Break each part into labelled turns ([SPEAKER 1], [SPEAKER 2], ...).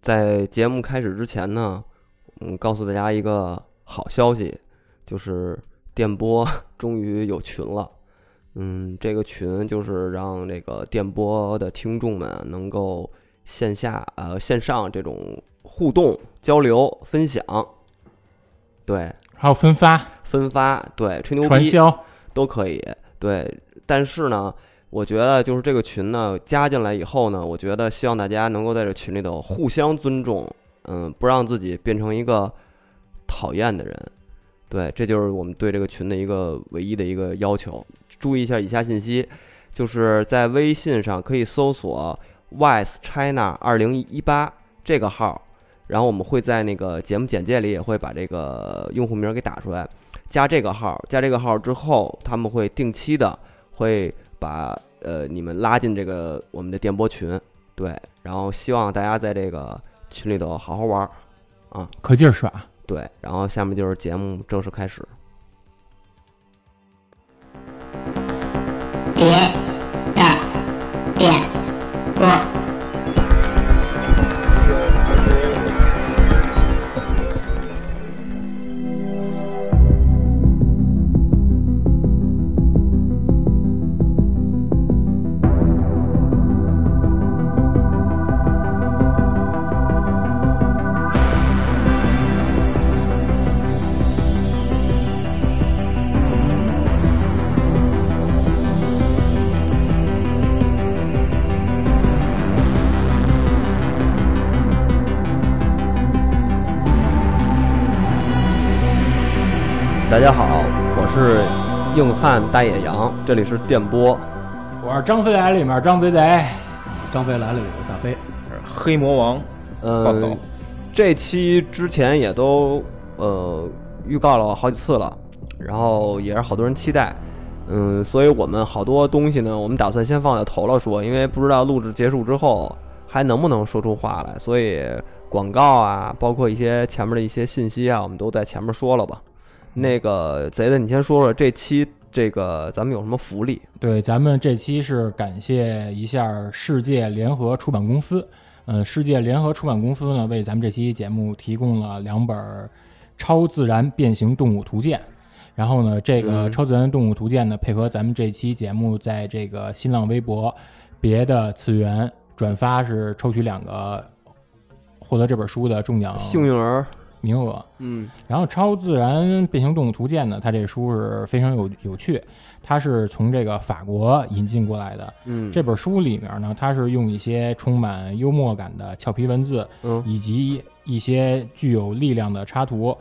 [SPEAKER 1] 在节目开始之前呢，嗯，告诉大家一个好消息，就是电波 终于有群了。嗯，这个群就是让这个电波的听众们啊能够线下呃线上这种互动、交流、分享，对，
[SPEAKER 2] 还有分发、
[SPEAKER 1] 分发，对，吹牛
[SPEAKER 2] 传
[SPEAKER 1] 逼，
[SPEAKER 2] 销，
[SPEAKER 1] 都可以。对，但是呢，我觉得就是这个群呢加进来以后呢，我觉得希望大家能够在这群里头互相尊重，嗯，不让自己变成一个讨厌的人。对，这就是我们对这个群的一个唯一的一个要求。注意一下以下信息，就是在微信上可以搜索 “wise china 二零一八”这个号，然后我们会在那个节目简介里也会把这个用户名给打出来。加这个号，加这个号之后，他们会定期的会把呃你们拉进这个我们的电波群，对，然后希望大家在这个群里头好好玩儿，
[SPEAKER 2] 可劲儿耍。
[SPEAKER 1] 对，然后下面就是节目正式开始。
[SPEAKER 3] 别的点播，
[SPEAKER 1] 大家好，我是硬汉大野羊，这里是电波，
[SPEAKER 2] 我是张飞来里面张贼贼，
[SPEAKER 4] 张飞来了，有大飞，
[SPEAKER 5] 黑魔王暴
[SPEAKER 1] 嗯
[SPEAKER 5] 走，
[SPEAKER 1] 这期之前也都呃预告了好几次了，然后也是好多人期待，嗯，所以我们好多东西呢，我们打算先放在头了说，因为不知道录制结束之后还能不能说出话来，所以广告啊，包括一些前面的一些信息啊，我们都在前面说了吧。
[SPEAKER 5] 嗯
[SPEAKER 1] 那个贼的，你先说说这期这个咱们有什么福利？
[SPEAKER 2] 对，咱们这期是感谢一下世界联合出版公司。呃，世界联合出版公司呢，为咱们这期节目提供了两本《超自然变形动物图鉴》。然后呢，这个《
[SPEAKER 1] 嗯
[SPEAKER 2] 超自然动物图鉴》呢，配合咱们这期节目，在这个新浪微博、别的次元转发是抽取两个获得这本书的中奖
[SPEAKER 1] 幸运儿，
[SPEAKER 2] 名额。
[SPEAKER 1] 嗯，
[SPEAKER 2] 然后《超自然变形动物图鉴》呢，它这书是非常有有趣，它是从这个法国引进过来的。
[SPEAKER 1] 嗯
[SPEAKER 2] 这本书里面呢，它是用一些充满幽默感的俏皮文字，
[SPEAKER 1] 嗯
[SPEAKER 2] 以及一些具有力量的插图，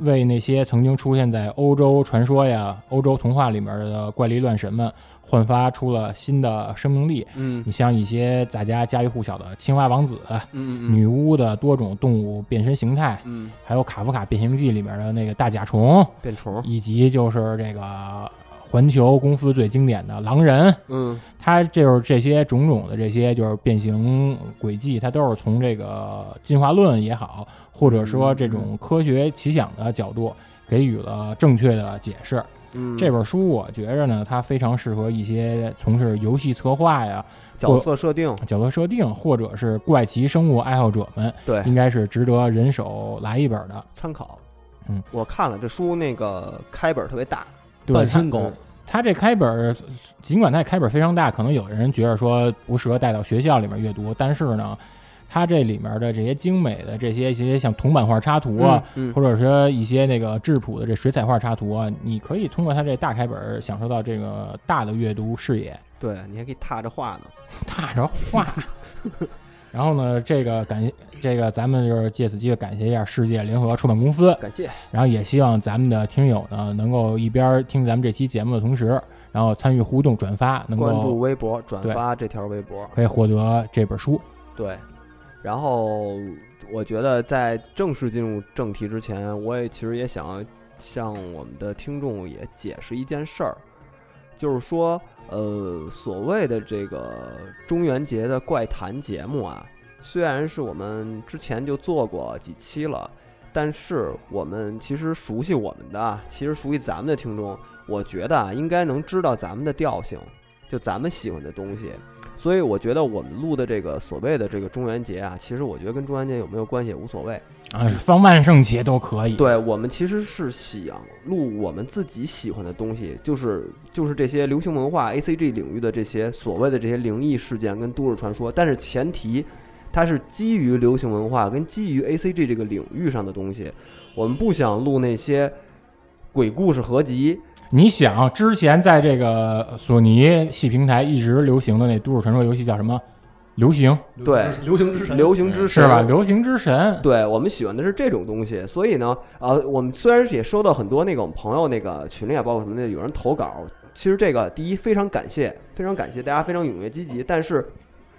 [SPEAKER 2] 为那些曾经出现在欧洲传说呀、欧洲童话里面的怪力乱神们焕发出了新的生命力。
[SPEAKER 1] 嗯
[SPEAKER 2] 你像一些大家家喻户晓的青蛙王子、啊
[SPEAKER 1] 嗯
[SPEAKER 2] 女巫的多种动物变身形态，
[SPEAKER 1] 嗯，
[SPEAKER 2] 还有《卡夫卡变形记》里面的那个大甲虫，
[SPEAKER 1] 变虫，
[SPEAKER 2] 以及就是这个环球公司最经典的狼人，
[SPEAKER 1] 嗯
[SPEAKER 2] 它就是这些种种的这些就是变形轨迹，它都是从这个进化论也好，或者说这种科学奇想的角度给予了正确的解释。
[SPEAKER 1] 嗯，
[SPEAKER 2] 这本书我觉着呢，它非常适合一些从事游戏策划呀、
[SPEAKER 1] 角色设定，
[SPEAKER 2] 角色设定或者是怪奇生物爱好者们，
[SPEAKER 1] 对，
[SPEAKER 2] 应该是值得人手来一本的。
[SPEAKER 1] 参考。
[SPEAKER 2] 嗯，
[SPEAKER 1] 我看了这书，那个开本特别大，
[SPEAKER 2] 对
[SPEAKER 4] 半
[SPEAKER 2] 它
[SPEAKER 4] 身狗，
[SPEAKER 2] 它这开本儿，尽管它开本儿非常大，可能有的人觉得说不适合带到学校里面阅读，但是呢，它这里面的这些精美的这些一些像铜版画插图啊，
[SPEAKER 1] 嗯
[SPEAKER 2] 或者说一些那个质朴的这水彩画插图啊，你可以通过它这大开本儿享受到这个大的阅读视野，
[SPEAKER 1] 对你还可以踏着画呢。
[SPEAKER 2] 踏着画。然后呢，这个感谢这个咱们就是借此机会感谢一下世界联合出版公司，
[SPEAKER 1] 感谢，
[SPEAKER 2] 然后也希望咱们的听友呢，能够一边听咱们这期节目的同时，然后参与互动转发，能
[SPEAKER 1] 关注
[SPEAKER 2] 够
[SPEAKER 1] 微博，转发这条微博。
[SPEAKER 2] 可以获得这本书。
[SPEAKER 1] 对，然后我觉得在正式进入正题之前，我也其实也想向我们的听众也解释一件事儿，就是说，呃，所谓的这个中元节的怪谈节目啊，虽然是我们之前就做过几期了，但是我们其实熟悉我们的啊，其实熟悉咱们的听众，我觉得啊，应该能知道咱们的调性，就咱们喜欢的东西。所以我觉得我们录的这个所谓的这个中元节啊，其实我觉得跟中元节有没有关系也无所谓。
[SPEAKER 2] 啊，放万圣节都可以。
[SPEAKER 1] 嗯对我们其实是想录我们自己喜欢的东西，就是就是这些流行文化 A C G 领域的这些所谓的这些灵异事件跟都市传说，但是前提它是基于流行文化跟基于 A C G 这个领域上的东西。我们不想录那些鬼故事合集，
[SPEAKER 2] 你想之前在这个索尼系平台一直流行的那都市传说游戏叫什么？流行
[SPEAKER 5] 嗯
[SPEAKER 1] 对
[SPEAKER 4] 流行之神，
[SPEAKER 1] 流行之
[SPEAKER 2] 是
[SPEAKER 1] 神
[SPEAKER 2] 吧？流行之神。
[SPEAKER 1] 对我们喜欢的是这种东西，所以呢，啊，我们虽然是也收到很多那个我们朋友那个群里啊，包括什么的，有人投稿。其实这个第一非常感谢，非常感谢大家非常踊跃积极，但是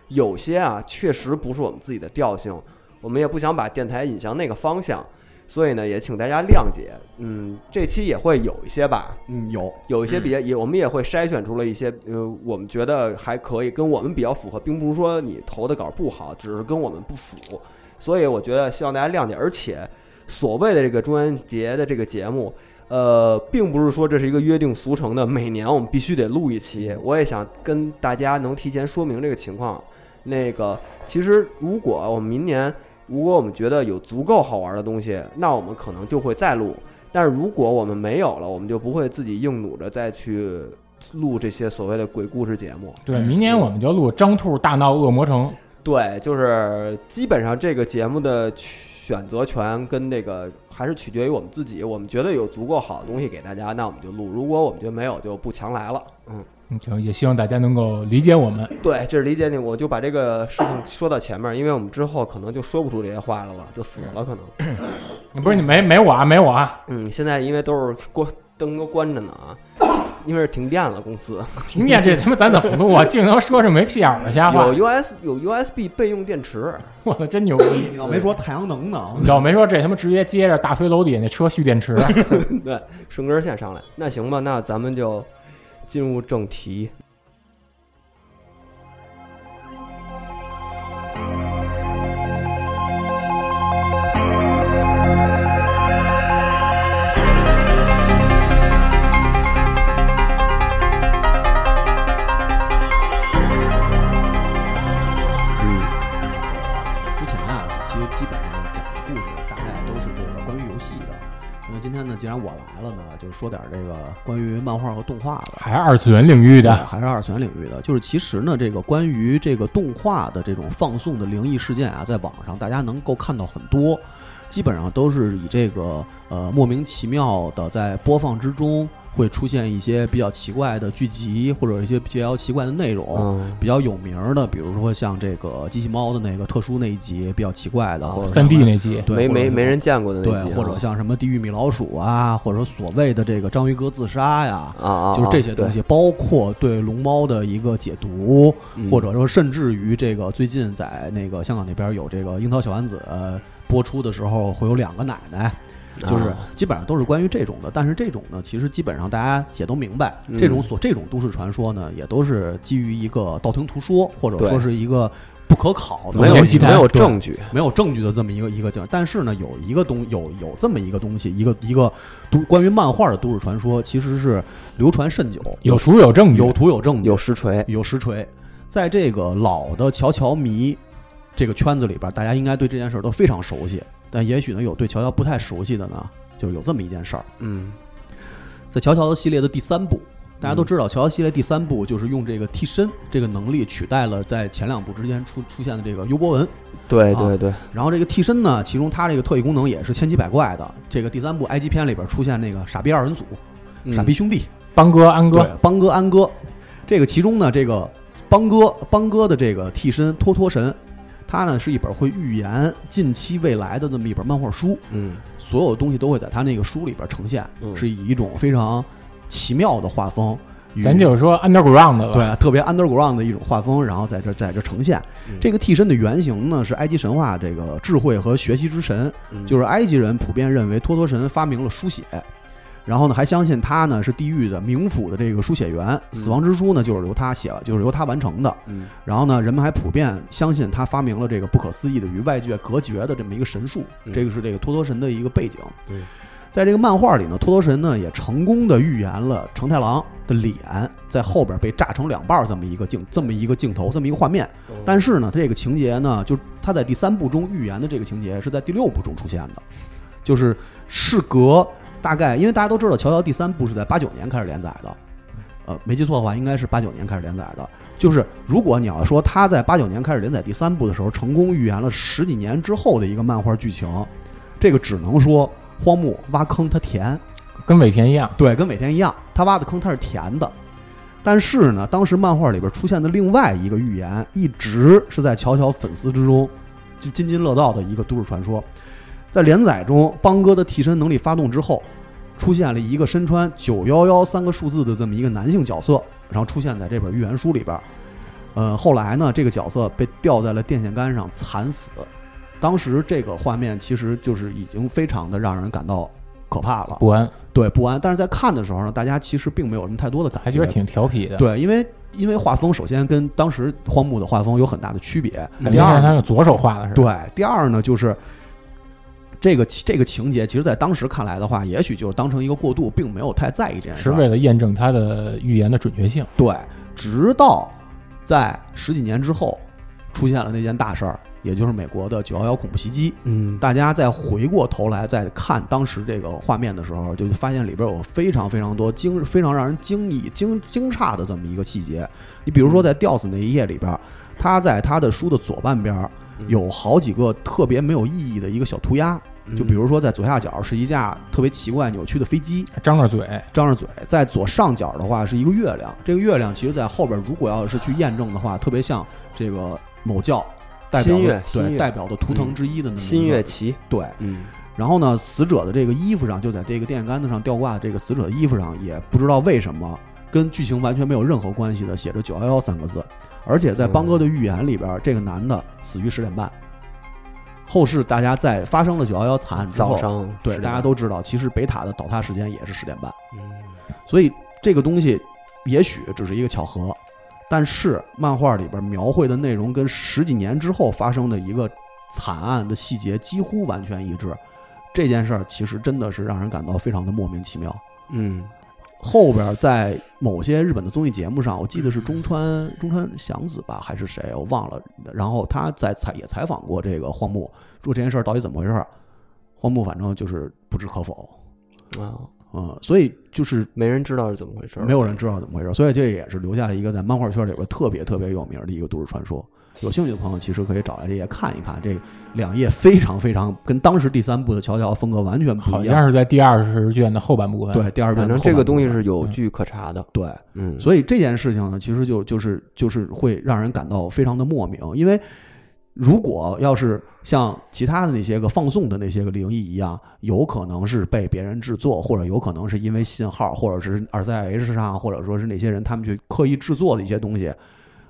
[SPEAKER 1] 有些啊确实不是我们自己的调性，我们也不想把电台引向那个方向，所以呢也请大家谅解。嗯，这期也会有一些吧，
[SPEAKER 4] 嗯，有
[SPEAKER 1] 有一些比较也我们也会筛选出了一些，呃，我们觉得还可以跟我们比较符合，并不是说你投的稿不好，只是跟我们不符。所以我觉得希望大家谅解。而且，所谓的这个中元节的这个节目，呃，并不是说这是一个约定俗成的，每年我们必须得录一期。我也想跟大家能提前说明这个情况。那个，其实如果我们明年如果我们觉得有足够好玩的东西，那我们可能就会再录。但是如果我们没有了，我们就不会自己硬努着再去录这些所谓的鬼故事节目。
[SPEAKER 2] 对，明年我们就录《张兔大闹恶魔城》。
[SPEAKER 1] 对，就是基本上这个节目的选择权跟这个还是取决于我们自己。我们觉得有足够好的东西给大家，那我们就录；如果我们觉得没有，就不强来了。嗯，
[SPEAKER 2] 嗯行，也希望大家能够理解我们。
[SPEAKER 1] 对，这是理解你。我就把这个事情说到前面，因为我们之后可能就说不出这些话了吧，就死了可能。
[SPEAKER 2] 不是你没没我啊，没我 啊，
[SPEAKER 1] 嗯，现在因为都是关灯都关着呢啊，因为是停电了，公司
[SPEAKER 2] 听见这他妈咱怎么录啊？净他妈说这没屁眼儿的瞎话
[SPEAKER 1] 有，US 有 USB 备用电池。
[SPEAKER 2] 我操，真牛逼！
[SPEAKER 4] 你倒没说太阳能呢，
[SPEAKER 2] 你 要没说这他妈直接接着大飞楼底下那车蓄电 池，
[SPEAKER 1] 对，顺根线上来。那行吧，那咱们就进入正题。
[SPEAKER 4] 之前啊，几期基本上讲的故事大概都是这个关于游戏的。那今天呢，既然我来了呢，就说点这个关于漫画和动画的。
[SPEAKER 2] 还是二次元领域 的。
[SPEAKER 4] 还是二次元领域的，就是其实呢，这个关于这个动画的这种放送的灵异事件啊，在网上大家能够看到很多，基本上都是以这个呃莫名其妙的在播放之中会出现一些比较奇怪的剧集或者一些比较奇怪的内容。
[SPEAKER 1] 嗯，
[SPEAKER 4] 比较有名儿的，比如说像这个机器猫的那个特殊那一集比较奇怪的，
[SPEAKER 1] 啊
[SPEAKER 4] 或者
[SPEAKER 2] 三 D
[SPEAKER 4] 什么
[SPEAKER 2] 那集，
[SPEAKER 1] 没
[SPEAKER 4] 对或者
[SPEAKER 1] 没
[SPEAKER 4] 是
[SPEAKER 1] 没人见过的
[SPEAKER 4] 对
[SPEAKER 1] 那，集啊，
[SPEAKER 4] 或者像什么地狱米老鼠啊，或者说所谓的这个章鱼哥自杀呀，
[SPEAKER 1] 啊啊，
[SPEAKER 4] 就是这些东西，包括对龙猫的一个解读，
[SPEAKER 1] 对，
[SPEAKER 4] 或者说甚至于这个最近在那个香港那边有这个《樱桃小丸子》呃播出的时候，会有两个奶奶，
[SPEAKER 1] 嗯
[SPEAKER 4] 就是基本上都是关于这种的。但是这种呢，其实基本上大家也都明白，
[SPEAKER 1] 嗯
[SPEAKER 4] 这种所这种都市传说呢，也都是基于一个道听途说，或者
[SPEAKER 1] 对
[SPEAKER 4] 说是一个不可考的
[SPEAKER 1] 没有
[SPEAKER 2] 连续
[SPEAKER 1] 没有
[SPEAKER 4] 对
[SPEAKER 1] 证据，
[SPEAKER 4] 没有证据的这么一个一个地儿。但是呢，有一个东有有这么一个东西，一个一个都关于漫画的都市传说，其实是流传甚久，
[SPEAKER 2] 有图有证据，
[SPEAKER 4] 有图有证据，
[SPEAKER 1] 有实锤，
[SPEAKER 4] 有实锤。在这个老的乔乔迷这个圈子里边，大家应该对这件事儿都非常熟悉。但也许呢，有对乔乔不太熟悉的呢，就是有这么一件事儿，
[SPEAKER 1] 嗯，
[SPEAKER 4] 在乔乔的系列的第三部。大家都知道，乔乔系列第三部就是用这个替身这个能力取代了在前两部之间出出现的这个优波文。
[SPEAKER 1] 嗯对
[SPEAKER 4] 啊
[SPEAKER 1] 对对，
[SPEAKER 4] 然后这个替身呢，其中它这个特异功能也是千奇百怪的。这个第三部埃及片里边出现那个傻逼二人组、
[SPEAKER 1] 嗯
[SPEAKER 4] 傻逼兄弟，
[SPEAKER 2] 邦哥、安
[SPEAKER 4] 对
[SPEAKER 2] 哥，，
[SPEAKER 4] 邦哥、安哥，这个其中呢，这个邦哥邦哥的这个替身托托神，他呢是一本会预言近期未来的这么一本漫画书，
[SPEAKER 1] 嗯
[SPEAKER 4] 所有东西都会在他那个书里边呈现，
[SPEAKER 1] 嗯
[SPEAKER 4] 是以一种非常奇妙的画风与，
[SPEAKER 2] 咱就是说 underground 的吧。
[SPEAKER 4] 对特别 underground 的一种画风，然后在这在这呈现。
[SPEAKER 1] 嗯
[SPEAKER 4] 这个替身的原型呢是埃及神话这个智慧和学习之神，
[SPEAKER 1] 嗯
[SPEAKER 4] 就是埃及人普遍认为托托神发明了书写，然后呢还相信他呢是地狱的冥府的这个书写源，死亡之书呢就是由他写，就是由他完成的。
[SPEAKER 1] 嗯
[SPEAKER 4] 然后呢，人们还普遍相信他发明了这个不可思议的与外界隔绝的这么一个神术
[SPEAKER 1] 嗯，
[SPEAKER 4] 这个是这个托托神的一个背景
[SPEAKER 1] 对。
[SPEAKER 4] 在这个漫画里呢，托托神呢也成功的预言了承太郎的脸在后边被炸成两半儿这么一个镜，这么一个镜头，这么一个画面。
[SPEAKER 1] 哦
[SPEAKER 4] 但是呢，这个情节呢，就他在第三部中预言的这个情节是在第六部中出现的，就是事隔大概，因为大家都知道《乔乔》第三部是在八九年开始连载的，呃，没记错的话，应该是八九年开始连载的。就是如果你要说他在八九年开始连载第三部的时候，成功预言了十几年之后的一个漫画剧情，这个只能说荒木挖坑他填，
[SPEAKER 2] 跟尾田一样，
[SPEAKER 4] 对，跟尾田一样，他挖的坑他是填的。但是呢，当时漫画里边出现的另外一个预言，一直是在乔乔粉丝之中就津津乐道的一个都市传说。在连载中，邦哥的替身能力发动之后，出现了一个身穿九幺幺三个数字的这么一个男性角色，然后出现在这本预言书里边。呃，后来呢，这个角色被吊在了电线杆上惨死。当时这个画面其实就是已经非常的让人感到可怕了，
[SPEAKER 2] 不安，
[SPEAKER 4] 对不安。但是在看的时候呢，大家其实并没有什么太多的感觉，
[SPEAKER 2] 还觉得挺调皮的。，
[SPEAKER 4] 对，因为因为画风首先跟当时荒木的画风有很大的区别，
[SPEAKER 2] 感
[SPEAKER 4] 第
[SPEAKER 2] 觉像
[SPEAKER 4] 二
[SPEAKER 2] 他
[SPEAKER 4] 呢，
[SPEAKER 2] 用左手画的似的。
[SPEAKER 4] 对，第二呢就是这个这个情节，其实在当时看来的话，也许就是当成一个过渡，并没有太在意这件事
[SPEAKER 2] 是
[SPEAKER 4] 儿。
[SPEAKER 2] 为了验证他的预言的准确性。
[SPEAKER 4] 对，直到在十几年之后出现了那件大事儿，也就是美国的九幺幺恐怖袭击。
[SPEAKER 1] 嗯，
[SPEAKER 4] 大家再回过头来再看当时这个画面的时候，就发现里边有非常非常多惊非常让人惊异惊惊诧的这么一个细节。你比如说在吊死那一页里边，他在他的书的左半边
[SPEAKER 1] 嗯
[SPEAKER 4] 有好几个特别没有意义的一个小涂鸦，
[SPEAKER 1] 嗯
[SPEAKER 4] 就比如说在左下角是一架特别奇怪扭曲的飞机，
[SPEAKER 2] 张着嘴，
[SPEAKER 4] 张着嘴；在左上角的话是一个月亮，这个月亮其实在后边如果要是去验证的话，特别像这个某教。代表
[SPEAKER 1] 新月
[SPEAKER 4] 的
[SPEAKER 1] 新
[SPEAKER 4] 对
[SPEAKER 1] 月
[SPEAKER 4] 代表的图腾之一的那么一个
[SPEAKER 1] 新月旗，
[SPEAKER 4] 对，
[SPEAKER 1] 嗯，
[SPEAKER 4] 然后呢，死者的这个衣服上，就在这个电线杆子上吊挂的这个死者的衣服上，也不知道为什么跟剧情完全没有任何关系的写着“九幺幺”三个字，而且在邦哥的预言里边，这个男的死于十点半。后世大家在发生了九幺幺惨案之
[SPEAKER 1] 早
[SPEAKER 4] 后，
[SPEAKER 1] 上
[SPEAKER 4] 对
[SPEAKER 1] 10
[SPEAKER 4] 大家都知道，其实北塔的倒塌时间也是十点半，
[SPEAKER 1] 嗯
[SPEAKER 4] 所以这个东西也许只是一个巧合，但是漫画里边描绘的内容跟十几年之后发生的一个惨案的细节几乎完全一致。这件事儿其实真的是让人感到非常的莫名其妙。
[SPEAKER 1] 嗯
[SPEAKER 4] 后边在某些日本的综艺节目上，我记得是中川中川祥子吧，还是谁，我忘了。然后他在采也采访过这个荒木，说这件事儿到底怎么回事儿。荒木反正就是不置可否，
[SPEAKER 1] 啊，
[SPEAKER 4] 嗯，所以就是
[SPEAKER 1] 没人知道是怎么回事，
[SPEAKER 4] 没有人知道怎么回事，所以这也是留下了一个在漫画圈里边特别特别有名的一个都市传说。有兴趣的朋友其实可以找来这页看一看，这两页非常非常跟当时第三部的乔乔风格完全不
[SPEAKER 2] 好
[SPEAKER 4] 一
[SPEAKER 2] 像
[SPEAKER 4] 样。
[SPEAKER 2] 是在第二十卷的后半部分。，
[SPEAKER 4] 对，第二
[SPEAKER 1] 反
[SPEAKER 4] 遍
[SPEAKER 1] 正这个东西
[SPEAKER 4] 后半部
[SPEAKER 1] 是有据可查的，
[SPEAKER 4] 对，
[SPEAKER 1] 嗯，
[SPEAKER 4] 嗯所以这件事情呢，其实就就是就是会让人感到非常的莫名，因为如果要是像其他的那些个放送的那些个灵异一样，有可能是被别人制作，或者有可能是因为信号，或者是二三 H 上，或者说是那些人他们去刻意制作的一些东西。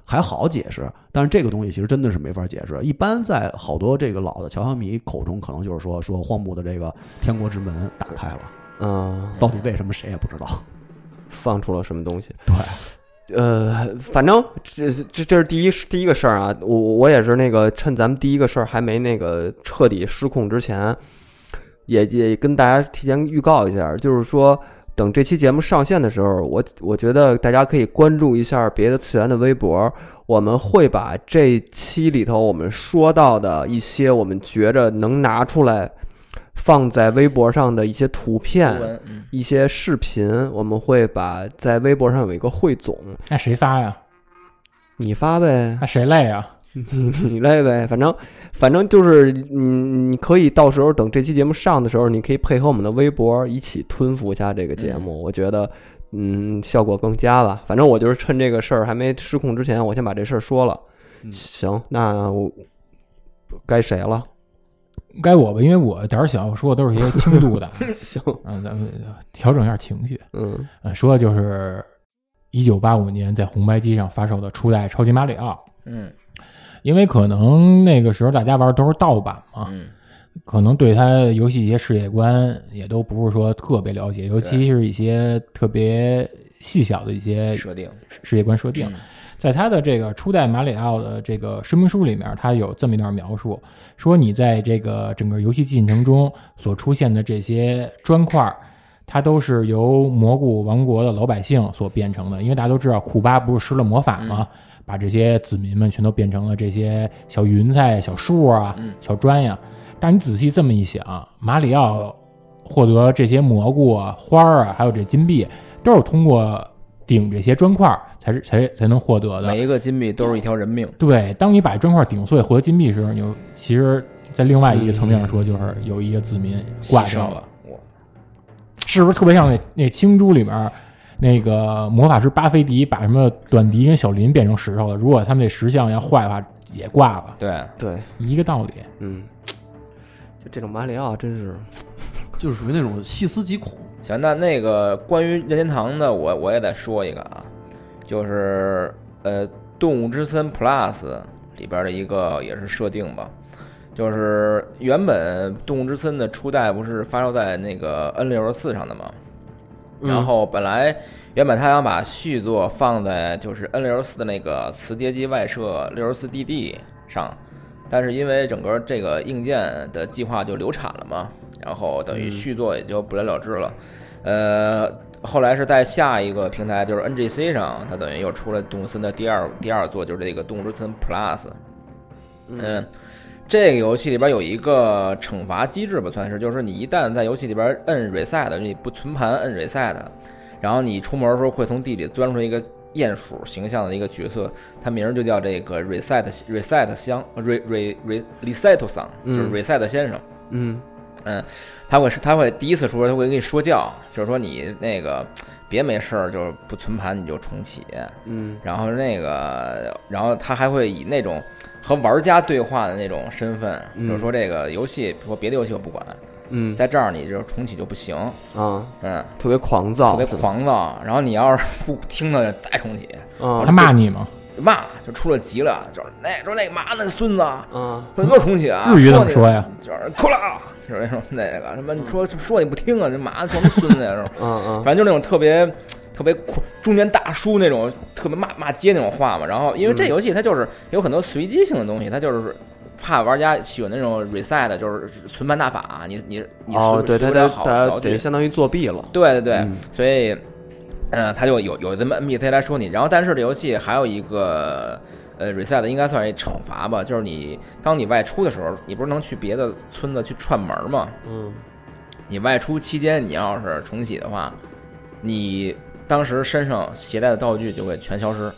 [SPEAKER 4] 还好解释，但是这个东西其实真的是没法解释。一般在好多这个老的乔乔迷口中，可能就是说说荒木的这个天国之门打开了，
[SPEAKER 1] 嗯，
[SPEAKER 4] 到底为什么谁也不知道。
[SPEAKER 1] 放出了什么东西？
[SPEAKER 4] 对，
[SPEAKER 1] 呃，反正这这这是第一第一个事儿啊，我我也是那个趁咱们第一个事儿还没那个彻底失控之前，也也跟大家提前预告一下，就是说等这期节目上线的时候，我我觉得大家可以关注一下别的次元的微博，我们会把这期里头我们说到的一些我们觉着能拿出来放在微博上的一些图片
[SPEAKER 5] 图。文嗯
[SPEAKER 1] 一些视频，我们会把在微博上有一个汇总，
[SPEAKER 2] 那谁发呀？
[SPEAKER 1] 你发 呗
[SPEAKER 2] 那，谁累啊？
[SPEAKER 1] 你你来呗，反正反正就是你你可以到时候等这期节目上的时候，你可以配合我们的微博一起吞服一下这个节目，我觉得嗯效果更佳吧。反正我就是趁这个事儿还没失控之前，我先把这事儿说了。
[SPEAKER 4] 嗯
[SPEAKER 1] 行，那我该谁了？
[SPEAKER 2] 该我吧，因为我胆儿小，我说的都是一些轻度 的。
[SPEAKER 1] 行，
[SPEAKER 2] 嗯，咱们调整一下情绪。
[SPEAKER 1] 嗯
[SPEAKER 2] 嗯，说的就是一九八五年在红白机上发售的初代超级马里奥。
[SPEAKER 5] 嗯
[SPEAKER 2] 因为可能那个时候大家玩的都是盗版嘛，
[SPEAKER 5] 嗯，
[SPEAKER 2] 可能对它游戏一些世界观也都不是说特别了哎解，尤其是一些特别细小的一些
[SPEAKER 5] 设定
[SPEAKER 2] 世界观设定。在他的这个初代马里奥的这个说明书里面，他有这么一段描述，说你在这个整个游戏进程中所出现的这些砖块儿，它都是由蘑菇王国的老百姓所变成的。因为大家都知道，库巴不是施了魔法吗？把这些子民们全都变成了这些小云彩、小树啊、
[SPEAKER 5] 嗯
[SPEAKER 2] 小砖呀、但是你仔细这么一想，马里奥获得这些蘑菇啊、花儿啊，还有这金币，都是通过顶这些砖块儿才是才才能获得的
[SPEAKER 5] 每。一个金币都是一条人命。
[SPEAKER 2] 对，当你把砖块顶碎获得金币时，你就其实，在另外一个层面上说，就是有一个子民挂
[SPEAKER 5] 牺
[SPEAKER 2] 掉
[SPEAKER 5] 牲
[SPEAKER 2] 了
[SPEAKER 5] 了，，我
[SPEAKER 2] 是不是特别像那那青珠里面？那个魔法师巴菲迪把什么短笛跟小林变成石头了，如果他们这石像要坏的话，也挂了，
[SPEAKER 5] 对，
[SPEAKER 1] 对，
[SPEAKER 2] 一个道理。
[SPEAKER 1] 嗯，就这种马里奥真是，
[SPEAKER 4] 就是属于那种细思极恐。
[SPEAKER 5] 行，那那个关于任天堂的，我我也得说一个啊，就是呃，《动物之森 Plus》里边的一个也是设定吧，就是原本《动物之森》的初代不是发售在那个 N 六十四上的吗？然
[SPEAKER 1] 嗯
[SPEAKER 5] 后本来原本他想把续作放在就是 N 六十四的那个磁碟机外设六十四 DD 上，但是因为整个这个硬件的计划就流产了嘛，然后等于续作也就不了了之了。呃，后来是在下一个平台就是 NGC 上，它等于又出了动物森的第二第二作，就是这个动物之森 Plus。嗯，这个游戏里边有一个惩罚机制吧，算是，就是你一旦在游戏里边摁 reset，你不存盘摁 reset，然后你出门的时候会从地里钻出一个鼹鼠形象的一个角色，它名儿就叫这个 reset reset 香 re re re reset 桑，就是 reset 先生。
[SPEAKER 1] 嗯
[SPEAKER 5] 嗯，他会他会第一次出，他会跟你说教，就是说你那个别没事儿就是不存盘你就重启，
[SPEAKER 1] 嗯
[SPEAKER 5] 然后那个，然后他还会以那种和玩家对话的那种身份，
[SPEAKER 1] 嗯
[SPEAKER 5] 就是说这个游戏，比如说别的游戏我不管，
[SPEAKER 1] 嗯
[SPEAKER 5] 在这儿你就是重启就不行，
[SPEAKER 1] 啊，
[SPEAKER 5] 嗯，
[SPEAKER 1] 特别狂
[SPEAKER 5] 特
[SPEAKER 1] 躁，
[SPEAKER 5] 别
[SPEAKER 1] 是吧
[SPEAKER 5] 狂躁。然后你要是不听呢，再重启，
[SPEAKER 2] 他骂你吗？
[SPEAKER 5] 骂就出了急了，就是那说那嘛呢孙子，
[SPEAKER 1] 啊啊，
[SPEAKER 5] 说你给我重启啊！
[SPEAKER 2] 日语怎么
[SPEAKER 5] 你
[SPEAKER 2] 说呀？
[SPEAKER 5] 就是哭了啊，就是那种那个什么，你说说你不听啊，这嘛呢装孙子呀，这种。
[SPEAKER 1] 嗯嗯
[SPEAKER 5] 反正就是那种特别特别酷中年大叔那种特别骂骂街那种话嘛。然后因为
[SPEAKER 1] 嗯
[SPEAKER 5] 这游戏它就是有很多随机性的东西，它就是。怕玩家喜欢那种 reset，就是存盘大法，啊你你你
[SPEAKER 1] 哦，对
[SPEAKER 5] 他
[SPEAKER 1] 他
[SPEAKER 5] 他
[SPEAKER 1] 他
[SPEAKER 5] 好
[SPEAKER 1] 他
[SPEAKER 5] 道
[SPEAKER 1] 等
[SPEAKER 5] 具
[SPEAKER 1] 于相当于作弊了，
[SPEAKER 5] 对对对，
[SPEAKER 1] 嗯
[SPEAKER 5] 所以，嗯、他就有有这么 NPC 来说你。然后，但是这游戏还有一个呃 reset 应该算是一惩罚吧，就是你当你外出的时候，你不是能去别的村子去串门儿吗？
[SPEAKER 1] 嗯
[SPEAKER 5] 你外出期间，你要是重启的话，你当时身上携带的道具就会全消失，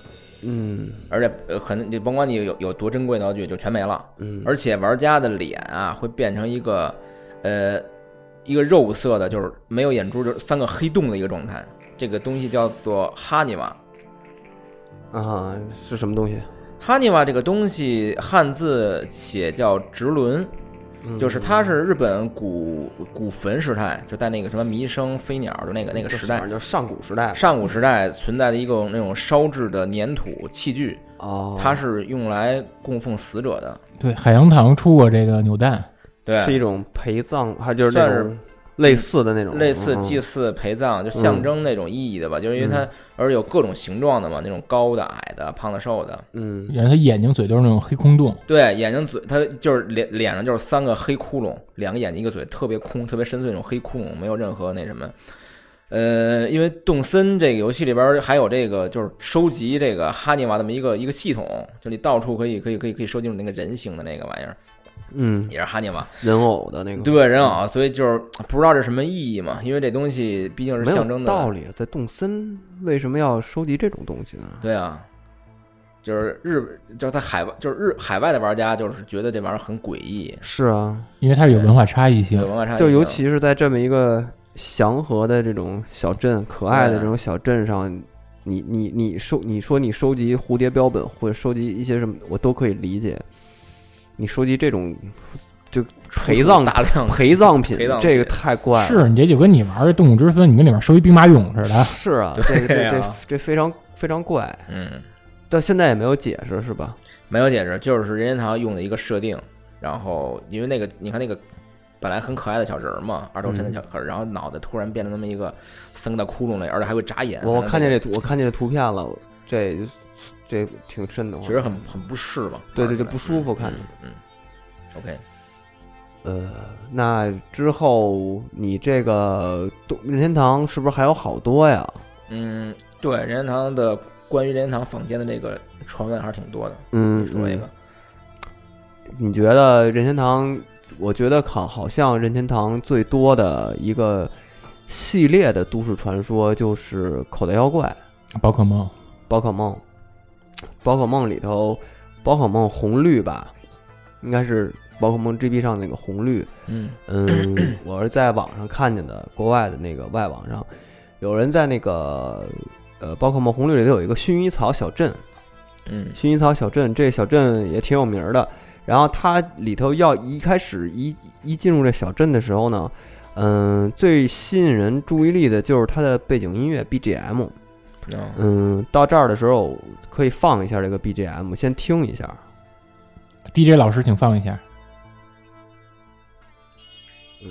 [SPEAKER 1] 嗯
[SPEAKER 5] 而且呃，可能你甭管你有有多珍贵的道具，就全没了。
[SPEAKER 1] 嗯，
[SPEAKER 5] 而且玩家的脸啊，会变成一个呃一个肉色的，就是没有眼珠，就是三个黑洞的一个状态。这个东西叫做哈尼瓦。
[SPEAKER 1] 啊是什么东西？
[SPEAKER 5] 哈尼瓦这个东西汉字写叫直轮，
[SPEAKER 1] 嗯
[SPEAKER 5] 就是它是日本古古坟时代，就在那个什么弥生飞鸟的那个那个时代
[SPEAKER 1] 反，正就是上古时代
[SPEAKER 5] 上古时代存在的一个那种烧制的粘土器具，
[SPEAKER 1] 哦，
[SPEAKER 5] 它是用来供奉死者的。
[SPEAKER 2] 对，海洋堂出过这个扭蛋，
[SPEAKER 1] 是一
[SPEAKER 5] 对，
[SPEAKER 1] 种陪葬，还就是那
[SPEAKER 5] 算
[SPEAKER 1] 种类似的那种
[SPEAKER 5] 类似
[SPEAKER 1] 嗯
[SPEAKER 5] 祭祀、陪葬，就象征那种意义的吧，就是因为它，而且有各种形状的嘛，那种高的、矮的、胖的、瘦的。
[SPEAKER 1] 嗯
[SPEAKER 2] 然后他眼睛嘴都是那种黑空洞，
[SPEAKER 5] 对，眼睛、嘴，它就是脸脸上就是三个黑窟窿，两个眼睛一个嘴，特别空，特别深邃那种黑窟窿，没有任何那什么。呃，因为动森这个游戏里边还有这个就是收集这个哈尼瓦这么一个一个系统，就你到处可以可以可以可以收集那个人形的那个玩意儿，
[SPEAKER 1] 嗯
[SPEAKER 5] 也是哈尼瓦。
[SPEAKER 1] 人偶的那个
[SPEAKER 5] 对人偶，所以就是不知道这什么意义嘛，因为这东西毕竟是
[SPEAKER 1] 没有
[SPEAKER 5] 象征的
[SPEAKER 1] 道理，在动森为什么要收集这种东西呢？
[SPEAKER 5] 对啊，就是日就是在海外，就是日海外的玩家就是觉得这玩意儿很诡异，
[SPEAKER 1] 是啊，
[SPEAKER 2] 因为它是有文化差异性
[SPEAKER 5] 有。文化差异性，
[SPEAKER 1] 就尤其是在这么一个祥和的这种小镇、可爱的这种小镇上，你你你收你说你收集蝴蝶标本或者收集一些什么，我都可以理解。你收集这种就陪葬
[SPEAKER 5] 大量的
[SPEAKER 1] 陪葬品
[SPEAKER 5] 嗯陪葬，品
[SPEAKER 1] 这个太怪了。
[SPEAKER 2] 是你这就跟你玩《动物之森》，你跟里面收一兵马俑似的，
[SPEAKER 1] 是 啊，这个
[SPEAKER 5] 对
[SPEAKER 1] 这
[SPEAKER 5] 啊
[SPEAKER 1] 这这非常非常怪，
[SPEAKER 5] 嗯，
[SPEAKER 1] 到现在也没有解释是吧？
[SPEAKER 5] 没有解释，就是任天堂用的一个设定，然后因为那个你看那个本来很可爱的小人儿嘛，二头身的小小人儿，然后脑袋突然变成那么一个三个大窟窿了，而且还会眨眼，
[SPEAKER 1] 我我
[SPEAKER 5] 还能
[SPEAKER 1] 看见
[SPEAKER 5] 那
[SPEAKER 1] 这
[SPEAKER 5] 个
[SPEAKER 1] 图，我看见这图片了，这这挺瘆得慌，
[SPEAKER 5] 觉得很很不适嘛，
[SPEAKER 1] 对
[SPEAKER 5] 玩
[SPEAKER 1] 对
[SPEAKER 5] 起
[SPEAKER 1] 对
[SPEAKER 5] 来
[SPEAKER 1] 不舒服看着，
[SPEAKER 5] 嗯嗯嗯，OK，
[SPEAKER 1] 呃，那之后你这个东任天堂是不是还有好多呀？
[SPEAKER 5] 嗯，对，任天堂的关于任天堂坊间的这个传闻还是挺多的，
[SPEAKER 1] 嗯，
[SPEAKER 5] 说一
[SPEAKER 1] 嗯
[SPEAKER 5] 个，
[SPEAKER 1] 你觉得任天堂？我觉得好，好像任天堂最多的一个系列的都市传说就是口袋妖怪、
[SPEAKER 2] 宝可梦，
[SPEAKER 1] 宝可梦。宝可梦里头，宝可梦红绿吧，应该是宝可梦 GB 上那个红绿。
[SPEAKER 5] 嗯
[SPEAKER 1] 嗯，我是在网上看见的，国外的那个外网上，有人在那个呃宝可梦红绿里头有一个薰衣草小镇，
[SPEAKER 5] 嗯
[SPEAKER 1] 薰衣草小镇，这小镇也挺有名儿的。然后它里头要一开始一一进入这小镇的时候呢，嗯，最吸引人注意力的就是它的背景音乐 BGM。
[SPEAKER 5] 嗯
[SPEAKER 1] 嗯，到这儿的时候可以放一下这个 BGM，先听一下。
[SPEAKER 2] DJ 老师，请放一下。
[SPEAKER 1] 嗯，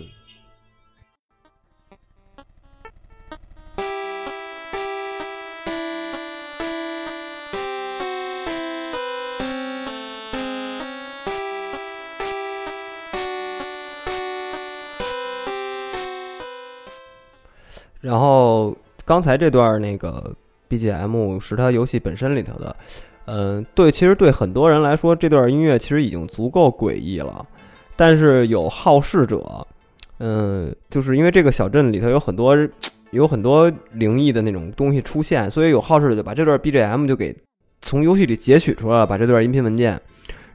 [SPEAKER 1] 然后刚才这段那个 BGM 是它游戏本身里头的，嗯，对，其实对很多人来说，这段音乐其实已经足够诡异了。但是有好事者，嗯，就是因为这个小镇里头有很多有很多灵异的那种东西出现，所以有好事者就把这段 BGM 就给从游戏里截取出来了，把这段音频文件，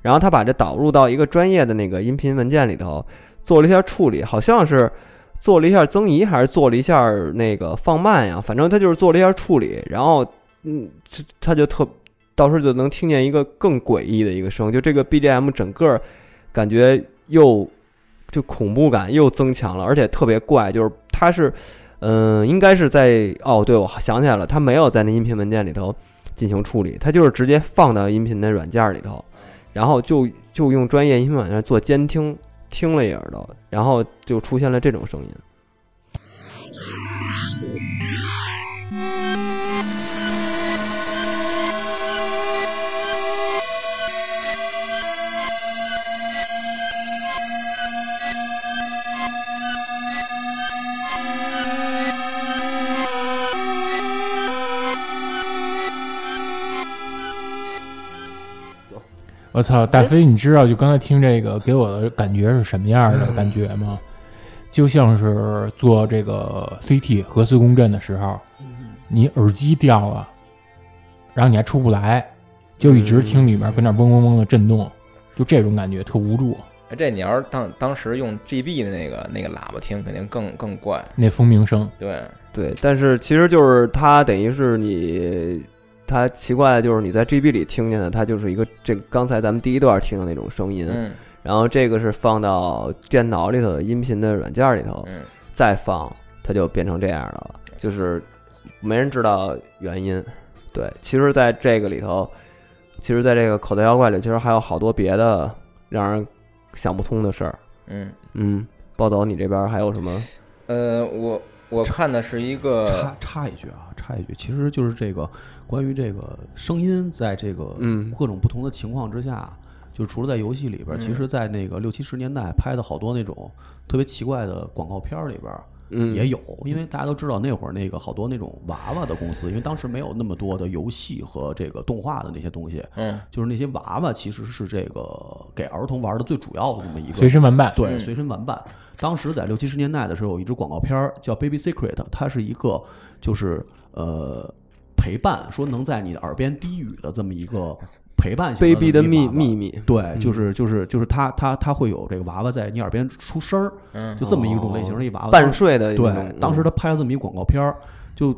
[SPEAKER 1] 然后他把这导入到一个专业的那个音频文件里头，做了一下处理，好像是。做了一下增移，还是做了一下那个放慢呀？反正他就是做了一下处理，然后，嗯，这他就特到时候就能听见一个更诡异的一个声，就这个 BGM 整个感觉又就恐怖感又增强了，而且特别怪，就是它是，嗯、应该是在哦，对，我想起来了，它没有在那音频文件里头进行处理，它就是直接放到音频的软件里头，然后就就用专业音频软件做监听，听了一耳朵，然后就出现了这种声音。
[SPEAKER 2] 我操，大飞，你知道就刚才听这个给我的感觉是什么样的感觉吗？就像是做这个 CT 核磁共振的时候，你耳机掉了，然后你还出不来，就一直听里面跟那嗡嗡嗡的震动，就这种感觉特无助。
[SPEAKER 5] 哎这你要是当当时用 GB 的那个那个喇叭听，肯定更更怪，
[SPEAKER 2] 那蜂鸣声，
[SPEAKER 5] 对，
[SPEAKER 1] 对，但是其实就是它等于是你，它奇怪的就是你在 GB 里听见的，它就是一个这刚才咱们第一段听的那种声音，
[SPEAKER 5] 嗯
[SPEAKER 1] 然后这个是放到电脑里头的音频的软件里头
[SPEAKER 5] 嗯，
[SPEAKER 1] 再放，它就变成这样了，就是没人知道原因。对，其实在这个里头，其实在这个口袋妖怪里，其实还有好多别的让人想不通的事儿。
[SPEAKER 5] 嗯，
[SPEAKER 1] 嗯，暴走，你这边还有什么？
[SPEAKER 5] 呃，我我看的是一
[SPEAKER 4] 插
[SPEAKER 5] 个，
[SPEAKER 4] 插一句啊，插一句，其实就是这个关于这个声音，在这个
[SPEAKER 1] 嗯
[SPEAKER 4] 各种不同的情况之下，就除了在游戏里边儿，
[SPEAKER 5] 嗯
[SPEAKER 4] 其实，在那个六七十年代拍的好多那种特别奇怪的广告片儿里边儿
[SPEAKER 1] 嗯，
[SPEAKER 4] 也有，因为大家都知道那会儿那个好多那种娃娃的公司，因为当时没有那么多的游戏和这个动画的那些东西，
[SPEAKER 5] 嗯
[SPEAKER 4] 就是那些娃娃其实是这个给儿童玩的最主要的那么一个
[SPEAKER 2] 随身玩伴，
[SPEAKER 4] 对，
[SPEAKER 5] 嗯
[SPEAKER 4] 哎随身玩伴。当时在六七十年代的时候，有一支广告片儿叫《Baby Secret》，它是一个就是呃陪伴，说能在你的耳边低语的这么一个陪伴型
[SPEAKER 1] baby 的
[SPEAKER 4] 这么
[SPEAKER 1] 秘
[SPEAKER 4] 一个娃娃
[SPEAKER 1] 秘。密。嗯
[SPEAKER 4] 对，就是就是就是它它它会有这个娃娃在你耳边出声儿，
[SPEAKER 5] 嗯
[SPEAKER 4] 就这么一种类型的一娃娃。
[SPEAKER 1] 半睡的一种嗯
[SPEAKER 4] 对，当时他拍了这么一广告片儿，就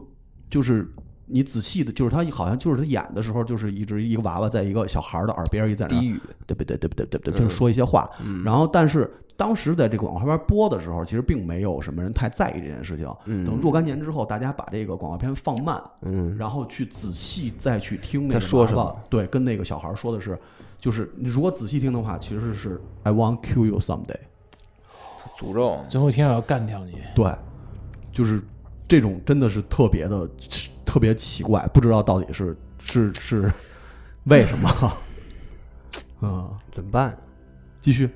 [SPEAKER 4] 就是你仔细的，就是他好像就是他演的时候，就是一直一个娃娃在一个小孩儿的耳边儿一在那
[SPEAKER 1] 嗯
[SPEAKER 4] 儿
[SPEAKER 1] 低嗯语，
[SPEAKER 4] 对不对？对不对？对不对？就是说一些话。然后，但是当时在这个广告片播的时候，其实并没有什么人太在意这件事情。等若干年之后，大家把这个广告片放慢，
[SPEAKER 1] 嗯，
[SPEAKER 4] 然后去仔细再去听那个
[SPEAKER 1] 他说
[SPEAKER 4] 娃
[SPEAKER 1] 什
[SPEAKER 4] 娃
[SPEAKER 1] 么
[SPEAKER 4] 对，跟那个小孩儿说的是，就是你如果仔细听的话，其实是 I want kill you someday。
[SPEAKER 5] 诅咒，
[SPEAKER 2] 最后一天我要干掉你。
[SPEAKER 4] 对，就是这种真的是特别的特别奇怪，不知道到底是是是为什么？ 嗯，
[SPEAKER 1] 怎么办？
[SPEAKER 4] 继续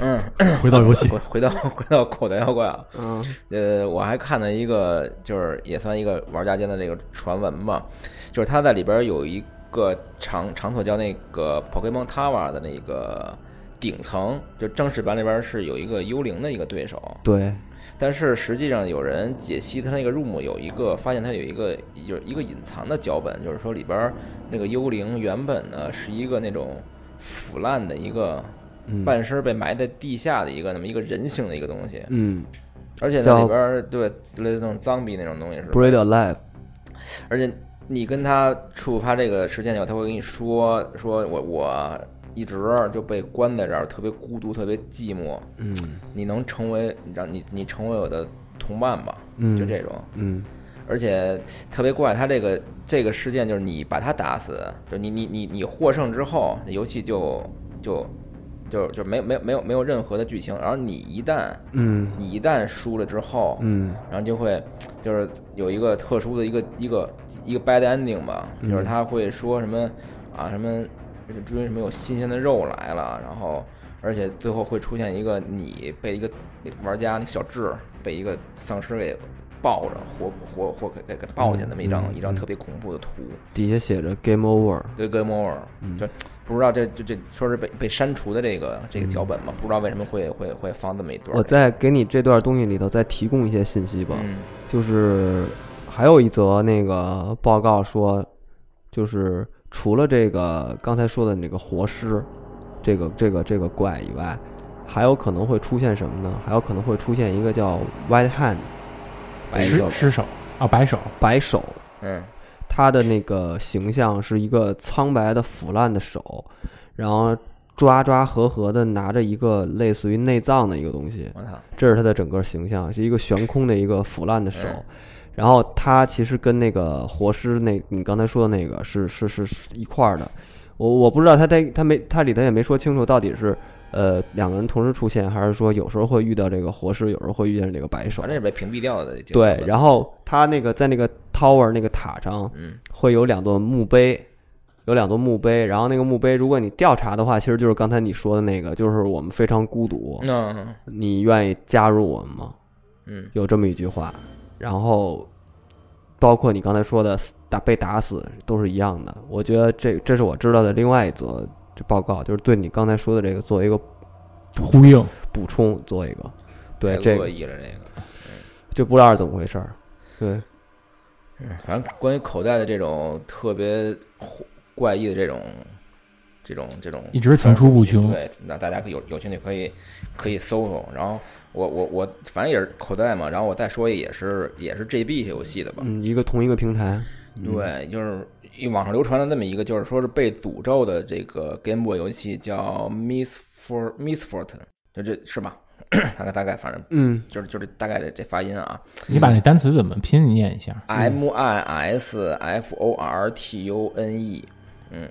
[SPEAKER 5] 嗯，
[SPEAKER 4] 回到游戏
[SPEAKER 5] 回回到 回到口袋妖怪啊，
[SPEAKER 1] 嗯
[SPEAKER 5] 呃，我还看了一个，就是也算一个玩家间的这个传闻吧，就是他在里边有一个场场所叫那个 Pokemon Tower 的那个顶层，就正式版里边是有一个幽灵的一个对手，
[SPEAKER 1] 对，
[SPEAKER 5] 但是实际上有人解析他那个 room 有一个发现，它有一个有一个隐藏的脚本，就是说里边儿那个幽灵原本呢是一个那种腐烂的一个
[SPEAKER 1] 嗯
[SPEAKER 5] 半身被埋在地下的一个那么一个人性的一个东西，
[SPEAKER 1] 嗯
[SPEAKER 5] 而且那
[SPEAKER 1] 叫
[SPEAKER 5] 里边儿对类似那种脏逼那种东西是吧
[SPEAKER 1] ，Breed Alive，
[SPEAKER 5] 而且你跟他触发这个事件以后，他会跟你说说我我一直就被关在这儿，特别孤独，特别寂寞。
[SPEAKER 1] 嗯
[SPEAKER 5] 你能成为让你你成为我的同伴吧？
[SPEAKER 1] 嗯
[SPEAKER 5] 就这种。
[SPEAKER 1] 嗯
[SPEAKER 5] 而且特别怪，他这个这个事件就是你把他打死，就你你你你获胜之后，那游戏就就就就没有没有没有没有任何的剧情，然后你一旦
[SPEAKER 1] 嗯
[SPEAKER 5] 你一旦输了之后，
[SPEAKER 1] 嗯
[SPEAKER 5] 然后就会就是有一个特殊的一个一个一个 bad ending 吧，
[SPEAKER 1] 嗯
[SPEAKER 5] 就是他会说什么啊什么终于什么有新鲜的肉来了，然后而且最后会出现一个你被一个那个玩家那个小智被一个丧尸给抱着活活活给给给
[SPEAKER 1] 嗯
[SPEAKER 5] 抱起来那么一张、一张特别恐怖的图，
[SPEAKER 1] 底下写着 Game Over，
[SPEAKER 5] 对 Game Over，、就
[SPEAKER 1] 嗯
[SPEAKER 5] 不知道这这这说是被被删除的这个这个脚本嘛，不知道为什么会会会放这么一段儿。
[SPEAKER 1] 嗯我再给你这段东西里头再提供一些信息吧。
[SPEAKER 5] 嗯
[SPEAKER 1] 就是还有一则那个报告说，就是除了这个刚才说的那个活尸，这个这个这个怪以外，还有可能会出现什么呢？还有可能会出现一个叫 White Hand
[SPEAKER 5] 白
[SPEAKER 1] 是
[SPEAKER 5] 色
[SPEAKER 2] 失失手啊，白手，
[SPEAKER 1] 白手，
[SPEAKER 5] 嗯
[SPEAKER 1] 它的那个形象是一个苍白的腐烂的手，然后抓抓合合的拿着一个类似于内脏的一个东西，
[SPEAKER 5] 我操
[SPEAKER 1] 这是他的整个形象，是一个悬空的一个腐烂的手
[SPEAKER 5] 嗯。
[SPEAKER 1] 然后他其实跟那个活尸那，你刚才说的那个是是是是一块儿的。我我不知道他这他没他里头也没说清楚到底是呃两个人同时出现，还是说有时候会遇到这个活尸，有时候会遇见这个白手
[SPEAKER 5] 反。正也被屏蔽掉的。这个版
[SPEAKER 1] 对，
[SPEAKER 5] 本
[SPEAKER 1] 然后他那个在那个 tower 那个塔上
[SPEAKER 5] 嗯
[SPEAKER 1] 会有两座墓碑，有两座墓碑。然后那个墓碑，如果你调查的话，其实就是刚才你说的那个，就是我们非常孤独，
[SPEAKER 5] 嗯
[SPEAKER 1] 你愿意加入我们吗？
[SPEAKER 5] 嗯
[SPEAKER 1] 有这么一句话，然后包括你刚才说的死打被打死都是一样的。我觉得这这是我知道的另外一则这报告，就是对你刚才说的这个做一个
[SPEAKER 2] 呼应。
[SPEAKER 1] 补充，做一个对
[SPEAKER 5] 太
[SPEAKER 1] 这
[SPEAKER 5] 恶
[SPEAKER 1] 个
[SPEAKER 5] 意了这个。
[SPEAKER 1] 就不知道是怎么回事儿。对，
[SPEAKER 5] 嗯反正关于口袋的这种特别怪异的这种这种这种，
[SPEAKER 2] 一直层出不穷
[SPEAKER 5] 对，那大家可以有有兴趣可以可以搜搜。然后我我我反正也是口袋嘛，然后我再说也是也是 GB 游戏的吧。
[SPEAKER 1] 嗯，一个同一个平台，
[SPEAKER 2] 嗯
[SPEAKER 5] 对，就是一网上流传的那么一个，就是说是被诅咒的这个 Game Boy 游戏叫 Miss For Miss Fortune，就这是吧？ 大概大概反正
[SPEAKER 1] 嗯
[SPEAKER 5] 就是就是大概这这发音啊。
[SPEAKER 2] 你把那单词怎么拼？你念一下。
[SPEAKER 1] 嗯
[SPEAKER 5] M I S F O R T U N E，嗯，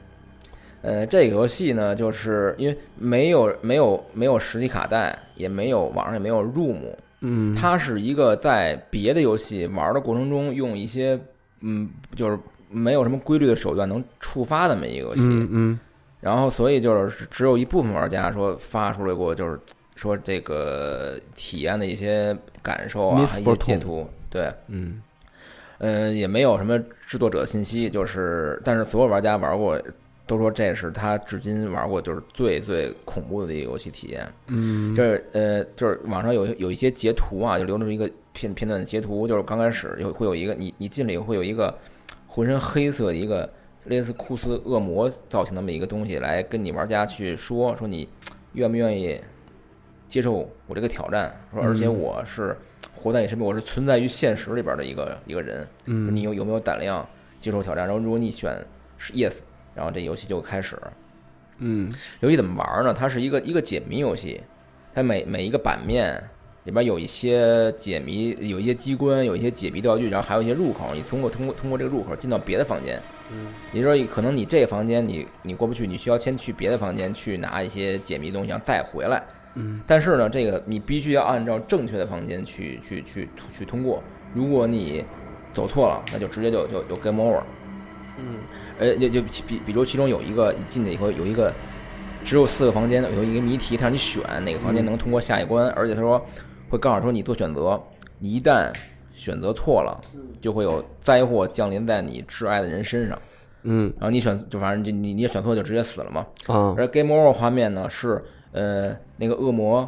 [SPEAKER 5] 呃，这个游戏呢，就是因为没有没有没有实体卡带，也没有网上也没有 ROM，
[SPEAKER 1] 嗯，
[SPEAKER 5] 它是一个在别的游戏玩的过程中用一些嗯，就是没有什么规律的手段能触发的这么一个游戏，
[SPEAKER 1] 嗯嗯
[SPEAKER 5] 然后所以就是只有一部分玩家说发出来过，就是说这个体验的一些感受啊，
[SPEAKER 1] Miss
[SPEAKER 5] 一些截
[SPEAKER 1] Fortune
[SPEAKER 5] 图，对。
[SPEAKER 1] 嗯
[SPEAKER 5] 嗯，也没有什么制作者信息，就是但是所有玩家玩过都说这是他至今玩过就是最最恐怖的一个游戏体验。
[SPEAKER 1] 嗯，
[SPEAKER 5] 就是呃，就是网上有有一些截图啊，就流出一个片片段的截图，就是刚开始有会有一个你你进了以后会有一个浑身黑色的一个类似库斯恶魔造型那么一个东西来跟你玩家去说说你愿不愿意接受我这个挑战，说而且我是活在你身边，我是存在于现实里边的一个一个人，
[SPEAKER 1] 嗯
[SPEAKER 5] 你有有没有胆量接受挑战？然后如果你选是 yes，然后这游戏就开始，
[SPEAKER 1] 嗯
[SPEAKER 5] 游戏怎么玩呢？它是一个一个解谜游戏，它每每一个版面里边有一些解谜，有一些机关，有一些解谜道具，然后还有一些入口，你通过通过通过这个入口进到别的房间。
[SPEAKER 1] 嗯
[SPEAKER 5] 也就是说，可能你这个房间你你过不去，你需要先去别的房间去拿一些解谜东西，然后再回来。
[SPEAKER 1] 嗯，
[SPEAKER 5] 但是呢，这个你必须要按照正确的房间去去去去通过。如果你走错了，那就直接就就就 game over。
[SPEAKER 4] 嗯
[SPEAKER 5] 呃，就就比比如其中有一个一进去以后有一个只有四个房间，有一个谜题，他让你选哪个房间能通过下一关，而且他说会告诉说你做选择，你一旦选择错了，就会有灾祸降临在你挚爱的人身上。
[SPEAKER 1] 嗯
[SPEAKER 5] 然后你选就反正就你你也选错就直接死了嘛。
[SPEAKER 1] 啊
[SPEAKER 5] 而 Game Over 画面呢是呃那个恶魔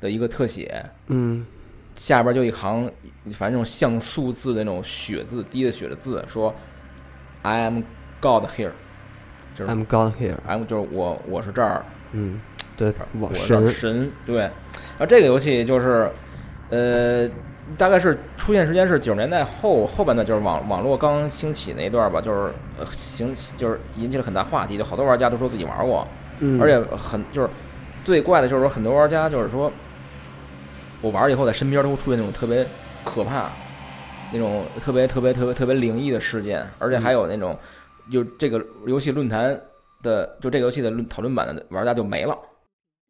[SPEAKER 5] 的一个特写，
[SPEAKER 1] 嗯
[SPEAKER 5] 下边就一行，反正那种像素字的那种血字滴的血的字，说 “I am God here”，就是
[SPEAKER 1] ，I'm gone here。
[SPEAKER 5] “I'm” 就是我我是这儿，
[SPEAKER 1] 嗯，对，
[SPEAKER 5] 我
[SPEAKER 1] 我
[SPEAKER 5] 是这儿
[SPEAKER 1] 神，
[SPEAKER 5] 神对。然后这个游戏就是，呃，大概是出现时间是九十年代后后半段，就是网网络刚兴起那一段吧，就是呃兴就是引起了很大话题，就好多玩家都说自己玩过，
[SPEAKER 1] 嗯，
[SPEAKER 5] 而且很就是最怪的就是说，很多玩家就是说，我玩了以后，在身边都会出现那种特别可怕、那种特别特别特别特别灵异的事件，而且还有那种就这个游戏论坛的就这个游戏的论讨论版的玩家就没了，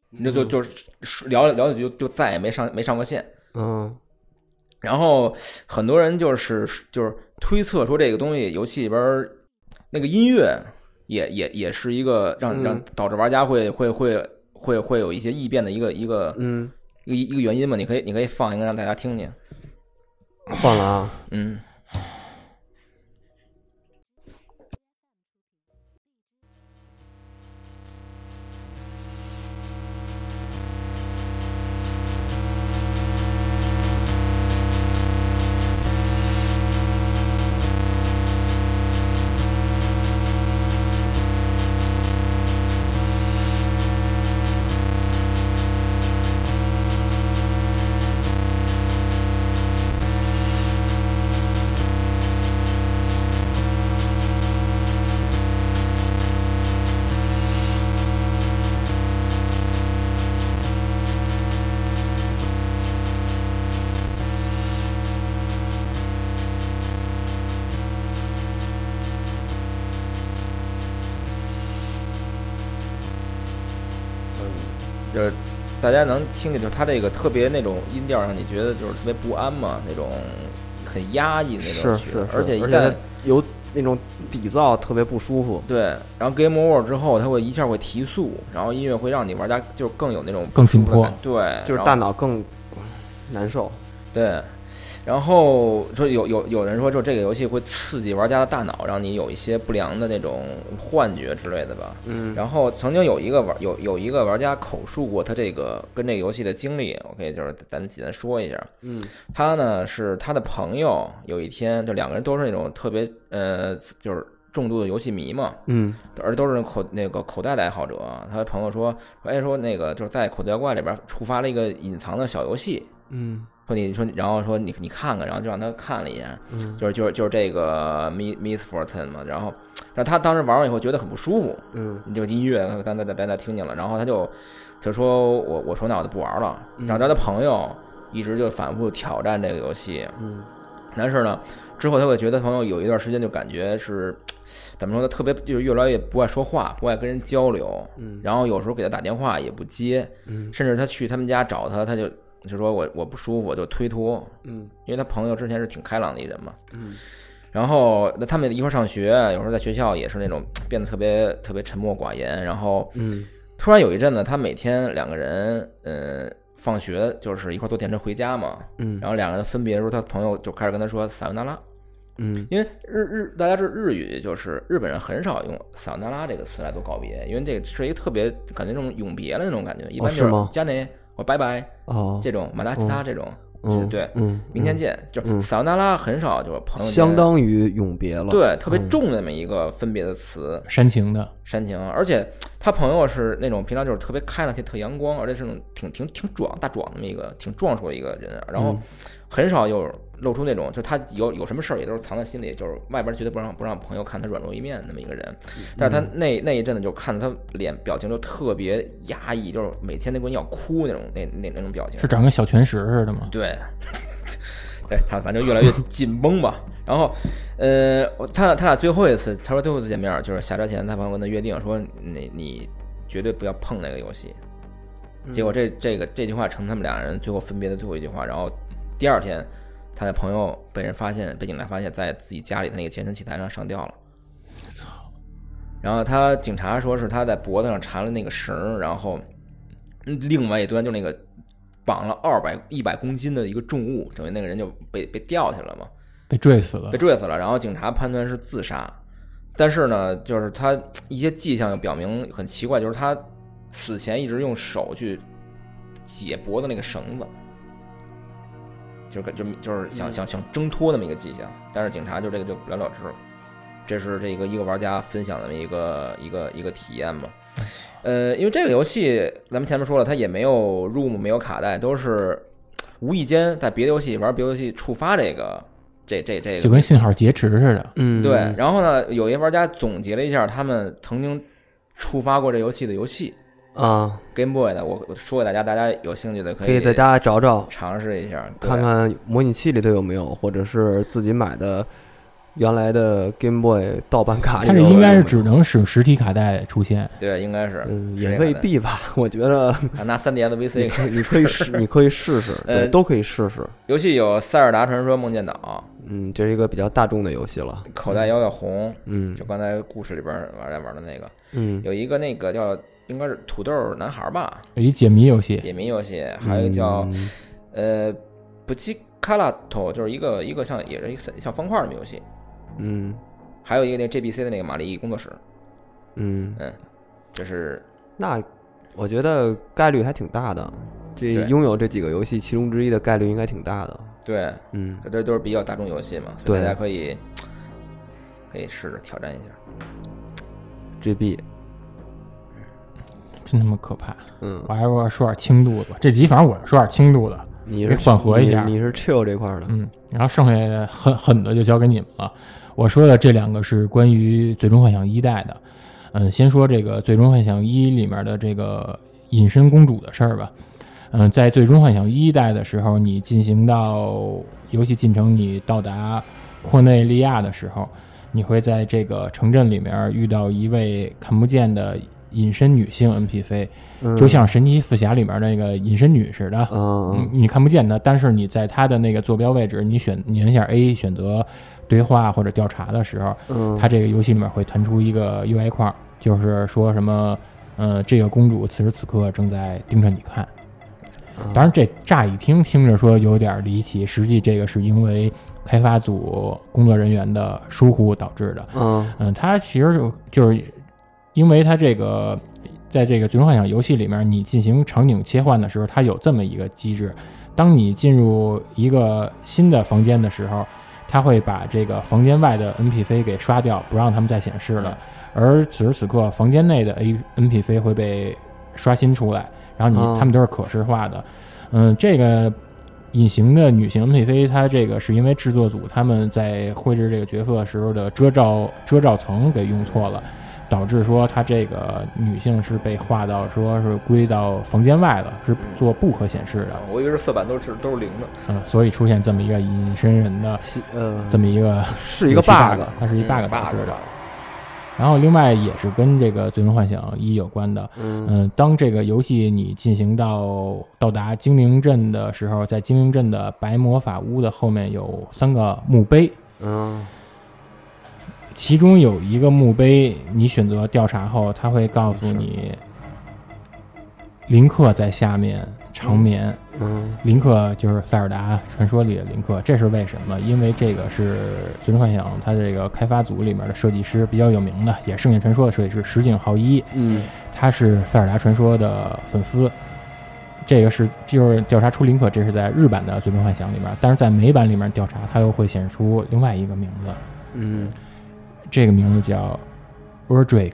[SPEAKER 5] 那就就是聊聊几句就就再也没上没上过线。
[SPEAKER 1] 嗯
[SPEAKER 5] 然后很多人就是就是推测说这个东西游戏里边儿那个音乐也也也是一个让
[SPEAKER 1] 嗯
[SPEAKER 5] 让导致玩家会会会会会有一些异变的一个一个
[SPEAKER 1] 嗯，
[SPEAKER 5] 一个一个原因嘛？你可以你可以放一个让大家听嗯听，
[SPEAKER 1] 放了啊，
[SPEAKER 5] 嗯。就是大家能听见，就是他这个特别那种音调，让你觉得就是特别不安嘛，那种很压抑的那
[SPEAKER 1] 是
[SPEAKER 5] 种曲
[SPEAKER 1] 是，
[SPEAKER 5] 而
[SPEAKER 1] 且
[SPEAKER 5] 且一
[SPEAKER 1] 它
[SPEAKER 5] 旦
[SPEAKER 1] 有那种底噪特别不舒服，
[SPEAKER 5] 对，然后 Game Over 之后，它会一下会提速，然后音乐会让你玩家就更有那种
[SPEAKER 2] 更紧
[SPEAKER 5] 不舒服的
[SPEAKER 2] 迫
[SPEAKER 5] 感，对，
[SPEAKER 1] 就是
[SPEAKER 5] 哎然后
[SPEAKER 1] 大脑更难受。
[SPEAKER 5] 对，然后说有有有人说，就这个游戏会刺激玩家的大脑，让你有一些不良的那种幻觉之类的吧。
[SPEAKER 1] 嗯
[SPEAKER 5] 然后曾经有一个玩有有一个玩家口述过他这个跟这个游戏的经历，OK，就是咱们简单说一下。
[SPEAKER 1] 嗯
[SPEAKER 5] 他呢是他的朋友，有一天就两个人都是那种特别呃，就是重度的游戏迷嘛，
[SPEAKER 1] 嗯
[SPEAKER 5] 而都是口那个口袋的爱好者。啊他的朋友说，哎，说那个就是在口袋妖怪里边触发了一个隐藏的小游戏，
[SPEAKER 1] 嗯
[SPEAKER 5] 说你说，然后说你你看看，然后就让他看了一眼，
[SPEAKER 1] 嗯
[SPEAKER 5] 就是就是就是这个 Miss Miss Fortune 嘛，然后，但他当时玩完以后觉得很不舒服，
[SPEAKER 1] 嗯
[SPEAKER 5] 你这个音乐刚才在在那听见了，然后他就就说我我说那我就不玩了，然后他的朋友一直就反复挑战这个游戏，
[SPEAKER 1] 嗯
[SPEAKER 5] 但是呢，之后他会觉得朋友有一段时间就感觉是怎么说呢，特别就是越来越不爱说话，不爱跟人交流，
[SPEAKER 1] 嗯
[SPEAKER 5] 然后有时候给他打电话也不接，
[SPEAKER 1] 嗯
[SPEAKER 5] 甚至他去他们家找他，他就就说我我不舒服，我就推脱，
[SPEAKER 1] 嗯
[SPEAKER 5] 因为他朋友之前是挺开朗的一人嘛。
[SPEAKER 1] 嗯
[SPEAKER 5] 然后那他们一块儿上学，有时候在学校也是那种变得特别特别沉默寡言。然后
[SPEAKER 1] 嗯
[SPEAKER 5] 突然有一阵子，他每天两个人，呃，放学就是一块儿坐电车回家嘛。
[SPEAKER 1] 嗯
[SPEAKER 5] 然后两个人分别的时候，他朋友就开始跟他说“撒由那拉”，
[SPEAKER 1] 嗯
[SPEAKER 5] 因为日日大家知道日语就是日本人很少用“撒由那拉”这个词来做告别，因为这是一个特别感觉那种永别的那种感觉，一般
[SPEAKER 1] 哦是
[SPEAKER 5] 就
[SPEAKER 1] 吗
[SPEAKER 5] 加内或拜拜
[SPEAKER 1] 哦，
[SPEAKER 5] 这种马达西达这种，
[SPEAKER 1] 嗯
[SPEAKER 5] 是对，
[SPEAKER 1] 嗯，
[SPEAKER 5] 明天见，就是撒由那拉很少就是朋友间
[SPEAKER 1] 相当嗯于永别了。
[SPEAKER 5] 对特别重的那么一个分别的词
[SPEAKER 2] 煽情的，
[SPEAKER 5] 煽情，而且他朋友是那种平常就是特别开朗、特特阳光，而且是那种挺挺挺壮大壮那么一个挺壮硕的一个人，啊然
[SPEAKER 1] 嗯
[SPEAKER 5] 后很少有露出那种就他有有什么事儿也都是藏在心里，就是外边绝对不让不让朋友看他软弱一面那么一个人，
[SPEAKER 1] 嗯
[SPEAKER 5] 但是他那那一阵子就看他脸表情就特别压抑，就是每天那个人要哭那种那那那种表情
[SPEAKER 2] 是，长跟小拳石似的吗？
[SPEAKER 5] 对， 对，他反正越来越紧绷吧。然后，呃，我他俩他俩最后一次，他说最后一次见面就是下车前，他朋友跟他约定说，你你绝对不要碰那个游戏。结果这这个这句话成他们俩人最后分别的最后一句话。然后第二天，他的朋友被人发现，被警察发现，在自己家里的那个健身器材上上吊了。然后他警察说是他在脖子上缠了那个绳儿，然后嗯另外一端就那个绑了二百一百公斤的一个重物，等于那个人就被被吊起来了嘛。
[SPEAKER 2] 被坠死了
[SPEAKER 5] 被。坠死了，然后警察判断是自杀，但是呢，就是他一些迹象表明很奇怪，就是他死前一直用手去解脖子那个绳子，就是感就就是
[SPEAKER 1] 嗯
[SPEAKER 5] 想想想挣脱那么一个迹象，但是警察就这个就不了了之了。这是这个一个玩家分享的一个一个一个体验吧。呃，因为这个游戏咱们前面说了，它也没有 ROM，没有卡带，都是无意间在别的游戏玩别的游戏触发这个这这这个
[SPEAKER 2] 就跟信号劫持似的，
[SPEAKER 1] 嗯，
[SPEAKER 5] 对，然后呢，有一玩家总结了一下他们曾经触发过这游戏的游戏
[SPEAKER 1] 啊，
[SPEAKER 5] ，Game Boy 的，我我说给大家，大家有兴趣的可
[SPEAKER 1] 可以在家找找，
[SPEAKER 5] 尝试一下，对
[SPEAKER 1] 看看模拟器里头有没有，或者是自己买的原来的 Game Boy 盗版卡里
[SPEAKER 2] 它
[SPEAKER 1] 头啊
[SPEAKER 2] 这
[SPEAKER 1] 有没有。
[SPEAKER 2] 应该是只能使实体卡带出现。
[SPEAKER 5] 对，应该是
[SPEAKER 1] 嗯，
[SPEAKER 5] 是这
[SPEAKER 1] 也
[SPEAKER 5] 样
[SPEAKER 1] 未
[SPEAKER 5] 的
[SPEAKER 1] 必吧。我觉得
[SPEAKER 5] 啊拿三 DS
[SPEAKER 1] 你
[SPEAKER 5] VC
[SPEAKER 1] 可以你可以试，你可以试试，
[SPEAKER 5] 呃
[SPEAKER 1] 对，都可以试试。
[SPEAKER 5] 游戏有《塞尔达传说：梦见岛
[SPEAKER 1] 嗯，这是一个比较大众的游戏了。》、
[SPEAKER 5] 口袋摇摇红，
[SPEAKER 1] 嗯
[SPEAKER 5] 就刚才故事里边玩家玩的那个，
[SPEAKER 1] 嗯，
[SPEAKER 5] 有一个那个叫应该是土豆男孩吧，
[SPEAKER 2] 有一解谜游戏，
[SPEAKER 5] 解谜游戏，还有一个叫
[SPEAKER 1] 嗯
[SPEAKER 5] 呃不记卡拉托，就是一个一个像也是一个像方块儿的游戏，
[SPEAKER 1] 嗯
[SPEAKER 5] 还有一个那 GBC 的那个玛丽工作室，
[SPEAKER 1] 嗯，
[SPEAKER 5] 嗯，就是
[SPEAKER 1] 那我觉得概率还挺大的。这
[SPEAKER 5] 对
[SPEAKER 1] 拥有这几个游戏其中之一的概率应该挺大的。
[SPEAKER 5] 对，
[SPEAKER 1] 嗯，
[SPEAKER 5] 这这都是比较大众游戏嘛，所以
[SPEAKER 1] 对
[SPEAKER 5] 大家可以可以试着挑战一下。
[SPEAKER 1] GB，
[SPEAKER 2] 真他妈可怕！
[SPEAKER 1] 嗯
[SPEAKER 2] 我，还说说点轻度的吧，这集反正我是说点轻度的，
[SPEAKER 1] 你
[SPEAKER 2] 给
[SPEAKER 1] 是
[SPEAKER 2] 缓和一下
[SPEAKER 1] 你你是 chill 这块儿的。
[SPEAKER 2] 嗯，然后剩下狠狠的就交给你们了。我说的这两个是关于《最终幻想一代》的，嗯，先说这个《最终幻想一》里面的这个隐身公主的事儿吧。嗯，在《最终幻想一代》的时候，你进行到游戏进程，你到达扩内利亚的时候，你会在这个城镇里面遇到一位看不见的隐身女性 NPC，
[SPEAKER 1] 嗯
[SPEAKER 2] 就像《神奇四侠》里面那个隐身女似的。
[SPEAKER 1] 嗯
[SPEAKER 2] 嗯，你看不见它，但是你在它的那个坐标位置，你选你按下 A 选择对话或者调查的时候，
[SPEAKER 1] 嗯，
[SPEAKER 2] 它这个游戏里面会弹出一个 UI 框，就是说什么，嗯，这个公主此时此刻正在盯着你看。
[SPEAKER 1] 嗯
[SPEAKER 2] 当然，这乍一听听着说有点离奇，实际这个是因为开发组工作人员的疏忽导致的。
[SPEAKER 1] 嗯
[SPEAKER 2] 嗯，它其实就就是因为它这个在这个《最终幻想》游戏里面，你进行场景切换的时候，它有这么一个机制：当你进入一个新的房间的时候，它会把这个房间外的 NPC 给刷掉，不让他们再显示了。而此时此刻，房间内的 A NPC 会被刷新出来，然后你、
[SPEAKER 1] 哦
[SPEAKER 2] 他们都是可视化的。嗯，这个隐形的女性 NPC，她这个是因为制作组他们在绘制这个角色的时候的遮罩遮罩层给用错了，导致说她这个女性是被划到说是归到房间外了，是做不可显示的
[SPEAKER 5] 啊，我以为是色板都是都是零的，
[SPEAKER 2] 嗯，所以出现这么一个隐身人的
[SPEAKER 1] 其呃，
[SPEAKER 2] 这么一个
[SPEAKER 1] 是一个
[SPEAKER 2] 有趣
[SPEAKER 1] bug，
[SPEAKER 2] 它是一 bug 导致
[SPEAKER 5] 嗯 bug
[SPEAKER 2] 的。然后另外也是跟这个《最终幻想一》有关的，
[SPEAKER 1] 嗯
[SPEAKER 2] 嗯，当这个游戏你进行到到达精灵镇的时候，在精灵镇的白魔法屋的后面有三个墓碑，
[SPEAKER 1] 嗯
[SPEAKER 2] 其中有一个墓碑，你选择调查后，它会告诉你，林克在下面长眠。
[SPEAKER 1] 嗯
[SPEAKER 2] 林克就是塞尔达传说里的林克，这是为什么？因为这个是《最终幻想》它这个开发组里面的设计师比较有名的，也是《圣剑传说》的设计师石井浩一，
[SPEAKER 1] 嗯
[SPEAKER 2] 他是塞尔达传说的粉丝。这个是就是调查出林克，这是在日版的《最终幻想》里面，但是在美版里面调查，它又会显示出另外一个名字，
[SPEAKER 1] 嗯
[SPEAKER 2] 这个名字叫 Erdrick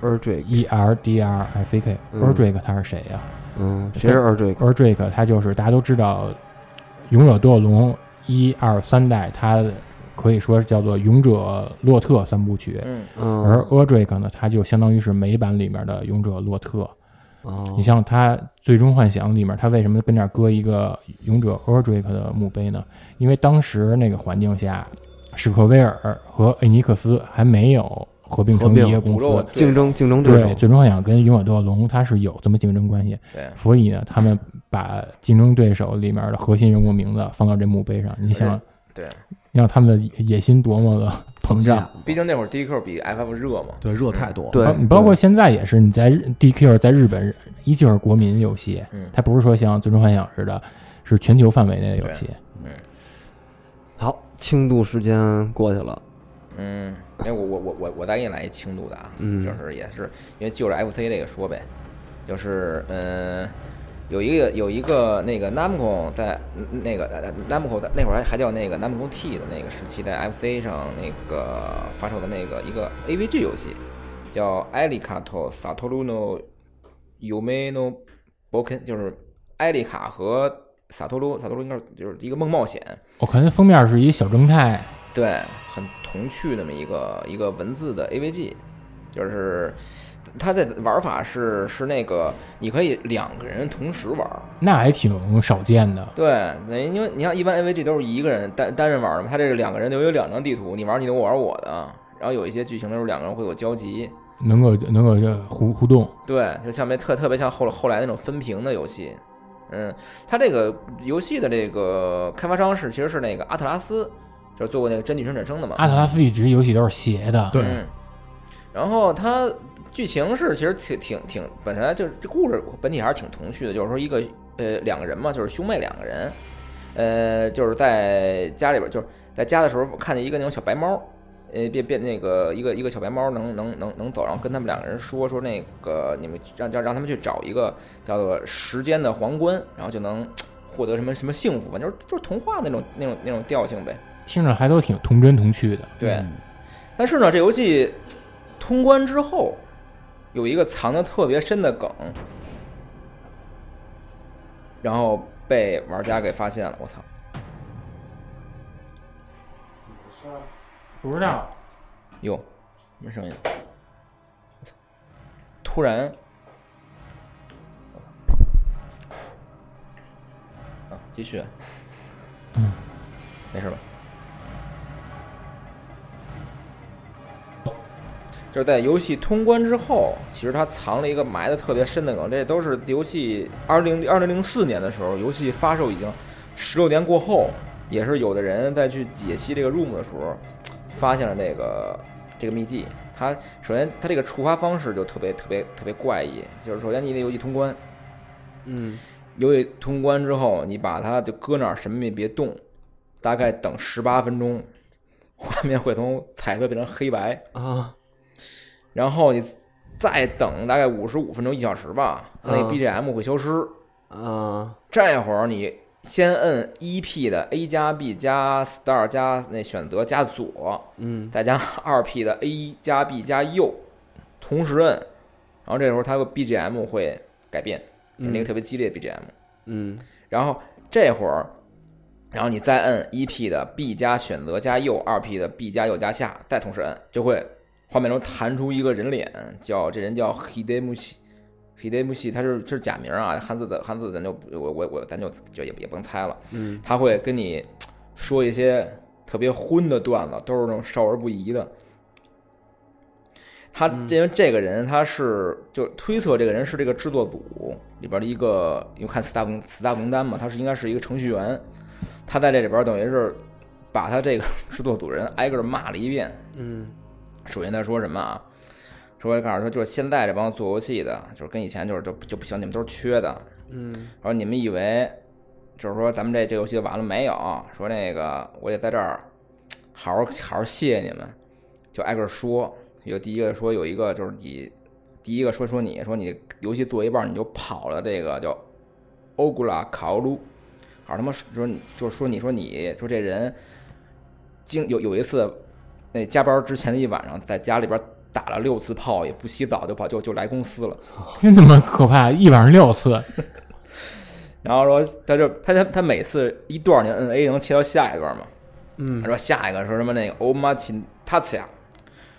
[SPEAKER 1] ，Erdrick，
[SPEAKER 2] E R D R F A K。
[SPEAKER 1] 嗯
[SPEAKER 2] Erdrick 他是谁呀、
[SPEAKER 1] 嗯，谁是 Erdrick？
[SPEAKER 2] 而 Drake 他就是大家都知道，勇者斗恶龙一二三代，它可以说是叫做勇者洛特三部曲。
[SPEAKER 5] 嗯，
[SPEAKER 2] 而
[SPEAKER 1] 嗯，
[SPEAKER 2] a d r i c 呢，它就相当于是美版里面的勇者洛特。
[SPEAKER 1] 哦
[SPEAKER 2] 你像它《最终幻想》里面，它为什么跟那儿搁一个勇者 a d r i c 的墓碑呢？因为当时那个环境下，史克威尔和艾尼克斯还没有合并成
[SPEAKER 1] 合并
[SPEAKER 2] 一个公
[SPEAKER 5] 诅咒
[SPEAKER 2] 司。
[SPEAKER 1] 竞争竞争对
[SPEAKER 2] 对，《
[SPEAKER 1] 手，
[SPEAKER 2] 最终幻想》跟《勇者斗恶龙》它是有这么竞争关系。
[SPEAKER 5] 对，
[SPEAKER 2] 所以呢，他们把竞争对手里面
[SPEAKER 1] 哎
[SPEAKER 2] 的核心人物名字放到这墓碑上，你想
[SPEAKER 5] 对，
[SPEAKER 2] 让他们的野心多么的膨
[SPEAKER 4] 心眼
[SPEAKER 2] 胀。
[SPEAKER 4] 子。
[SPEAKER 5] 毕竟那会儿 DQ 比 FF 热嘛，
[SPEAKER 4] 对，热太多了。
[SPEAKER 1] 对
[SPEAKER 2] 包你包括现在也是，你在日 DQ 在日本依旧是国民游戏，
[SPEAKER 5] 嗯
[SPEAKER 2] 它不是说像《最终幻想》似的，是全球范围内的游戏。
[SPEAKER 5] 嗯
[SPEAKER 1] 好，轻度时间过去了，
[SPEAKER 5] 嗯，哎，我我我我我再给你来一轻度的啊，
[SPEAKER 1] 嗯
[SPEAKER 5] 就是也是因为就着 FC 这个说呗，就是嗯，有一个有一个那个 Namco 在那个呃 Namco 在那会儿还还叫那个 Namco T 的那个时期，在 FC 上那个发售的那个一个 AVG 游戏，叫 a l i c a t o Satoru no Yume no Boken，就是埃丽卡和萨托鲁，萨托鲁应该是就是一个梦冒险，
[SPEAKER 2] 我看哦封面是一小正太，
[SPEAKER 5] 对，很童趣那么一个一个文字的 AVG，就是它的玩法是是那个你可以两个人同时玩儿，
[SPEAKER 2] 那还挺少见的。
[SPEAKER 5] 对，那因为你看一般 AVG 都是一个人单单人玩儿的嘛，它这是两个人，就有两张地图，你玩你的，我玩我的，啊然后有一些剧情的时候两个人会有交集，
[SPEAKER 2] 能够能够呃互互动，
[SPEAKER 5] 对，就像别特特别像后后来那种分屏的游戏，嗯，它这个游戏的这个开发商是其实是那个阿特拉斯，就是做过那个《真女神转生》的嘛，
[SPEAKER 2] 阿特拉斯一直游戏都是斜的，
[SPEAKER 4] 对
[SPEAKER 5] 嗯，然后它剧情是其实挺挺挺，本来就是这故事本体还是挺童趣的，就是说一个呃两个人嘛，就是兄妹两个人，呃，就是在家里边就是在家的时候看见一个那种小白猫。呃，变变那个一个一个小白猫能能能能走，然后跟他们两个人说说那个你们让让让他们去找一个叫做时间的皇冠，然后就能获得什么什么幸福，反正就是就是童话那种那种那种调性呗。
[SPEAKER 2] 听着还都挺童真童趣的。
[SPEAKER 5] 对，但是呢，这游戏通关之后有一个藏的特别深的梗，然后被玩家给发现了。我操！
[SPEAKER 2] 不知道，
[SPEAKER 5] 哟，什么声音？我操！突然，啊，继续。嗯，没事吧？就是在游戏通关之后，其实它藏了一个埋的特别深的梗，这都是游戏二零二零零四年的时候，游戏发售已经十六年过后，也是有的人在去解析这个 ROM 的时候，发现了这个这个秘籍。它首先它这个触发方式就特别特别特别怪异，就是首先你得游戏通关，
[SPEAKER 1] 嗯，
[SPEAKER 5] 游戏通关之后，你把它就搁那儿，什么也别动，大概等十八分钟，画面会从彩色变成黑白。
[SPEAKER 1] 啊，
[SPEAKER 5] 然后你再等大概五十五分钟一小时吧，那
[SPEAKER 1] 嗯
[SPEAKER 5] BGM 会消失。
[SPEAKER 1] 啊，
[SPEAKER 5] 这会儿你先摁 EP 的 A 加 B 加 Star 加那选择加左，
[SPEAKER 1] 嗯，
[SPEAKER 5] 再加二 P 的 A 加 B 加右，同时摁，然后这时候它的 BGM 会改变，变成一个特别激烈的 BGM。
[SPEAKER 1] 嗯，
[SPEAKER 5] 然后这会儿，然后你再摁一 P 的 B 加选择加右，二 P 的 B 加右加下，再同时摁，就会画面中弹出一个人脸，叫这人叫 Hidemushi。Hidemushi，他是是假名啊，汉字的汉字咱就不我我我咱就就也也甭猜了。
[SPEAKER 1] 嗯，
[SPEAKER 5] 他会跟你说一些特别荤的段子，都是那种少儿不宜的。他因为这个人，他是就推测这个人是这个制作组里边的一个，因为看四大名四大名单嘛，他是应该是一个程序员，他在这里边等于是把他这个 制作组人挨个骂了一遍。
[SPEAKER 1] 嗯，
[SPEAKER 5] 首先他说什么啊？说告诉他就是现在这帮做游戏的，就是跟以前就是就就不行，你们都是缺的，
[SPEAKER 1] 嗯，
[SPEAKER 5] 说你们以为就是说咱们这这游戏完了没有？说那个我得在这儿好好好好谢谢你们，就挨个儿说。有第一个说有一个就是你第一个说说你说你游戏做一半你就跑了，这个叫欧古拉卡奥鲁，好他妈说你就说你说你说这人经有有一次那加班之前的一晚上在家里边打了六次炮也不洗澡就跑就就来公司了。
[SPEAKER 2] 真他妈可怕！一晚上六次，
[SPEAKER 5] 然后说他就他他他每次一段你摁 A 能切到下一段嘛，
[SPEAKER 1] 嗯
[SPEAKER 5] 他说下一个说什么那个欧 Oh, 玛琴塔茨呀，啊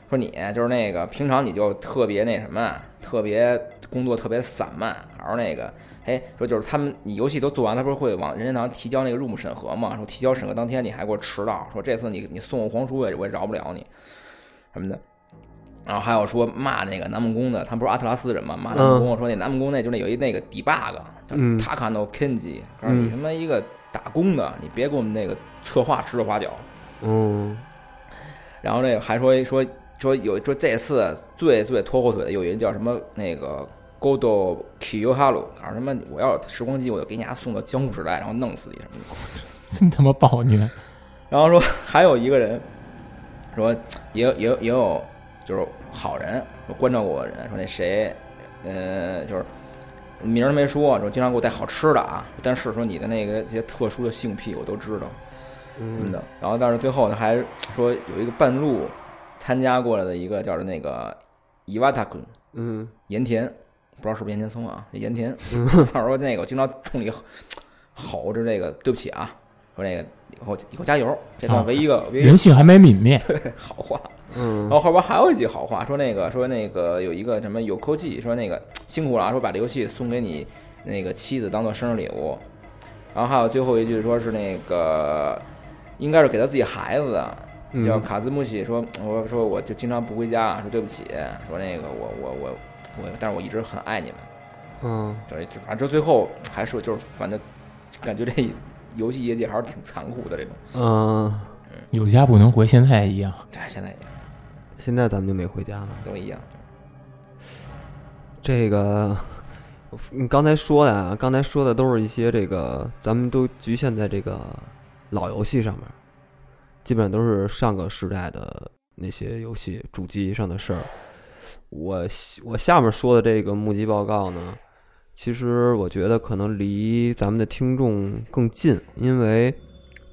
[SPEAKER 5] 说你就是那个平常你就特别那什么，啊特别工作特别散漫，然后那个哎说就是他们你游戏都做完了，不是会往任天堂提交那个入目审核嘛？说提交审核当天你还给我迟到，说这次你你送我黄书我也我也饶不了你什么的。然后还有说骂那个南梦宫的，他们不是阿特拉斯人嘛，骂南梦宫、说那南梦宫那就那有一那个 debug，叫
[SPEAKER 1] 嗯
[SPEAKER 5] Takano Kenji，告诉你他妈一个打工的，你别给我们那个策划指手画脚。
[SPEAKER 1] 嗯，
[SPEAKER 5] 然后那个还说说说有说这次最最拖后腿的有一人叫什么那个 Godo Kiyoharu，告诉什么我要有时光机我就给你家送到江户时代，然后弄死你什么的。
[SPEAKER 2] 真他妈暴虐！
[SPEAKER 5] 然后说还有一个人说也有也有也有就是好人关照过我的人说那谁呃就是名儿没说，说经常给我带好吃的啊，但是说你的那个这些特殊的性癖我都知道。什么的。嗯然后但是最后呢，还说有一个半路参加过来的一个叫那个伊瓦塔君
[SPEAKER 1] 嗯
[SPEAKER 5] 盐田，不知道是不是盐田松啊？这盐田，他说那个我经常冲你吼吼着这个对不起啊，说那个以后以后加油，这算唯一一个唯一一
[SPEAKER 2] 人
[SPEAKER 5] 个
[SPEAKER 2] 性还没泯灭，
[SPEAKER 5] 好话。然
[SPEAKER 1] 嗯
[SPEAKER 5] 后后边还有一句好话，说那个说那个有一个什么有科技，说那个辛苦了啊，说把这游戏送给你那个妻子当做生日礼物。然后还有最后一句，说是那个应该是给他自己孩子的，
[SPEAKER 1] 嗯
[SPEAKER 5] 叫卡兹木西，说我说我就经常不回家，说对不起，说那个我我我我，但是我一直很爱你们。
[SPEAKER 1] 嗯，
[SPEAKER 5] 这就反正最后还是就是反正感觉这游戏业界还是挺残酷的这种。
[SPEAKER 1] 嗯，
[SPEAKER 2] 有家不能回，现在也一样。
[SPEAKER 5] 对，现在也
[SPEAKER 1] 现在咱们就没回家了。
[SPEAKER 5] 都一样。
[SPEAKER 1] 这个，你刚才说的啊，刚才说的都是一些这个，咱们都局限在这个老游戏上面，基本上都是上个时代的那些游戏主机上的事儿。我下我下面说的这个目击报告呢，其实我觉得可能离咱们的听众更近，因为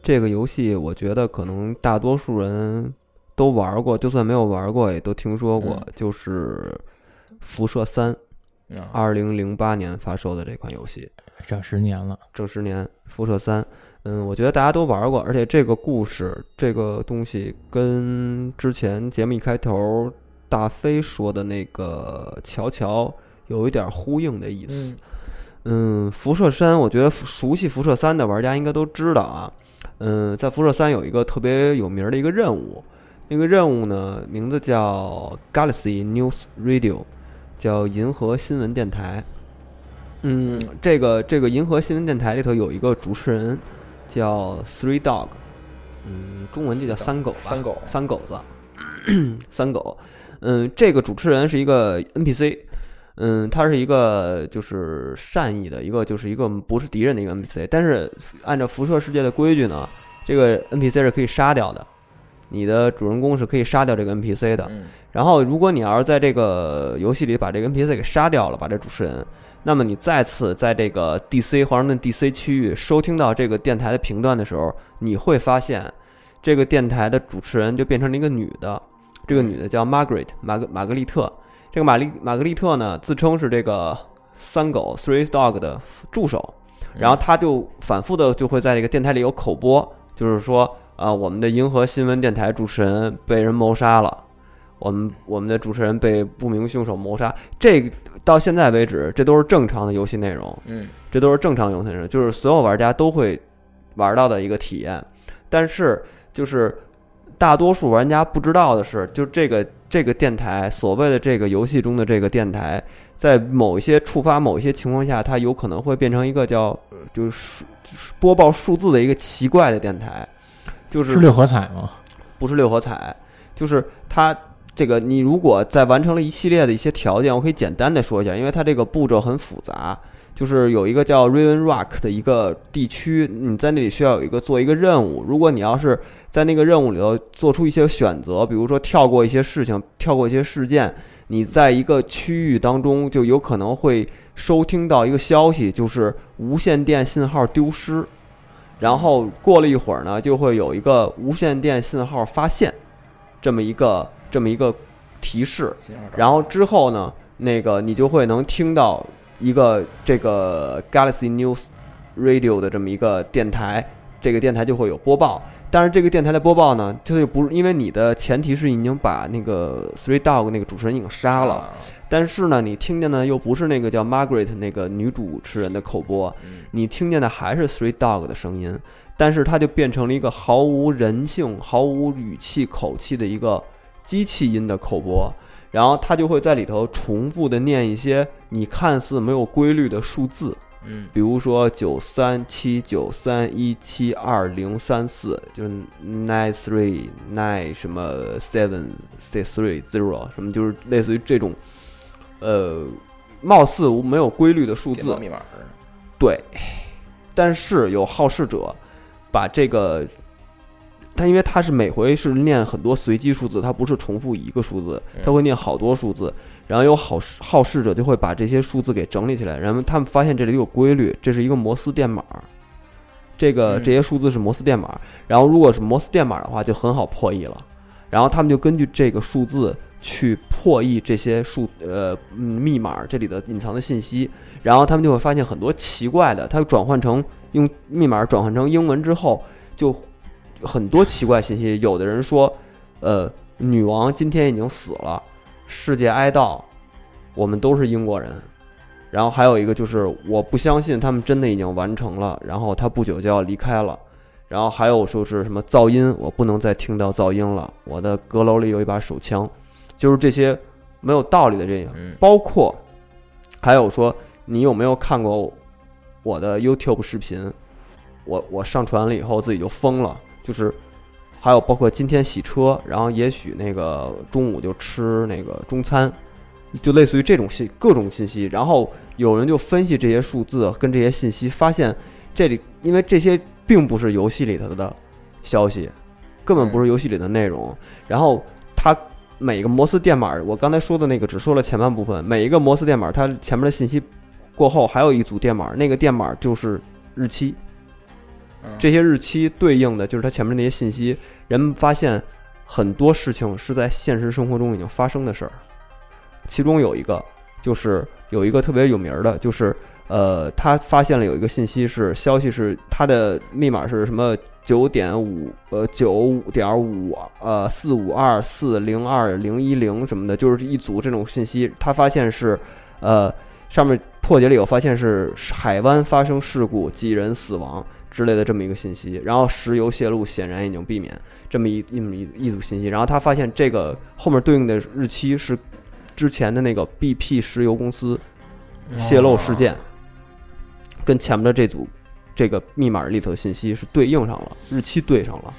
[SPEAKER 1] 这个游戏，我觉得可能大多数人都玩过，就算没有玩过，也都听说过，
[SPEAKER 5] 嗯
[SPEAKER 1] 就是《辐射三》。
[SPEAKER 5] 嗯
[SPEAKER 1] 二零零八年发售的这款游戏，
[SPEAKER 2] 整十年了，
[SPEAKER 1] 正十年《辐射三》。嗯，我觉得大家都玩过，而且这个故事这个东西跟之前节目一开头大飞说的那个乔乔有一点呼应的意思。嗯，辐射三，我觉得熟悉辐射三的玩家应该都知道啊。嗯，在辐射三有一个特别有名儿的一个任务，那个任务呢名字叫 Galaxy News Radio，叫银河新闻电台。嗯，这个这个银河新闻电台里头有一个主持人叫 Three Dog，嗯，中文就叫三狗吧，
[SPEAKER 5] 三狗
[SPEAKER 1] 三狗子，三狗。嗯，这个主持人是一个 NPC，嗯，他是一个就是善意的一个，就是一个不是敌人的一个 NPC。但是按照辐射世界的规矩呢，这个 NPC 是可以杀掉的，你的主人公是可以杀掉这个 NPC 的。
[SPEAKER 5] 嗯
[SPEAKER 1] 然后，如果你要是在这个游戏里把这个 NPC 给杀掉了，把这主持人，那么你再次在这个 DC 华盛顿 DC 区域收听到这个电台的频段的时候，你会发现这个电台的主持人就变成了一个女的，这个女的叫 Margaret 玛格玛格丽特。这个玛丽玛格丽特呢，自称是这个三狗 Three Dog 的助手，然后他就反复的就会在这个电台里有口播，就是说啊、我们的银河新闻电台主持人被人谋杀了，我们我们的主持人被不明凶手谋杀，这个到现在为止，这都是正常的游戏内容，
[SPEAKER 5] 嗯
[SPEAKER 1] 这都是正常游戏内容，就是所有玩家都会玩到的一个体验。但是就是大多数玩家不知道的是，就这个这个电台所谓的这个游戏中的这个电台，在某一些触发某一些情况下，它有可能会变成一个叫呃就是数就是播报数字的一个奇怪的电台，就是
[SPEAKER 2] 是六合彩吗？
[SPEAKER 1] 不是六合彩，就是它这个你如果在完成了一系列的一些条件，我可以简单的说一下，因为它这个步骤很复杂。就是有一个叫 Raven Rock 的一个地区，你在那里需要有一个做一个任务。如果你要是在那个任务里头做出一些选择，比如说跳过一些事情，跳过一些事件，你在一个区域当中就有可能会收听到一个消息，就是无线电信号丢失。然后过了一会儿呢，就会有一个无线电信号发现，这么一个这么一个提示。
[SPEAKER 5] 信号找
[SPEAKER 1] 然后之后呢，那个你就会能听到一个这个 Galaxy News Radio 的这么一个电台，这个电台就会有播报。但是这个电台的播报呢，它就不是因为你的前提是已经把那个 Three Dog 那个主持人已经杀了，
[SPEAKER 5] 啊，
[SPEAKER 1] 但是呢，你听见的又不是那个叫 Margaret 那个女主持人的口播，
[SPEAKER 5] 嗯
[SPEAKER 1] 你听见的还是 Three Dog 的声音，但是它就变成了一个毫无人性、毫无语气、口气的一个机器音的口播，然后它就会在里头重复的念一些你看似没有规律的数字，
[SPEAKER 5] 嗯
[SPEAKER 1] 比如说九三七九三一七二零三四，就是 nine three nine 什么 seven six three zero 什么，就是类似于这种，呃，貌似无没有规律的数
[SPEAKER 5] 电脑
[SPEAKER 1] 字，
[SPEAKER 5] 密码似的
[SPEAKER 1] 对。但是有好事者把这个，他因为他是每回是念很多随机数字，他不是重复一个数字
[SPEAKER 5] 嗯，
[SPEAKER 1] 他会念好多数字，然后有好事好事者就会把这些数字给整理起来，然后他们发现这里有规律，这是一个摩斯电码。这个
[SPEAKER 5] 嗯
[SPEAKER 1] 这些数字是摩斯电码，然后如果是摩斯电码的话，就很好破译了。然后他们就根据这个数字去破译这些数呃嗯密码这里的隐藏的信息，然后他们就会发现很多奇怪的，它转换成用密码转换成英文之后，就很多奇怪信息。有的人说，呃，女王今天已经死了，世界哀悼，我们都是英国人。然后还有一个就是，我不相信他们真的已经完成了，然后他不久就要离开了。然后还有说是什么噪音，我不能再听到噪音了。我的阁楼里有一把手枪，就是这些没有道理的这些，
[SPEAKER 5] 嗯
[SPEAKER 1] 包括还有说你有没有看过我的 YouTube 视频？我我上传了以后自己就疯了，就是还有包括今天洗车，然后也许那个中午就吃那个中餐，就类似于这种信各种信息，然后有人就分析这些数字跟这些信息，发现这里因为这些并不是游戏里头的消息，根本不是游戏里的内容，然后它。每个摩斯电码，我刚才说的那个只说了前半部分。每一个摩斯电码，它前面的信息过后还有一组电码，那个电码就是日期，
[SPEAKER 5] 嗯，
[SPEAKER 1] 这些日期对应的就是它前面那些信息。人们发现很多事情是在现实生活中已经发生的事儿，其中有一个就是有一个特别有名儿的，就是呃，他发现了有一个信息是消息是它的密码是什么九点五呃九五点五呃四五二四零二零一零什么的，就是一组这种信息，他发现是呃上面破解了以后发现是海湾发生事故几人死亡之类的这么一个信息，然后石油泄露显然已经避免这么一一一一组信息，然后他发现这个后面对应的日期是之前的那个 BP 石油公司
[SPEAKER 5] 嗯
[SPEAKER 1] 泄露事件，跟前面的这组这个密码里头的信息是对应上了，日期对上了，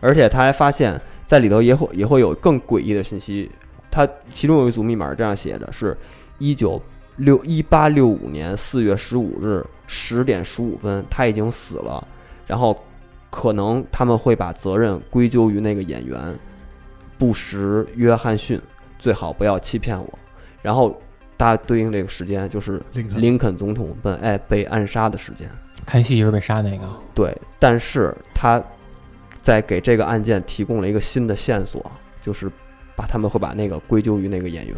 [SPEAKER 1] 而且他还发现，在里头也会也会有更诡异的信息。它其中有一组密码这样写着：是一九六一八六五年四月十五日十点十五分，他已经死了，然后可能他们会把责任归咎于那个演员布什·约翰逊，最好不要欺骗我。然后它对应这个时间就是
[SPEAKER 4] 林肯
[SPEAKER 1] 林肯总统本爱被暗杀的时间。
[SPEAKER 2] 看戏时被杀那个，
[SPEAKER 1] 对，但是他在给这个案件提供了一个新的线索，就是把他们会把那个归咎于那个演员，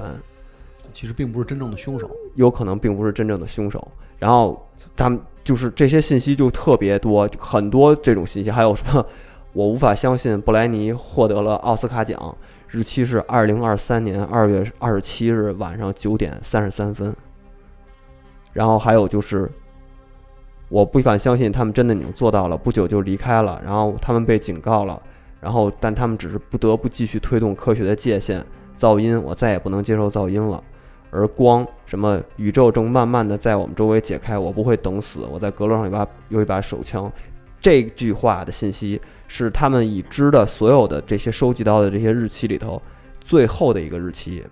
[SPEAKER 4] 其实并不是真正的凶手。
[SPEAKER 1] 有可能并不是真正的凶手。然后他们就是这些信息就特别多，很多这种信息，还有什么我无法相信布莱尼获得了奥斯卡奖，日期是二零二三年二月二十七日晚上九点三十三分。然后还有就是，我不敢相信他们真的已经做到了，不久就离开了，然后他们被警告了，然后但他们只是不得不继续推动科学的界限。噪音，我再也不能接受噪音了。而光，什么宇宙正慢慢的在我们周围解开，我不会等死，我在阁楼上有一把有一把手枪。这句话的信息是他们已知的所有的这些收集到的这些日期里头最后的一个日期，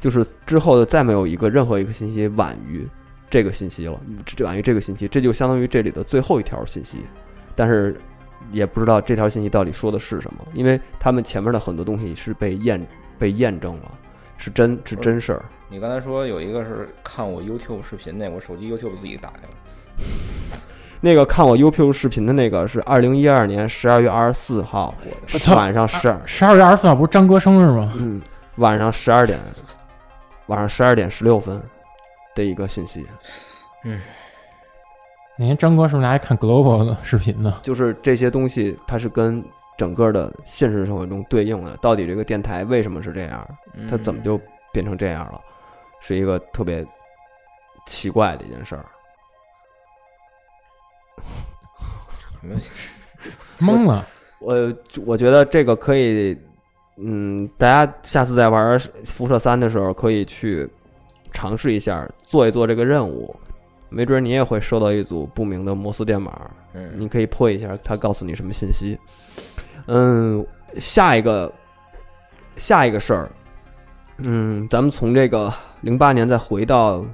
[SPEAKER 1] 就是之后的再没有一个任何一个信息晚于这个信息了，这晚于这个信息，这就相当于这里的最后一条信息，但是也不知道这条信息到底说的是什么，因为他们前面的很多东西是被验被验证了，是真是真事儿。
[SPEAKER 5] 你刚才说有一个是看我 YouTube 视频那，我手机 YouTube 自己打开了。
[SPEAKER 1] 那个看我 YouTube 视频的那个是二零一二年十二月二十四号
[SPEAKER 5] 我的
[SPEAKER 2] 操
[SPEAKER 1] 晚上十二，
[SPEAKER 2] 十二月二十四号不是张哥生日吗？
[SPEAKER 1] 嗯，晚上十二点，晚上十二点十六分的一个信息，
[SPEAKER 2] 那天张哥是不是拿来看 Global 的视频 呢？
[SPEAKER 1] 就是这些东西它是跟整个的现实生活中对应的，到底这个电台为什么是这样，它怎么就变成这样了，是一个特别奇怪的一件事儿。
[SPEAKER 5] 嗯
[SPEAKER 2] 懵了，
[SPEAKER 1] 我呃我觉得这个可以，嗯，大家下次在玩辐射三的时候，可以去尝试一下，做一做这个任务，没准你也会收到一组不明的摩斯电码，
[SPEAKER 5] 嗯
[SPEAKER 1] 你可以破一下，它告诉你什么信息。嗯，下一个，下一个事儿，嗯，咱们从这个零八年再回到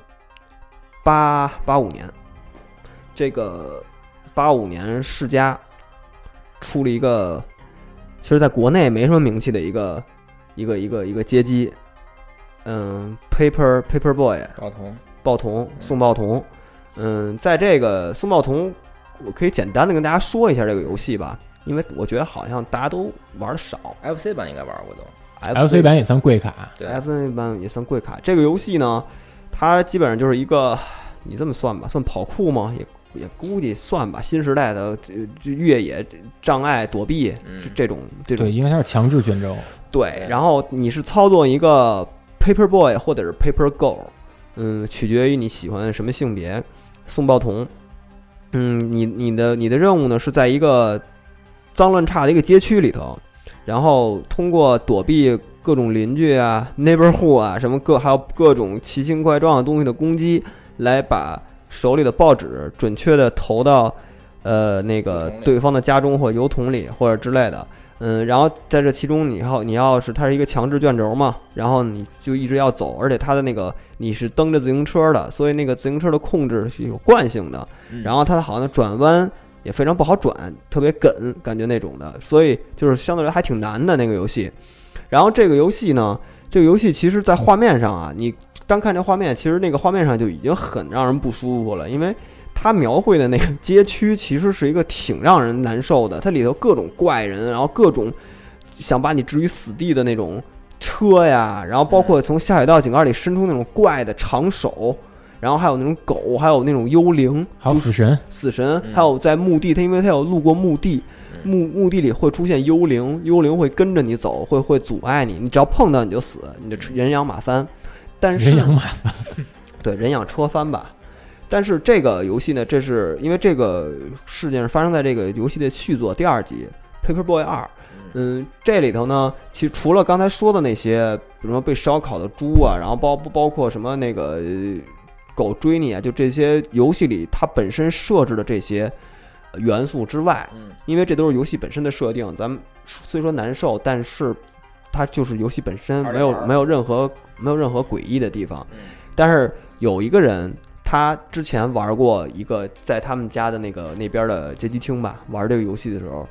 [SPEAKER 1] 八八五年，这个八五年世嘉出了一个，其实在国内没什么名气的一个一个一个一个街机，嗯，Paper Paper Boy，
[SPEAKER 5] 高通，
[SPEAKER 1] 鲍童，宋鲍童。嗯，在这个宋鲍童，我可以简单的跟大家说一下这个游戏吧，因为我觉得好像大家都玩的少。
[SPEAKER 5] FC 版应该玩过都，
[SPEAKER 2] ，FC 版也算贵卡，
[SPEAKER 5] 对
[SPEAKER 1] F N 版也算贵卡。这个游戏呢，它基本上就是一个，你这么算吧，算跑酷吗？也也估计算吧。新时代的这这越野这障碍躲避
[SPEAKER 5] 嗯
[SPEAKER 1] 这这种这种
[SPEAKER 2] 对，因为它是强制卷轴，
[SPEAKER 1] 对
[SPEAKER 5] 对，
[SPEAKER 1] 然后你是操纵一个 Paper Boy 或者是 Paper Girl，嗯，取决于你喜欢什么性别。送报童，嗯，你你的你的任务呢是在一个脏乱差的一个街区里头，然后通过躲避各种邻居啊、neighborhood 啊什么各还有各种奇形怪状的东西的攻击，来把手里的报纸准确的投到呃那
[SPEAKER 5] 油
[SPEAKER 1] 个
[SPEAKER 5] 桶里
[SPEAKER 1] 对方的家中或油桶里或者之类的。嗯，然后在这其中，你要你要是它是一个强制卷轴嘛，然后你就一直要走，而且它的那个你是蹬着自行车的，所以那个自行车的控制是有惯性的，
[SPEAKER 5] 嗯
[SPEAKER 1] 然后它好像转弯也非常不好转，特别梗，感觉那种的，所以就是相对来说还挺难的那个游戏。然后这个游戏呢，这个游戏其实在画面上啊，你单看这画面，其实那个画面上就已经很让人不舒服了，因为它描绘的那个街区其实是一个挺让人难受的，它里头各种怪人，然后各种想把你置于死地的那种车呀，然后包括从下水道井盖里伸出那种怪的长手。然后还有那种狗，还有那种幽灵，
[SPEAKER 2] 还有
[SPEAKER 1] 就
[SPEAKER 2] 死神，
[SPEAKER 1] 死神，
[SPEAKER 5] 嗯
[SPEAKER 1] 还有在墓地，他因为他有路过墓地，
[SPEAKER 5] 嗯
[SPEAKER 1] 墓墓地里会出现幽灵，幽灵会跟着你走，会会阻碍你，你只要碰到你就死，你就吃
[SPEAKER 5] 嗯
[SPEAKER 1] 人仰马翻。但是
[SPEAKER 2] 人仰马
[SPEAKER 1] 对人仰车翻吧。但是这个游戏呢，这是因为这个事件是发生在这个游戏的续作第二集《Paper Boy 二》。嗯，这里头呢，其实除了刚才说的那些，比如说被烧烤的猪啊，然后包包括什么那个呃狗追你啊，就这些游戏里它本身设置的这些呃元素之外，
[SPEAKER 5] 嗯
[SPEAKER 1] 因为这都是游戏本身的设定。咱们虽说难受，但是它就是游戏本身
[SPEAKER 5] 还是
[SPEAKER 1] 没有
[SPEAKER 5] 玩儿
[SPEAKER 1] 没有任何没有任何诡异的地方。
[SPEAKER 5] 嗯
[SPEAKER 1] 但是有一个人，他之前玩过一个在他们家的那个那边的街机厅吧，玩这个游戏的时候，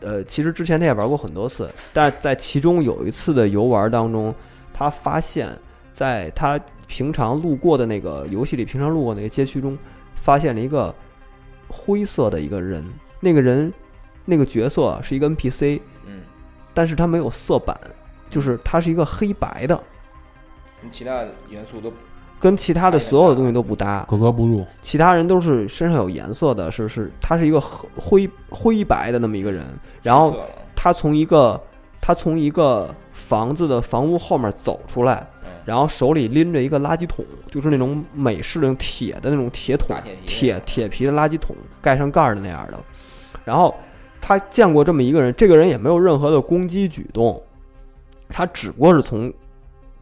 [SPEAKER 1] 呃，其实之前他也玩过很多次，但是在其中有一次的游玩当中，他发现，在他平常路过的那个游戏里平常路过那个街区中，发现了一个灰色的一个人，那个人那个角色是一个 NPC，
[SPEAKER 5] 嗯，
[SPEAKER 1] 但是他没有色板，就是他是一个黑白的。
[SPEAKER 5] 跟嗯其他元素都
[SPEAKER 1] 跟其他的所有的东西都不搭，
[SPEAKER 2] 格格不入，
[SPEAKER 1] 其他人都是身上有颜色的，是是，他是一个灰灰白的那么一个人，然
[SPEAKER 5] 失
[SPEAKER 1] 后
[SPEAKER 5] 色了
[SPEAKER 1] 他从一个他从一个房子的房屋后面走出来
[SPEAKER 5] 嗯，
[SPEAKER 1] 然后手里拎着一个垃圾桶，就是那种美式那种铁的那种铁桶
[SPEAKER 5] 大铁，皮
[SPEAKER 1] 铁铁皮的垃圾桶，盖上盖儿的那样的。然后他见过这么一个人，这个人也没有任何的攻击举动，他只不过是从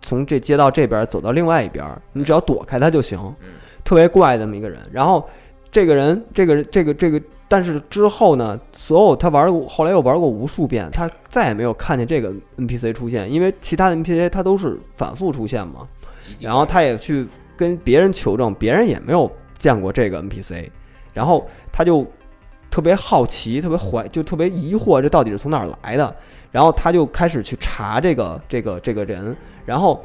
[SPEAKER 1] 从这街道这边走到另外一边儿，你只要躲开他就行。
[SPEAKER 5] 嗯
[SPEAKER 1] 特别怪的这么一个人。然后这个人，这个人这个这个，但是之后呢，所有他玩过，后来又玩过无数遍，他再也没有看见这个 NPC 出现，因为其他的 NPC 他都是反复出现嘛。
[SPEAKER 5] 极地
[SPEAKER 1] 然后他也去跟别人求证，别人也没有见过这个 NPC，然后他就特别好奇，特别怀，就特别疑惑，这到底是从哪儿来的？然后他就开始去查这个这个这个人，然后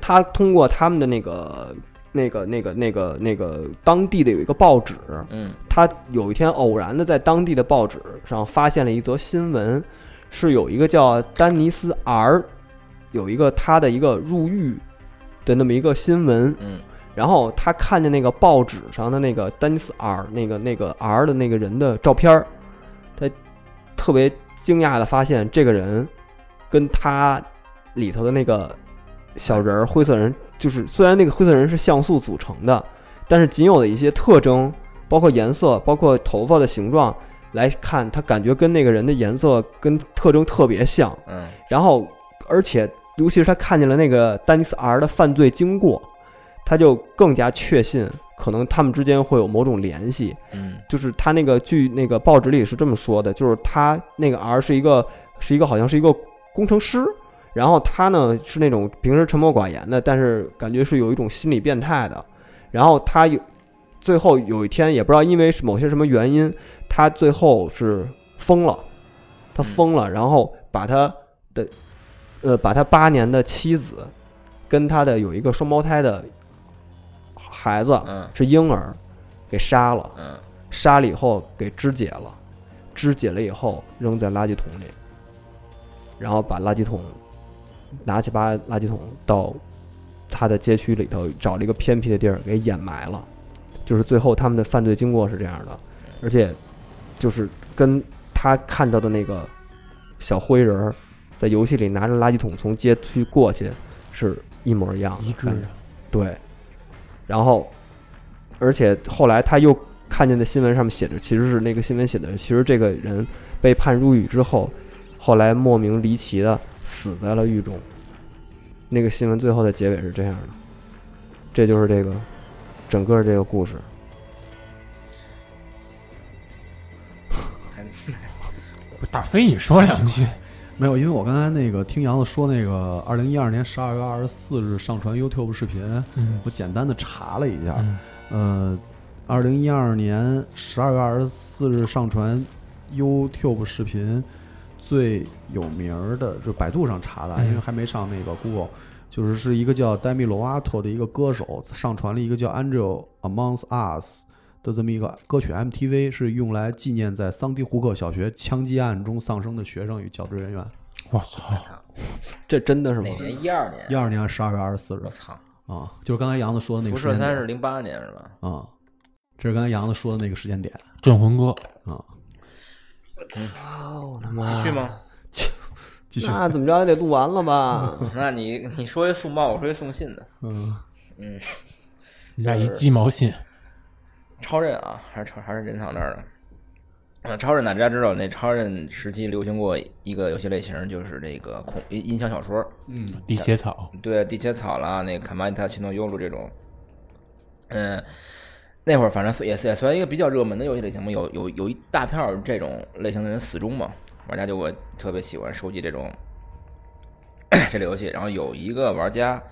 [SPEAKER 1] 他通过他们的那个那个那个那个那个当地的有一个报纸，
[SPEAKER 5] 嗯
[SPEAKER 1] 他有一天偶然的在当地的报纸上发现了一则新闻，是有一个叫丹尼斯 R，有一个他的一个入狱的那么一个新闻。
[SPEAKER 5] 嗯
[SPEAKER 1] 然后他看见那个报纸上的那个丹尼斯 R 那个那个 R 的那个人的照片儿，他特别惊讶的发现这个人跟他里头的那个小人儿灰色人，就是虽然那个灰色人是像素组成的，但是仅有的一些特征，包括颜色，包括头发的形状来看，他感觉跟那个人的颜色跟特征特别像。
[SPEAKER 5] 嗯
[SPEAKER 1] 然后而且尤其是他看见了那个丹尼斯 R 的犯罪经过，他就更加确信可能他们之间会有某种联系。
[SPEAKER 5] 嗯
[SPEAKER 1] 就是他那个据那个报纸里是这么说的，就是他那个 R 是一个是一个好像是一个工程师，然后他呢是那种平时沉默寡言的，但是感觉是有一种心理变态的，然后他有最后有一天也不知道因为是某些什么原因，他最后是疯了，他疯了，然后把他的呃把他八年的妻子跟他的有一个双胞胎的孩子
[SPEAKER 5] 嗯
[SPEAKER 1] 是婴儿给杀了。
[SPEAKER 5] 嗯，
[SPEAKER 1] 杀了以后给肢解了，肢解了以后扔在垃圾桶里，然后把垃圾桶拿起把垃圾桶到他的街区里头找了一个偏僻的地儿给掩埋了，就是最后他们的犯罪经过是这样的，而且就是跟他看到的那个小灰人儿在游戏里拿着垃圾桶从街区过去是一模一样的
[SPEAKER 2] 一致
[SPEAKER 1] 感觉对，然后而且后来他又看见的新闻上面写着，其实是那个新闻写的，其实这个人被判入狱之后，后来莫名离奇的死在了狱中。那个新闻最后的结尾是这样的，这就是这个整个这个故事。
[SPEAKER 5] 还
[SPEAKER 2] 不是大飞，你说两句，
[SPEAKER 4] 没有，因为我刚才那个听杨子说那个二零一二年十二月二十四日上传 YouTube 视频，
[SPEAKER 2] 嗯
[SPEAKER 4] 我简单的查了一下，
[SPEAKER 2] 嗯
[SPEAKER 4] 呃，二零一二年十二月二十四日上传 YouTube 视频最有名儿的，就百度上查的，
[SPEAKER 2] 嗯
[SPEAKER 4] 因为还没上那个 Google，就是是一个叫 Demi Lovato 的一个歌手上传了一个叫 Angel Among Us 的这么一个歌曲 MTV，是用来纪念在桑迪胡克小学枪击案中丧生的学生与教职人员。
[SPEAKER 2] 我操，
[SPEAKER 1] 这真的是吗
[SPEAKER 5] 哪？年？一二年
[SPEAKER 4] 一。二年十二月二十四日
[SPEAKER 5] 我操！
[SPEAKER 1] 哦
[SPEAKER 4] 啊，就是刚才杨子说的那
[SPEAKER 5] 辐
[SPEAKER 4] 个时
[SPEAKER 5] 射
[SPEAKER 4] 间
[SPEAKER 5] 三
[SPEAKER 4] 点
[SPEAKER 5] 是零八年是吧？
[SPEAKER 4] 啊，这是刚才杨子说的那个时间点
[SPEAKER 2] 镇魂歌，
[SPEAKER 4] 啊。
[SPEAKER 1] 操哦他妈！
[SPEAKER 5] 继续？ 吗？
[SPEAKER 4] 继续，
[SPEAKER 1] 那怎么着也得录完了吧？
[SPEAKER 5] 那你你说一送报，我说一送信的。
[SPEAKER 4] 嗯。
[SPEAKER 5] 嗯，
[SPEAKER 2] 你俩一鸡毛信，
[SPEAKER 5] 超任啊，还是超还是任天堂这儿的。呃，超任大家知道，那超任时期流行过一个游戏类型，就是这个恐音音响小说，
[SPEAKER 2] 地切草，
[SPEAKER 5] 对地切草啦，那个卡玛伊塔奇诺优鲁这种，嗯，那会儿反正也也算一个比较热门的游戏类型嘛，有有有一大片儿这种类型的人死忠嘛，玩家就会特别喜欢收集这种 这类游戏。然后有一个玩家，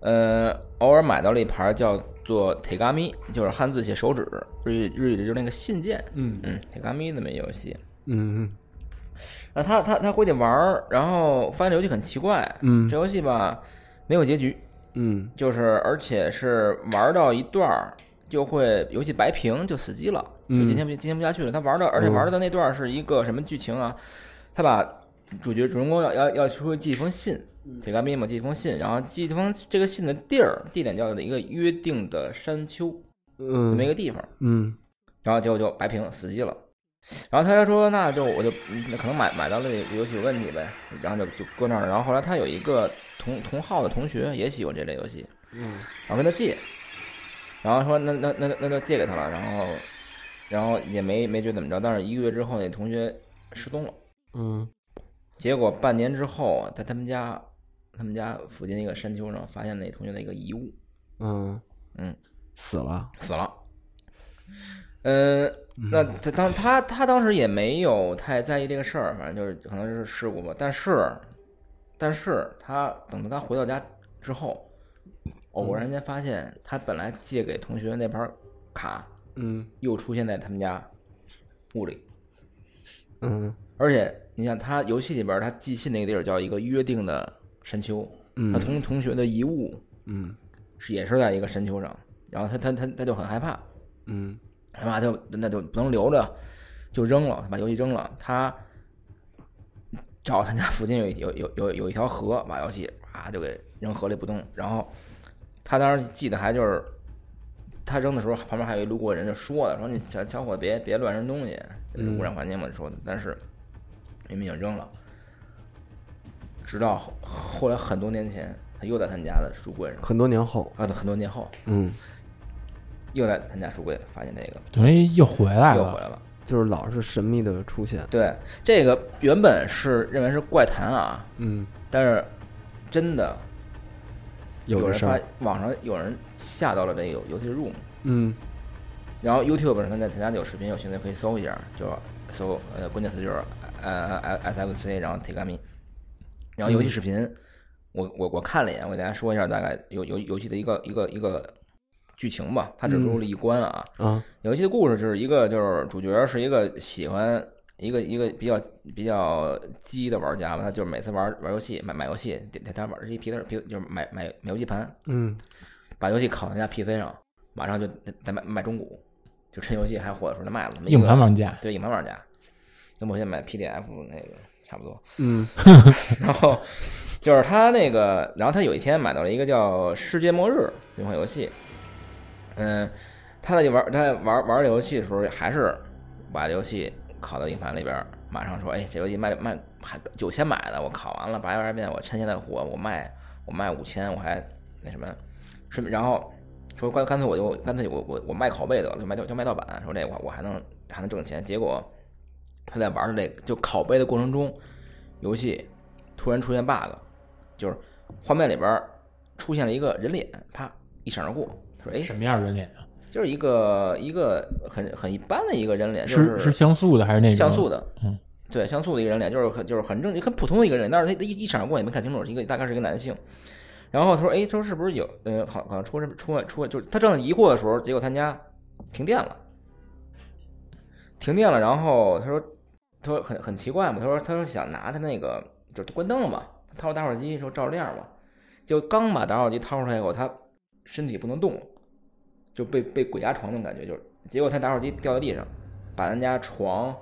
[SPEAKER 5] 呃，偶尔买到了一盘叫做“铁嘎咪”，就是汉字写手指，日语日语就是那个信件，嗯嗯，铁嘎咪那么一游戏。
[SPEAKER 1] 嗯
[SPEAKER 5] 然后他他他回去玩儿，然后发现这游戏很奇怪，
[SPEAKER 1] 嗯
[SPEAKER 5] 这游戏吧没有结局，
[SPEAKER 1] 嗯
[SPEAKER 5] 就是而且是玩到一段儿就会游戏白屏就死机了，就
[SPEAKER 1] 嗯
[SPEAKER 5] 进行不进行不下去了。他玩到，而且玩到的那段儿是一个什么剧情啊？他把主角主人公要要要出去寄一封信，
[SPEAKER 1] 嗯
[SPEAKER 5] 铁杆兵嘛寄一封信，然后寄一封这个信的地儿地点叫一个约定的山丘这么一
[SPEAKER 1] 嗯
[SPEAKER 5] 个地方，
[SPEAKER 1] 嗯
[SPEAKER 5] 然后结果就白屏死机了。然后他就说，那就我就嗯那可能买买到了游戏有问题呗，然后就就搁那儿了。然后后来他有一个同同号的同学也喜欢这类游戏，
[SPEAKER 1] 嗯
[SPEAKER 5] 然后跟他借，然后说那那那那就借给他了，然后然后也没没觉得怎么着，但是一个月之后那同学失踪了，
[SPEAKER 1] 嗯
[SPEAKER 5] 结果半年之后啊在他们家他们家附近一个山丘上发现那同学的一个遗物，
[SPEAKER 1] 嗯
[SPEAKER 5] 嗯，
[SPEAKER 1] 死了。
[SPEAKER 5] 死了。嗯，那他当他他当时也没有太在意这个事儿，反正就是可能就是事故吧。但是，但是他等到他回到家之后，偶然间发现他本来借给同学那盘卡
[SPEAKER 1] 嗯
[SPEAKER 5] 又出现在他们家屋里，
[SPEAKER 1] 嗯
[SPEAKER 5] 而且你想，他游戏里边他寄信那个地儿叫一个约定的山丘，他同同学的遗物
[SPEAKER 1] 嗯
[SPEAKER 5] 是也是在一个山丘上，然后他他他他就很害怕，
[SPEAKER 1] 嗯
[SPEAKER 5] 他妈就那就不能留着，就扔了，把游戏扔了。他找他家附近有一有有有有一条河，把游戏啊就给扔河里不动。然后他当时记得还就是他扔的时候，旁边还有一路过人就说了，说你小小伙子别别乱扔东西，就是污染环境嘛说的。但是明明已经扔了，直到后后来很多年前，他又在他们家的书柜上，
[SPEAKER 1] 很多年后。
[SPEAKER 5] 啊，很多年后
[SPEAKER 1] 嗯，
[SPEAKER 5] 又在他们家书柜发现这个，
[SPEAKER 2] 等于又回来
[SPEAKER 5] 又回
[SPEAKER 2] 了，
[SPEAKER 5] 来了。
[SPEAKER 1] 就是老是神秘的出现。
[SPEAKER 5] 对，这个原本是认为是怪谈啊，
[SPEAKER 1] 嗯
[SPEAKER 5] 但是真的
[SPEAKER 1] 有
[SPEAKER 5] 人
[SPEAKER 1] 这事
[SPEAKER 5] 发
[SPEAKER 1] 儿，
[SPEAKER 5] 网上有人下到了这个游游戏 room，
[SPEAKER 1] 嗯，
[SPEAKER 5] 然后 YouTube 本身在其他有视频，有兴趣可以搜一下，就搜呃关键词就是呃 SFC，然后 Tegami，然
[SPEAKER 1] 嗯
[SPEAKER 5] 后游戏视频，我我我看了一眼，我给大家说一下大概游游游戏的一个一个一个剧情吧，它
[SPEAKER 1] 嗯
[SPEAKER 5] 只录了一关啊，
[SPEAKER 1] 啊，
[SPEAKER 5] 游戏的故事就是一个就是主角是一个喜欢一个一个比较比较鸡的玩家吧，他就是每次玩玩游戏买买游戏，点点他玩这皮特皮就是买买买游戏盘，
[SPEAKER 1] 嗯，
[SPEAKER 5] 把游戏拷人家 PC 上，马上就得得卖卖中古，就趁游戏还火的时候再卖了。
[SPEAKER 2] 硬盘玩家，
[SPEAKER 5] 对硬盘玩家，跟我现在买 PDF 那个差不多。
[SPEAKER 1] 嗯，
[SPEAKER 5] 然后 就是他那个，然后他有一天买到了一个叫《世界末日》这款游戏，嗯，他在玩他在玩玩这游戏的时候，还是把这游戏拷到硬盘里边儿，马上说，哎，这游戏卖卖还九千买的，我拷完了八幺二遍，我趁现在火，我卖我卖五千，我还那什么，顺便然后。说干干脆我就干脆我我我卖拷贝得了，就卖就卖盗版。说这我我还能还能挣钱。结果他在玩儿这个就拷贝的过程中，游戏突然出现 bug，就是画面里边儿出现了一个人脸，啪一闪而过。他说：“哎，
[SPEAKER 2] 什么样人脸啊？
[SPEAKER 5] 就是一个一个很很一般的一个人脸，就是
[SPEAKER 2] 像素的还是那种
[SPEAKER 5] 像素的，
[SPEAKER 2] 嗯，
[SPEAKER 5] 对，像素的一个人脸，就是很就是很正很普通的一个人脸，但是他一一闪而过也没看清楚，是一个大概是一个男性。然后他说：“哎，他说是不是有呃，好好像出了出了出了，就是他正疑惑的时候，结果他家停电了，停电了。然后他说，他说很很奇怪嘛，他说他说想拿他那个就是关灯了嘛，他掏出打火机说照亮嘛，就刚把打火机掏出来以后，他身体不能动，就被被鬼压床那种感觉，就是结果他打火机掉在地上，把他家床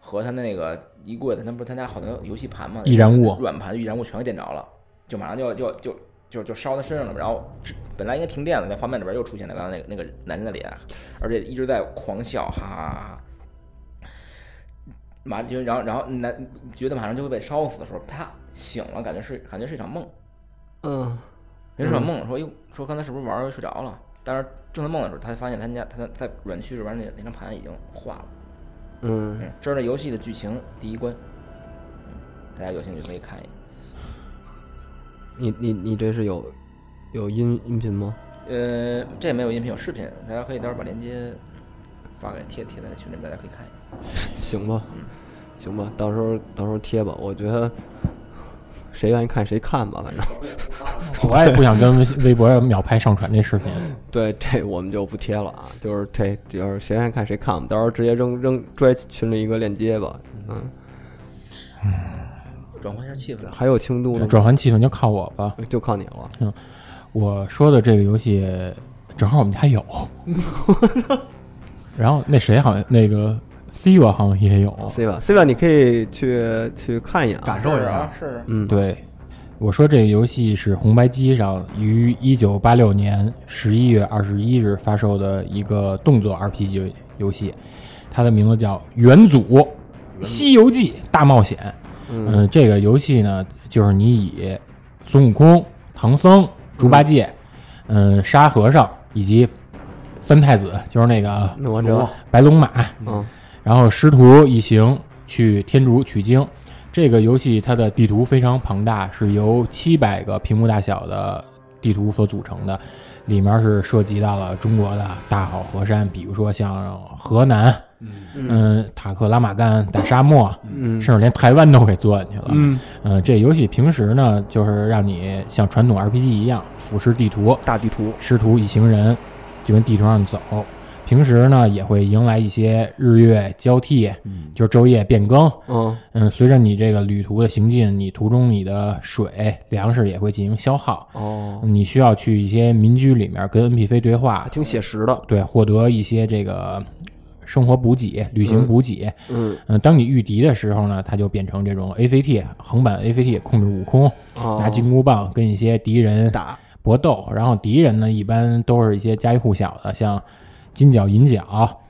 [SPEAKER 5] 和他那个衣柜的，他不是他家好多游戏盘嘛，
[SPEAKER 2] 易燃物
[SPEAKER 5] 软盘、易燃物全给点着了，就马上就要就就就就烧在身上了。然后这本来应该停电了，那画面里边又出现了刚才那个那个男人的脸，而且一直在狂笑，哈哈哈哈。马就然后然后男觉得马上就会被烧死的时候，啪醒了，感觉是感觉是一场梦，
[SPEAKER 1] 嗯，
[SPEAKER 5] 没什么梦，说哟，说刚才是不是玩儿睡着了？但是正在梦的时候，他发现他家他在软区这边那那张盘已经化了。
[SPEAKER 1] 嗯，
[SPEAKER 5] 嗯，这是游戏的剧情第一关，嗯，大家有兴趣可以看一眼。
[SPEAKER 1] 你你你这是有有音音频吗？
[SPEAKER 5] 呃，这没有音频，有视频，大家可以到时候把链接发给贴贴在群里面，大家可以看一眼。
[SPEAKER 1] 行吧，行吧，到时候到时候贴吧，我觉得谁愿意看谁看吧，反正
[SPEAKER 2] 我也不想跟微微博秒拍上传这视频，
[SPEAKER 1] 对这我们就不贴了啊，就是这就是谁愿意看谁看吧，到时候直接扔扔拽群里一个链接吧，嗯，
[SPEAKER 5] 转换一下气氛，
[SPEAKER 1] 还有轻度呢，
[SPEAKER 5] 嗯
[SPEAKER 2] 转换气氛就靠我吧。
[SPEAKER 1] 就靠你了，
[SPEAKER 2] 我说的这个游戏，正好我们家有，然后那谁好像那个 C 吧好像也有，
[SPEAKER 1] C 吧 C 吧，你可以去去看一眼啊，
[SPEAKER 4] 感受一
[SPEAKER 5] 是
[SPEAKER 4] 下
[SPEAKER 5] 啊，。是
[SPEAKER 1] 嗯，，
[SPEAKER 2] 对，我说这个游戏是红白机上于一九八六年十一月二十一日发售的一个动作 RPG 游戏，它的名字叫《元祖西游记大冒险》。
[SPEAKER 1] 嗯
[SPEAKER 2] 嗯，这个游戏呢，就是你以孙悟空、唐僧、猪八戒，嗯，沙和尚以及三太子，就是那个
[SPEAKER 1] 那我这，
[SPEAKER 2] 白龙马，
[SPEAKER 1] 嗯
[SPEAKER 2] 然后师徒一行去天竺取经。这个游戏它的地图非常庞大，是由七百个屏幕大小的地图所组成的，里面是涉及到了中国的大好河山，比如说像河南，嗯、塔克拉玛干大沙漠，
[SPEAKER 1] 嗯
[SPEAKER 2] 甚至连台湾都给做进去了。
[SPEAKER 1] 嗯，
[SPEAKER 2] 嗯，这游戏平时呢，就是让你像传统 RPG 一样俯视地图，
[SPEAKER 1] 大地图，
[SPEAKER 2] 师徒一行人就跟地图上走。平时呢，也会迎来一些日月交替，
[SPEAKER 4] 嗯，
[SPEAKER 2] 就是昼夜变更。
[SPEAKER 1] 嗯
[SPEAKER 2] 嗯，随着你这个旅途的行进，你途中你的水、粮食也会进行消耗。
[SPEAKER 1] 哦，
[SPEAKER 2] 你需要去一些民居里面跟 NPC 对话
[SPEAKER 1] 还，挺写实的，
[SPEAKER 2] 对，获得一些这个生活补给、旅行补给。
[SPEAKER 1] 嗯
[SPEAKER 2] 嗯，当你御敌的时候呢，它就变成这种 ACT 横版 ACT 控制悟空，
[SPEAKER 1] 哦
[SPEAKER 2] 拿金箍棒跟一些敌人
[SPEAKER 1] 打，
[SPEAKER 2] 搏斗。然后敌人呢，一般都是一些家喻户晓的，像金角、银角、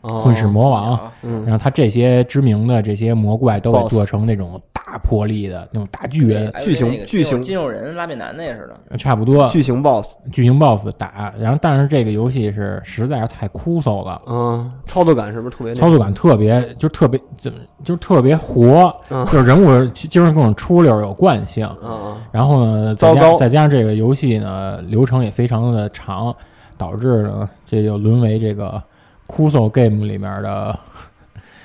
[SPEAKER 1] 哦
[SPEAKER 2] 混世魔王。
[SPEAKER 5] 啊
[SPEAKER 1] 嗯
[SPEAKER 2] 然后他这些知名的这些魔怪都给
[SPEAKER 1] ，boss
[SPEAKER 2] 做成那种大大魄力的那种大巨人，
[SPEAKER 5] 还有
[SPEAKER 1] 巨型
[SPEAKER 5] 哎那个
[SPEAKER 1] 巨型
[SPEAKER 5] 肌肉人拉面男那似的，
[SPEAKER 2] 差不多
[SPEAKER 1] 巨型 BOSS，
[SPEAKER 2] 巨型 BOSS 打。然后，但是这个游戏是实在是太枯燥了。
[SPEAKER 1] 嗯，操作感是不是特别那
[SPEAKER 2] 操作感特别，就是特别怎么，就是特别活，
[SPEAKER 1] 嗯
[SPEAKER 2] 就是人物就是各种出溜儿有惯性，
[SPEAKER 1] 个？嗯
[SPEAKER 2] 然后呢，
[SPEAKER 1] 糟
[SPEAKER 2] 再加
[SPEAKER 1] 糕
[SPEAKER 2] 再加上这个游戏呢流程也非常的长，导致呢这就沦为这个枯燥 game 里面的。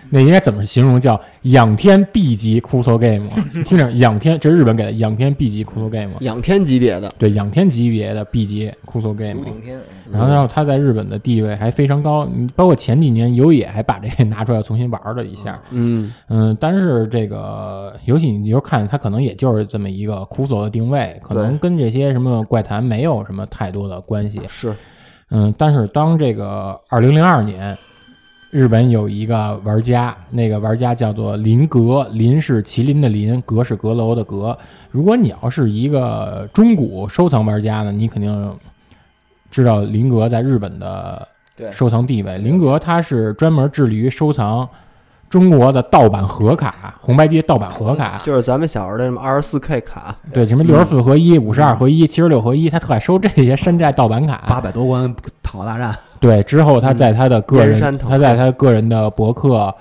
[SPEAKER 2] 那应该怎么形容？叫仰天 B 级枯燥 game，听啊 着仰天，这是日本给的仰天 B 级枯燥 game，啊
[SPEAKER 1] 嗯，仰天级别的，
[SPEAKER 2] 对仰天级别的 B 级枯燥 game，啊
[SPEAKER 5] 如顶天。嗯
[SPEAKER 2] 然后，然后他在日本的地位还非常高，嗯包括前几年有野还把这个拿出来重新玩了一下，
[SPEAKER 1] 嗯
[SPEAKER 2] 嗯，但是这个游戏你就看它可能也就是这么一个枯燥的定位，可能
[SPEAKER 1] 对
[SPEAKER 2] 跟这些什么怪谈没有什么太多的关系，
[SPEAKER 1] 是，
[SPEAKER 2] 嗯，但是当这个二零零二年，日本有一个玩家，那个玩家叫做林格，林是麒麟的林，阁是阁楼的阁。如果你要是一个中古收藏玩家呢，你肯定知道林格在日本的
[SPEAKER 5] 对，
[SPEAKER 2] 收藏地位。林格他是专门致力于收藏中国的盗版盒卡，红白机盗版盒卡，
[SPEAKER 1] 就是咱们小时候的什么二十四 K 卡，
[SPEAKER 2] 对什么六十四合一、五十二合一、七十六合一，他特爱收这些山寨盗版卡。
[SPEAKER 4] 八百多关讨大战，
[SPEAKER 2] 对，之后他在他的个人
[SPEAKER 1] 燕，山腾
[SPEAKER 2] 他在他个人的博客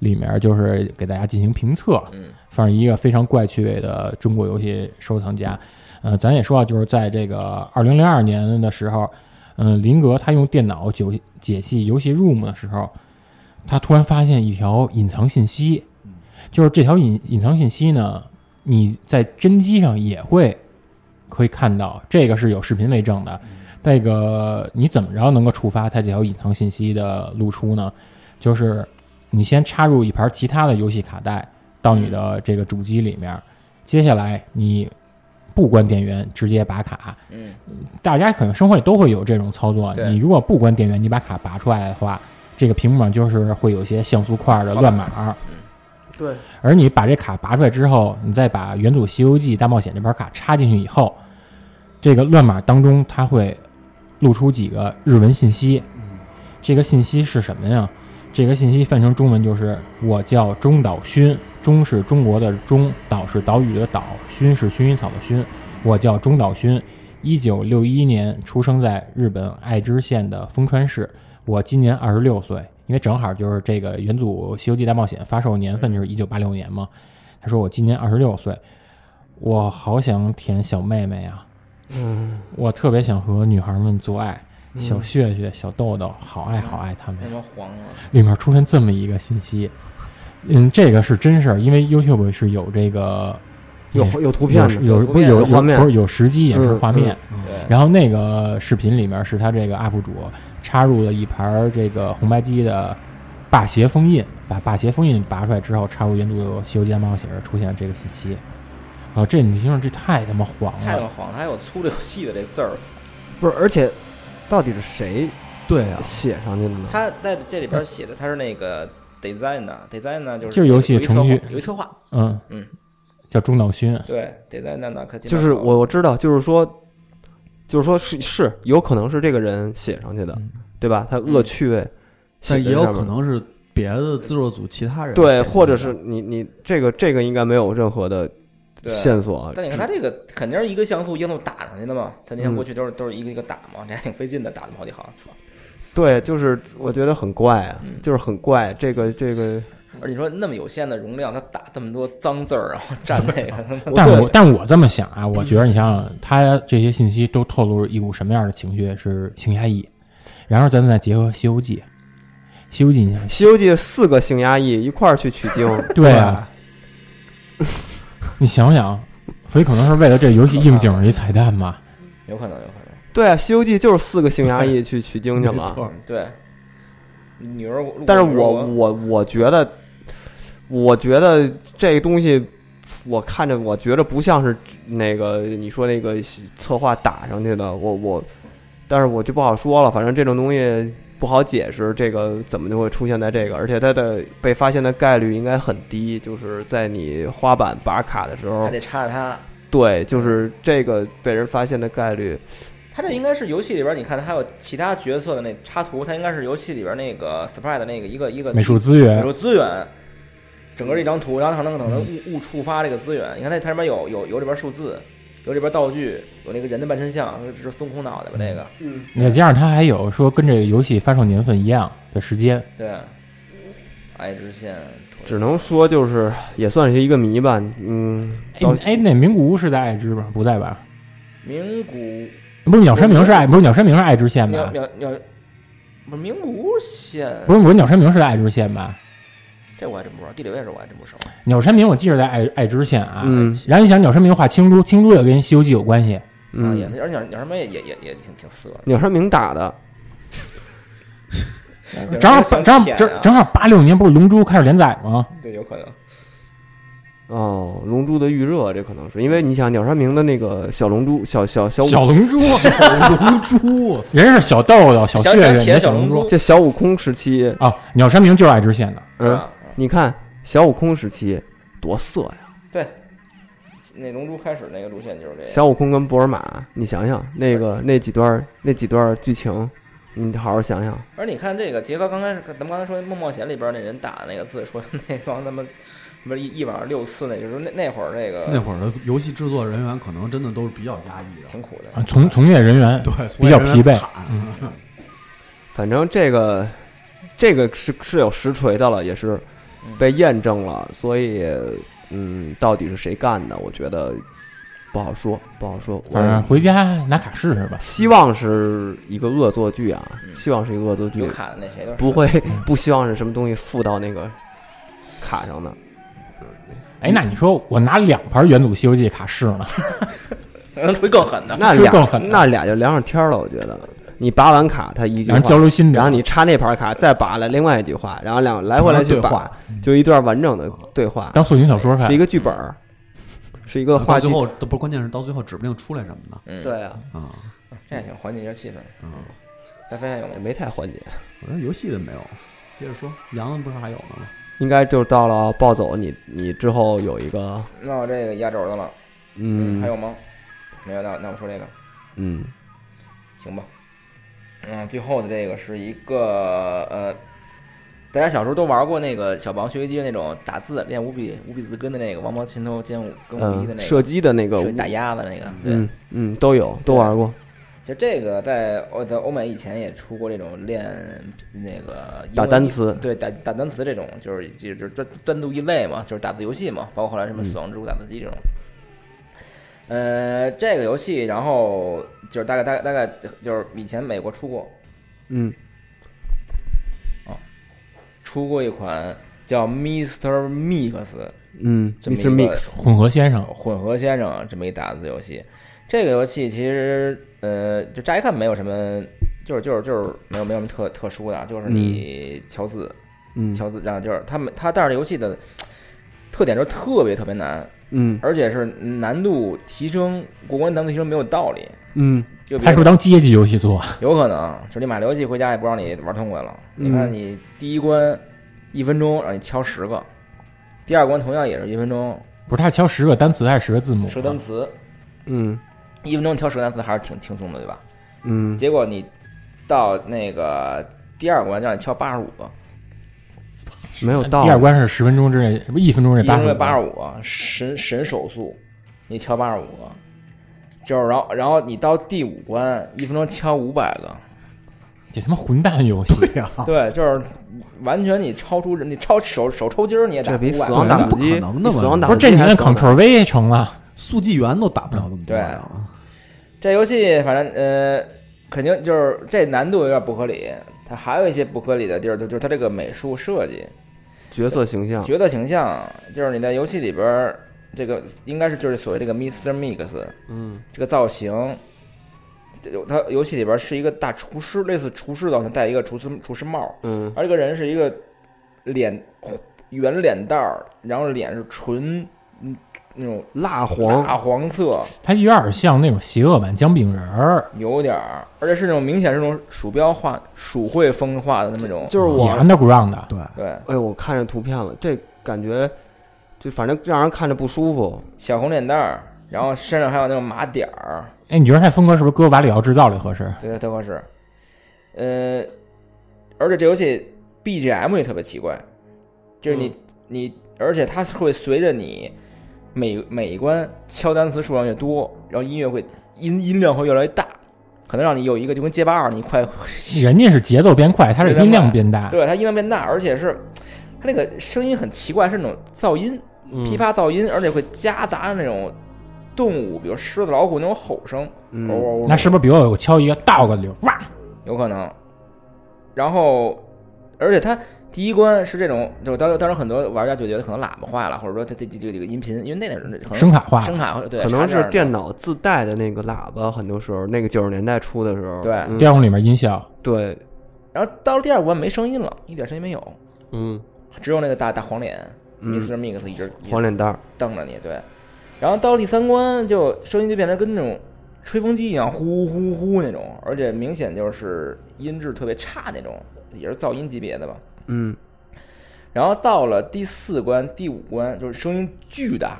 [SPEAKER 2] 里面，就是给大家进行评测，
[SPEAKER 5] 嗯，
[SPEAKER 2] 反正一个非常怪趣味的中国游戏收藏家。嗯、咱也说到，就是在这个二零零二年的时候，嗯、林格他用电脑解解析游戏 ROM 的时候，他突然发现一条隐藏信息，就是这条隐隐藏信息呢，你在真机上也会可以看到，这个是有视频为证的。这个你怎么着能够触发它这条隐藏信息的露出呢？就是你先插入一盘其他的游戏卡带到你的这个主机里面，接下来你不关电源，直接拔卡。
[SPEAKER 5] 嗯，
[SPEAKER 2] 大家可能生活里都会有这种操作。
[SPEAKER 5] 对
[SPEAKER 2] 你如果不关电源，你把卡拔出来的话，这个屏幕上就是会有一些像素块的
[SPEAKER 5] 好
[SPEAKER 2] 乱
[SPEAKER 5] 的
[SPEAKER 2] 码。
[SPEAKER 1] 对，
[SPEAKER 2] 而你把这卡拔出来之后，你再把元祖《西游记大冒险》这盘卡插进去以后，这个乱码当中它会露出几个日文信息。这个信息是什么呀？这个信息翻成中文就是“我叫中岛勋”，中是中国的中，岛是岛屿的岛，勋是薰衣草的薰。我叫中岛勋，一九六一年出生在日本爱知县的丰川市。我今年二十六岁，因为正好就是这个元祖《西游记大冒险》发售年份就是一九八六年嘛。他说我今年二十六岁，我好想舔小妹妹啊，
[SPEAKER 1] 嗯，
[SPEAKER 2] 我特别想和女孩们做爱，小血血、小豆豆，好爱好爱她们
[SPEAKER 5] 那
[SPEAKER 2] 呀。
[SPEAKER 5] 么黄啊，
[SPEAKER 2] 里面出现这么一个信息，嗯，这个是真事儿，因为 YouTube 是有这个
[SPEAKER 1] 有
[SPEAKER 2] 演示
[SPEAKER 1] 有图片的，
[SPEAKER 2] 哎有不是
[SPEAKER 5] 有图片
[SPEAKER 2] 有
[SPEAKER 1] 有画面嗯
[SPEAKER 2] 不是有实际演示画面。
[SPEAKER 5] 对，
[SPEAKER 2] 然后那个视频里面是他这个 UP 主插入了一盘儿这个红白机的霸邪封印，把霸邪封印拔出来之后，插入原著《西游记大冒险》时出现了这个信息。啊，这你听着，这太他妈黄
[SPEAKER 5] 太他妈
[SPEAKER 2] 了！
[SPEAKER 5] 黄了，还有粗的有细的这字儿，
[SPEAKER 1] 不是，而且到底是谁
[SPEAKER 4] 对啊，
[SPEAKER 1] 写上去的
[SPEAKER 2] 嗯
[SPEAKER 1] 呢？
[SPEAKER 5] 他在这里边写的他是那个 design 呢，design 呢就是
[SPEAKER 2] 就是游戏
[SPEAKER 5] 有一策划
[SPEAKER 2] 程序
[SPEAKER 5] 有一策划，
[SPEAKER 2] 嗯
[SPEAKER 5] 嗯，
[SPEAKER 2] 叫中岛勋，
[SPEAKER 5] 对，design 呢可记得
[SPEAKER 1] 就是
[SPEAKER 5] 好
[SPEAKER 1] 我我知道，就是说，就是说是是有可能是这个人写上去的，
[SPEAKER 2] 嗯
[SPEAKER 1] 对吧？他恶趣味，写在
[SPEAKER 4] 但也有
[SPEAKER 1] 上面
[SPEAKER 4] 可能是别的自作组其他人
[SPEAKER 1] 对，
[SPEAKER 4] 写的
[SPEAKER 1] 或者 是你你这个这个应该没有任何的
[SPEAKER 5] 对
[SPEAKER 1] 线索啊，
[SPEAKER 5] 但你看他这个肯定是一个像素一个像素打上去的嘛，他那天过去
[SPEAKER 1] 嗯
[SPEAKER 5] 都是、都是一个一个打嘛，这还挺费劲的，打了好几行，操！
[SPEAKER 1] 对，就是我觉得很怪啊，
[SPEAKER 5] 嗯
[SPEAKER 1] 就是很怪，这个这个，
[SPEAKER 5] 而你说那么有限的容量，他打这么多脏字 儿，然啊后 占那个，
[SPEAKER 2] 但
[SPEAKER 1] 对
[SPEAKER 2] 我但我这么想啊，我觉得你想想，他这些信息都透露着一股什么样的情绪是性压抑，然后咱们再结合《西游记》，《西游记》你想
[SPEAKER 1] 《西游记》四个性压抑一块儿去取经，
[SPEAKER 2] 对啊，你想想，所以可能是为了这游戏应景儿一彩蛋 吧。
[SPEAKER 5] 有可能，有可能。
[SPEAKER 1] 对啊，《西游记》就是四个性压抑去取经去
[SPEAKER 4] 没
[SPEAKER 1] 了。
[SPEAKER 4] 错
[SPEAKER 5] 嗯，对，女儿，如果
[SPEAKER 1] 啊但是
[SPEAKER 5] 如果
[SPEAKER 1] 我我我觉得，我觉得这个东西，我看着我觉得不像是那个你说那个策划打上去的，我我，但是我就不好说了，反正这种东西不好解释，这个怎么就会出现在这个，而且它的被发现的概率应该很低，就是在你花板拔卡的时候
[SPEAKER 5] 还，得插着他，
[SPEAKER 1] 对，就是这个被人发现的概率，
[SPEAKER 5] 他这应该是游戏里边，你看还有其他角色的那插图，他应该是游戏里边那个 sprite 的那个一个一个
[SPEAKER 2] 美术资源
[SPEAKER 5] 美术资源。整个一张图，然后它能可能误误触发这个资源。你看它它里面有有有里边数字，有里边道具，有那个人的半身像，这是孙悟空脑袋吧？这个
[SPEAKER 6] 嗯，
[SPEAKER 2] 再加上它还有说跟这个游戏发售年份一样的时间，
[SPEAKER 5] 对，爱知县
[SPEAKER 1] 只能说就是也算是一个谜吧。嗯，
[SPEAKER 2] 哎
[SPEAKER 1] 到
[SPEAKER 2] 哎，那名古屋是在爱知吧？不在吧？
[SPEAKER 5] 名古
[SPEAKER 2] 不是鸟山明是爱，不是鸟山明是爱知县
[SPEAKER 5] 鸟
[SPEAKER 2] 吧？
[SPEAKER 5] 鸟鸟，不是名古县，
[SPEAKER 2] 不是，不是鸟山明是在爱知县吧？
[SPEAKER 5] 这我还真不知道，地理位置我还真不熟。
[SPEAKER 2] 鸟山明我记着在爱爱知县啊。
[SPEAKER 1] 嗯
[SPEAKER 2] 然后你想鸟山明画青珠，青珠也跟《西游记》有关系。
[SPEAKER 5] 啊，也
[SPEAKER 1] 嗯，
[SPEAKER 5] 而且鸟什么也也也也挺挺色的，
[SPEAKER 1] 鸟山明打的，
[SPEAKER 2] 正好
[SPEAKER 5] 想
[SPEAKER 2] 正好
[SPEAKER 5] 舔啊
[SPEAKER 2] 正正好八六年不是《龙珠》开始连载吗？
[SPEAKER 5] 对，有可能。
[SPEAKER 1] 哦，《龙珠》的预热，这可能是因为你想鸟山明的那个小龙珠，小小小
[SPEAKER 2] 小
[SPEAKER 1] 悟，
[SPEAKER 2] 龙珠，
[SPEAKER 4] 龙珠，
[SPEAKER 2] 人是小豆豆、小
[SPEAKER 5] 小
[SPEAKER 2] 月月，
[SPEAKER 5] 小
[SPEAKER 2] 你的
[SPEAKER 5] 小
[SPEAKER 2] 龙
[SPEAKER 5] 龙珠
[SPEAKER 1] 这小悟空时期，
[SPEAKER 2] 啊，鸟山明就是爱知县的。
[SPEAKER 5] 是
[SPEAKER 1] 嗯，
[SPEAKER 5] 吧
[SPEAKER 1] 你看小悟空时期多色呀！
[SPEAKER 5] 对，那龙珠开始那个路线就是这样。
[SPEAKER 1] 小悟空跟博尔玛，你想想那个那几段儿那几段儿剧情，你好好想想。
[SPEAKER 5] 而你看这个杰哥刚开始，咱们刚才说《梦冒险》里边那人打的那个字，说那帮他们什么一一晚上六次，那就是那那会儿这个
[SPEAKER 4] 那会儿的游戏制作人员可能真的都是比较压抑的，
[SPEAKER 5] 挺苦的。
[SPEAKER 2] 啊从从业人
[SPEAKER 1] 嗯
[SPEAKER 2] 员
[SPEAKER 4] 对，
[SPEAKER 2] 比较疲惫
[SPEAKER 4] 惨。啊
[SPEAKER 2] 嗯
[SPEAKER 1] 反正这个这个是是有实锤的了，也是被验证了，所以嗯，到底是谁干的，我觉得不好说，不好说。
[SPEAKER 2] 反正
[SPEAKER 1] 我
[SPEAKER 2] 回家拿卡试试吧。
[SPEAKER 1] 希望是一个恶作剧啊，
[SPEAKER 5] 嗯
[SPEAKER 1] 希望是一个恶作剧，
[SPEAKER 5] 有卡的那谁都是
[SPEAKER 1] 不会 不希望是什么东西附到那个卡上的。
[SPEAKER 5] 啊
[SPEAKER 2] 哎，那你说我拿两盘元祖《西游记》卡试呢？
[SPEAKER 5] 能 吹更狠的。
[SPEAKER 1] 那
[SPEAKER 2] 是
[SPEAKER 1] 俩
[SPEAKER 2] 更狠的
[SPEAKER 1] 那俩就聊上天了，我觉得。你拔完卡，他一句
[SPEAKER 2] 让
[SPEAKER 1] 话
[SPEAKER 2] 人交流心得。
[SPEAKER 1] 然后你插那盘卡，再拔了另外一句话，然后两来回来去
[SPEAKER 4] 对
[SPEAKER 1] 拔
[SPEAKER 4] 话，
[SPEAKER 1] 就一段完整的对话，
[SPEAKER 2] 嗯当塑形小说看
[SPEAKER 1] 是一，个剧本儿，是一个话
[SPEAKER 4] 到
[SPEAKER 1] 剧
[SPEAKER 4] 最。后，都不是关键是到最后指不定出来什么呢
[SPEAKER 5] 嗯，
[SPEAKER 1] 对，啊，
[SPEAKER 4] 啊。
[SPEAKER 5] 这也行，缓解一下气氛。
[SPEAKER 4] 嗯，
[SPEAKER 5] 大飞还有
[SPEAKER 1] 也
[SPEAKER 5] 吗？
[SPEAKER 1] 没太缓解，
[SPEAKER 4] 我说游戏的没有，接着说，杨子不是还有呢吗？
[SPEAKER 1] 应该就到了暴走你你之后有一个
[SPEAKER 5] 那我这个压轴的了。
[SPEAKER 1] 嗯
[SPEAKER 5] 还有吗？没有，那那我说这个。
[SPEAKER 1] 嗯
[SPEAKER 5] 行吧。嗯，最后的这个是一个呃，大家小时候都玩过那个小霸王学习机那种打字练五笔五笔字根的那个王八琴头兼五跟五一的
[SPEAKER 1] 嗯
[SPEAKER 5] 那个、
[SPEAKER 1] 射击的那个
[SPEAKER 5] 射打鸭子那个。对，
[SPEAKER 1] 嗯嗯都有都玩过
[SPEAKER 5] 其实这个在欧在欧美以前也出过这种练那个英文
[SPEAKER 1] 打单词
[SPEAKER 5] 对打打单词这种，就是就就是单单独一类嘛，就是打字游戏嘛，包括后来什
[SPEAKER 1] 嗯
[SPEAKER 5] 么死亡之屋打字机这种。呃，这个游戏，然后就是大概大概大概就是以前美国出过，
[SPEAKER 1] 嗯
[SPEAKER 5] 出过一款叫 Mr. Mix
[SPEAKER 1] 嗯
[SPEAKER 5] 这么一
[SPEAKER 1] ，Mr.
[SPEAKER 5] 个
[SPEAKER 1] Mix
[SPEAKER 2] 混合先生
[SPEAKER 5] 混合先生这么一打字游戏。这个游戏其实呃，就乍一看没有什么，就是就是就是没有没有什么特特殊的啊，就是你敲字、
[SPEAKER 1] 嗯
[SPEAKER 5] 敲字，然后就是他们他但是这游戏的特点就是特别特别难，
[SPEAKER 1] 嗯
[SPEAKER 5] 而且是难度提升，过关难度提升没有道理。
[SPEAKER 1] 嗯
[SPEAKER 5] 就比
[SPEAKER 2] 他是
[SPEAKER 5] 如
[SPEAKER 2] 不是当街机游戏做啊？
[SPEAKER 5] 有可能，就是你买了游戏回家也不让你玩痛快了。你
[SPEAKER 1] 嗯
[SPEAKER 5] 看你第一关一分钟让你敲十个，第二关同样也是一分钟
[SPEAKER 2] 不是，他敲十个单词还是十个字母啊？
[SPEAKER 5] 射单词，
[SPEAKER 1] 嗯
[SPEAKER 5] 一分钟敲十个单词还是挺轻松的，对吧？
[SPEAKER 1] 嗯
[SPEAKER 5] 结果你到那个第二关让你敲八十五个，
[SPEAKER 1] 没有道理。
[SPEAKER 2] 第二关是十分钟之内，不一分钟之
[SPEAKER 5] 一
[SPEAKER 2] 内八
[SPEAKER 5] 分
[SPEAKER 2] 十
[SPEAKER 5] 钟八十五个，神神手速，你敲八十五个，就是然后然后你到第五关一分钟敲五百个，
[SPEAKER 2] 这他妈混蛋游戏！
[SPEAKER 4] 对啊
[SPEAKER 1] 啊
[SPEAKER 4] 呀，
[SPEAKER 5] 对，就是完全你超出人，你超手手抽筋儿你也打
[SPEAKER 1] 这比
[SPEAKER 5] 500
[SPEAKER 1] 死亡打字机，
[SPEAKER 4] 不可能的
[SPEAKER 1] 比
[SPEAKER 4] 嘛
[SPEAKER 1] 死亡打
[SPEAKER 2] 不
[SPEAKER 1] 字
[SPEAKER 2] 是这
[SPEAKER 1] 机
[SPEAKER 2] 你
[SPEAKER 1] 还
[SPEAKER 2] 按
[SPEAKER 1] 死亡打
[SPEAKER 2] Ctrl V 成了，
[SPEAKER 4] 速记员都打不了那么多
[SPEAKER 5] 对
[SPEAKER 4] 呀。
[SPEAKER 5] 这游戏反正呃，肯定就是这难度有点不合理，它还有一些不合理的地儿，就就是它这个美术设计、
[SPEAKER 1] 角色形象，
[SPEAKER 5] 角色形象，就是你在游戏里边儿这个应该是就是所谓这个 Mr. Mix
[SPEAKER 1] 嗯
[SPEAKER 5] 这个造型，这有它游戏里边儿是一个大厨师，类似厨师造型，戴一个厨师厨师帽，
[SPEAKER 1] 嗯
[SPEAKER 5] 而这个人是一个脸圆脸蛋儿，然后脸是纯嗯那种
[SPEAKER 1] 蜡黄
[SPEAKER 5] 蜡黄色，
[SPEAKER 2] 它有点像那种邪恶版姜饼人儿，
[SPEAKER 5] 有点儿，而且是那种明显是那种鼠标画、鼠绘风画的那么种，
[SPEAKER 1] 就是
[SPEAKER 2] 也
[SPEAKER 1] 我
[SPEAKER 2] Underground 的。
[SPEAKER 4] 对，
[SPEAKER 5] 对
[SPEAKER 1] 哎，我看着图片了，这感觉就反正让人看着不舒服。
[SPEAKER 5] 小红脸蛋儿，然后身上还有那种马点儿，
[SPEAKER 2] 哎，你觉得它风格是不是搁瓦里奥制造里合适？
[SPEAKER 5] 对，特合适。呃，而且这游戏 BGM 也特别奇怪，就是你、你而且它会随着你每每一关敲单词数量越多，然后音乐会音音量会越来越大，可能让你有一个就跟结巴二，你快
[SPEAKER 2] 人家是节奏变快，它是音量变大，
[SPEAKER 5] 对它音量变大，而且是它那个声音很奇怪，是那种噪音，噼
[SPEAKER 1] 嗯
[SPEAKER 5] 啪噪音，而且会夹杂着那种动物，比如狮子、老虎那种吼声，哦
[SPEAKER 1] 嗯
[SPEAKER 5] 嗷嗷嗷
[SPEAKER 2] 那是不是比我有敲一个 dog 就哇？
[SPEAKER 5] 有可能。然后，而且它第一关是这种，就当当时很多玩家就觉得可能喇叭坏了，或者说它这这这这个音频，因为那点儿可能
[SPEAKER 2] 声卡化了
[SPEAKER 5] 声卡对，
[SPEAKER 1] 可能
[SPEAKER 5] 插件
[SPEAKER 1] 是
[SPEAKER 5] 儿的
[SPEAKER 1] 电脑自带的那个喇叭，很多时候那个九十年代初的时候，
[SPEAKER 5] 对
[SPEAKER 1] 嗯
[SPEAKER 2] 调用里面音效，
[SPEAKER 1] 对，
[SPEAKER 5] 然后到了第二关没声音了，一点声音没有，
[SPEAKER 1] 嗯，
[SPEAKER 5] 只有那个大大黄脸、
[SPEAKER 1] 嗯
[SPEAKER 5] Mr. Mix 一直一直
[SPEAKER 1] 黄脸蛋儿，
[SPEAKER 5] 瞪着你，对。然后到了第三关，就声音就变成跟那种吹风机一样，呼呼呼那种，而且明显就是音质特别差那种，也是噪音级别的吧。
[SPEAKER 1] 嗯
[SPEAKER 5] 然后到了第四关、第五关，就是声音巨大，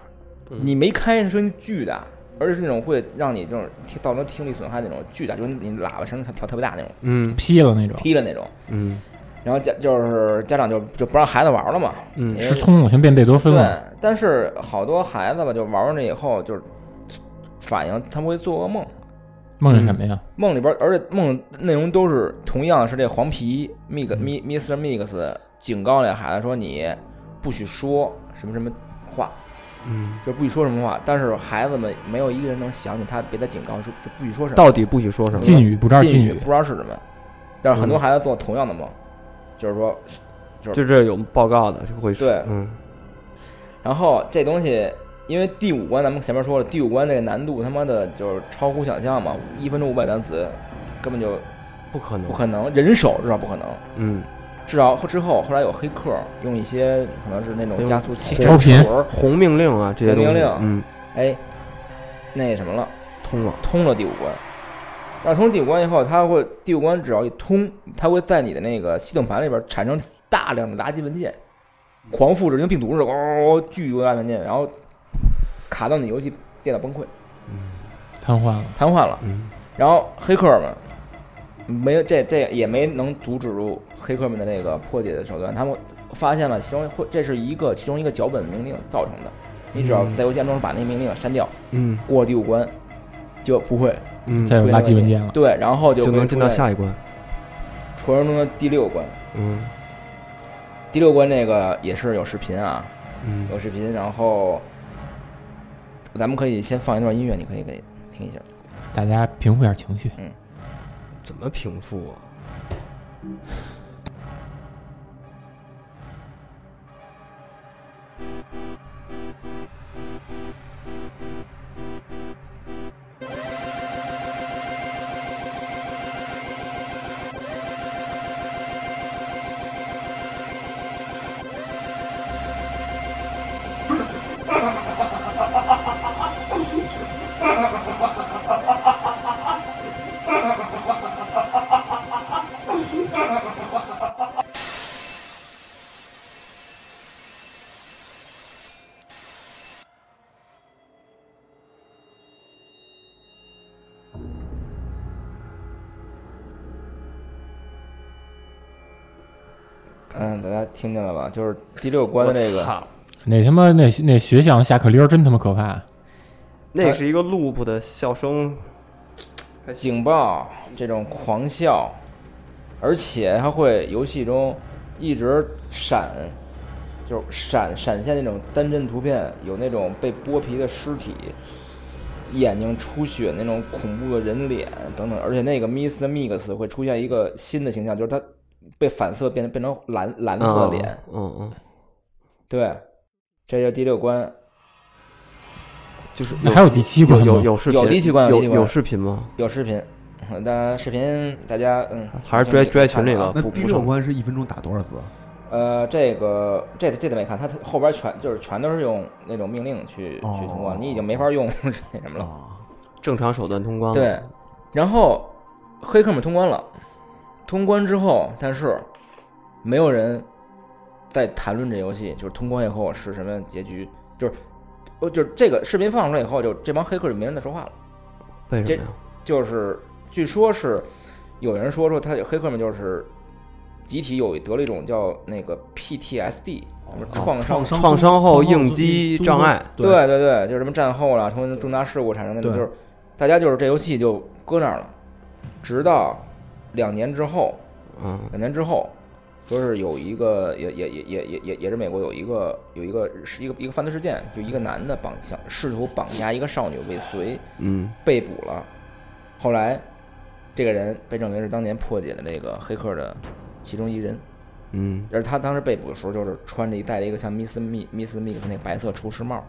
[SPEAKER 5] 你没开，声音巨大，而且是那种会让你这种听造成听力损害那种巨大，就跟你喇叭声它调特别大那种，
[SPEAKER 1] 嗯
[SPEAKER 2] 劈了那种，
[SPEAKER 5] 劈了那种。
[SPEAKER 1] 嗯
[SPEAKER 5] 然后家就是家长就就不让孩子玩了嘛，因
[SPEAKER 1] 嗯
[SPEAKER 5] 为
[SPEAKER 2] 吃葱了全变贝多芬
[SPEAKER 5] 对
[SPEAKER 2] 了，，
[SPEAKER 5] 但是好多孩子吧，就玩完了以后就是反应，他们会做噩梦，
[SPEAKER 2] 梦见什么呀？
[SPEAKER 5] 梦里边，而且梦内容都是同样是这黄皮 Mix Mi Mr Mix 警告那孩子说你不许说什么什么话，
[SPEAKER 1] 嗯，
[SPEAKER 5] 就不许说什么话。但是孩子们没有一个人能想起他别的警告说就不许说什么，
[SPEAKER 1] 到底不许说什么？
[SPEAKER 2] 禁语不知道禁语
[SPEAKER 5] 不，知道是什么。但是很多孩子做同样的梦，就是说
[SPEAKER 1] 就这有报告的就会说，
[SPEAKER 5] 对
[SPEAKER 1] 嗯
[SPEAKER 5] 然后这东西，因为第五关咱们前面说了，第五关这个难度他妈的就是超乎想象嘛，一分钟五百单词，根本就
[SPEAKER 1] 不可能，
[SPEAKER 5] 不可能，人手至少不可能。
[SPEAKER 1] 嗯，
[SPEAKER 5] 至少之后后来有黑客用一些可能是那种加速器、
[SPEAKER 2] 超频
[SPEAKER 5] 轮儿
[SPEAKER 1] 红命令啊这些东西，
[SPEAKER 5] 红命令
[SPEAKER 1] 嗯，
[SPEAKER 5] 哎，那什么了，
[SPEAKER 1] 通了，
[SPEAKER 5] 通了第五关。但是通第五关以后，它会第五关只要一通，它会在你的那个系统盘里边产生大量的垃圾文件，狂复制，跟病毒似的，哦，巨多垃圾文件，然后卡到你游戏电脑崩溃。
[SPEAKER 2] 瘫痪了，
[SPEAKER 5] 瘫痪了。
[SPEAKER 1] 嗯
[SPEAKER 5] 然后黑客们没有这这也没能阻止住黑客们的那个破解的手段，他们发现了其中会这是一个其中一个脚本命令造成的。你只要在游戏安装把那命令删掉，
[SPEAKER 1] 嗯
[SPEAKER 5] 过第五关就不会
[SPEAKER 1] 嗯，
[SPEAKER 2] 再有
[SPEAKER 5] 出现
[SPEAKER 2] 垃圾
[SPEAKER 5] 问
[SPEAKER 2] 文
[SPEAKER 5] 题
[SPEAKER 2] 件了，
[SPEAKER 5] 对，然后就
[SPEAKER 1] 就
[SPEAKER 5] 会
[SPEAKER 1] 能进到
[SPEAKER 5] 出现
[SPEAKER 1] 下一关，
[SPEAKER 5] 传说中的第六关。
[SPEAKER 1] 嗯
[SPEAKER 5] 第六关那个也是有视频啊，
[SPEAKER 1] 嗯
[SPEAKER 5] 有视频，然后咱们可以先放一段音乐，你可以给听一下。
[SPEAKER 2] 大家平复一下情绪。
[SPEAKER 1] 怎么平复啊？
[SPEAKER 5] 嗯，大家听见了吧？就是第六关的这
[SPEAKER 1] 我
[SPEAKER 5] 个，
[SPEAKER 1] 操
[SPEAKER 2] 那他妈那那学校下课铃儿真他妈可怕，
[SPEAKER 1] 那是一个 loop 的笑声，
[SPEAKER 5] 警报这种狂笑，而且它会游戏中一直闪，就是闪闪现那种单帧图片，有那种被剥皮的尸体，眼睛出血那种恐怖的人脸等等，而且那个 Mr. Mix 会出现一个新的形象，就是它被反射变变成蓝蓝色的
[SPEAKER 1] 嗯
[SPEAKER 5] 脸，
[SPEAKER 1] 嗯嗯，
[SPEAKER 5] 对，这就是第六关。
[SPEAKER 1] 就是
[SPEAKER 2] 那还有第七关
[SPEAKER 1] 有
[SPEAKER 2] 吗
[SPEAKER 1] 有有视频，
[SPEAKER 5] 有第七关有
[SPEAKER 1] 有
[SPEAKER 5] 第七关
[SPEAKER 1] 有视频吗？
[SPEAKER 5] 有视频，那视频大家嗯
[SPEAKER 1] 还是
[SPEAKER 5] 有兴趣
[SPEAKER 1] 拽拽
[SPEAKER 5] 看
[SPEAKER 1] 群里
[SPEAKER 5] 看啊
[SPEAKER 1] 了
[SPEAKER 4] 那
[SPEAKER 1] 不
[SPEAKER 4] 第
[SPEAKER 1] 不
[SPEAKER 4] 六
[SPEAKER 1] 成
[SPEAKER 4] 关是一分钟打多少啊字？
[SPEAKER 5] 呃，这个这这得没看，它它后边全就是全都是用那种命令去、
[SPEAKER 4] 哦
[SPEAKER 5] 去通关，你已经没法用 那
[SPEAKER 1] 嗯
[SPEAKER 5] 什么了。
[SPEAKER 4] 啊，
[SPEAKER 1] 正常手段通关了，
[SPEAKER 5] 对，然后黑客们通关了，通关之后，但是没有人在谈论这游戏，就是通关以后是什么结局，就是呃，就是这个视频放出来以后，就这帮黑客就没人再说话了。
[SPEAKER 1] 为什
[SPEAKER 5] 这
[SPEAKER 1] 么呀？
[SPEAKER 5] 就是据说是有人说说他黑客们就是集体有得了一种叫那个 PTSD，什么啊
[SPEAKER 4] 哦
[SPEAKER 5] 创伤
[SPEAKER 4] 创伤
[SPEAKER 1] 创伤后
[SPEAKER 4] 综
[SPEAKER 1] 应激障碍
[SPEAKER 4] 综合
[SPEAKER 5] 对对对，就是什么战后啦，从重大事故产生的，
[SPEAKER 4] 对
[SPEAKER 5] 就是大家就是这游戏就搁那儿了，直到两年之后，
[SPEAKER 1] 嗯，
[SPEAKER 5] 两年之后，说是有一个也也也也也也也是美国有一个有一个是一个一个犯罪事件，就一个男的绑想试图绑架一个少女未遂
[SPEAKER 1] 嗯，
[SPEAKER 5] 被捕了，后来这个人被证明是当年破解的那个黑客的其中一人。
[SPEAKER 1] 嗯，
[SPEAKER 5] 而他当时被捕的时候，就是穿着一戴了一个像 Miss m i Miss Mix 那个白色厨师帽，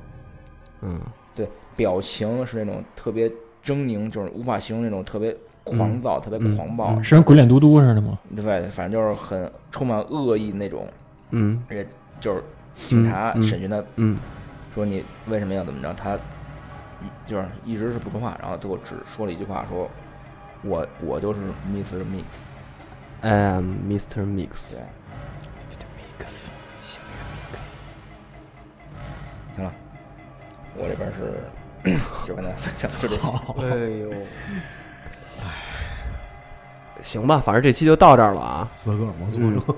[SPEAKER 1] 嗯，
[SPEAKER 5] 对，表情是那种特别狰狞，就是无法形容那种特别狂
[SPEAKER 1] 嗯
[SPEAKER 5] 躁、特别狂暴，
[SPEAKER 2] 身上鬼脸嘟嘟似的吗？
[SPEAKER 5] 对，反正就是很充满恶意那种。
[SPEAKER 1] 嗯，
[SPEAKER 5] 而且就是警察
[SPEAKER 1] 嗯嗯
[SPEAKER 5] 审讯他，
[SPEAKER 1] 嗯，
[SPEAKER 5] 说你为什么要怎么着？他一就是一直是不说话，然后最后只说了一句话，说我我就是 Mr. Mix，
[SPEAKER 1] I am Mr. 哎 Mix。
[SPEAKER 5] 对。行了，我这边是 就跟大家分享到这些。
[SPEAKER 1] 哎呦，行吧，反正这期就到这儿了啊，
[SPEAKER 4] 斯德哥尔摩综合症。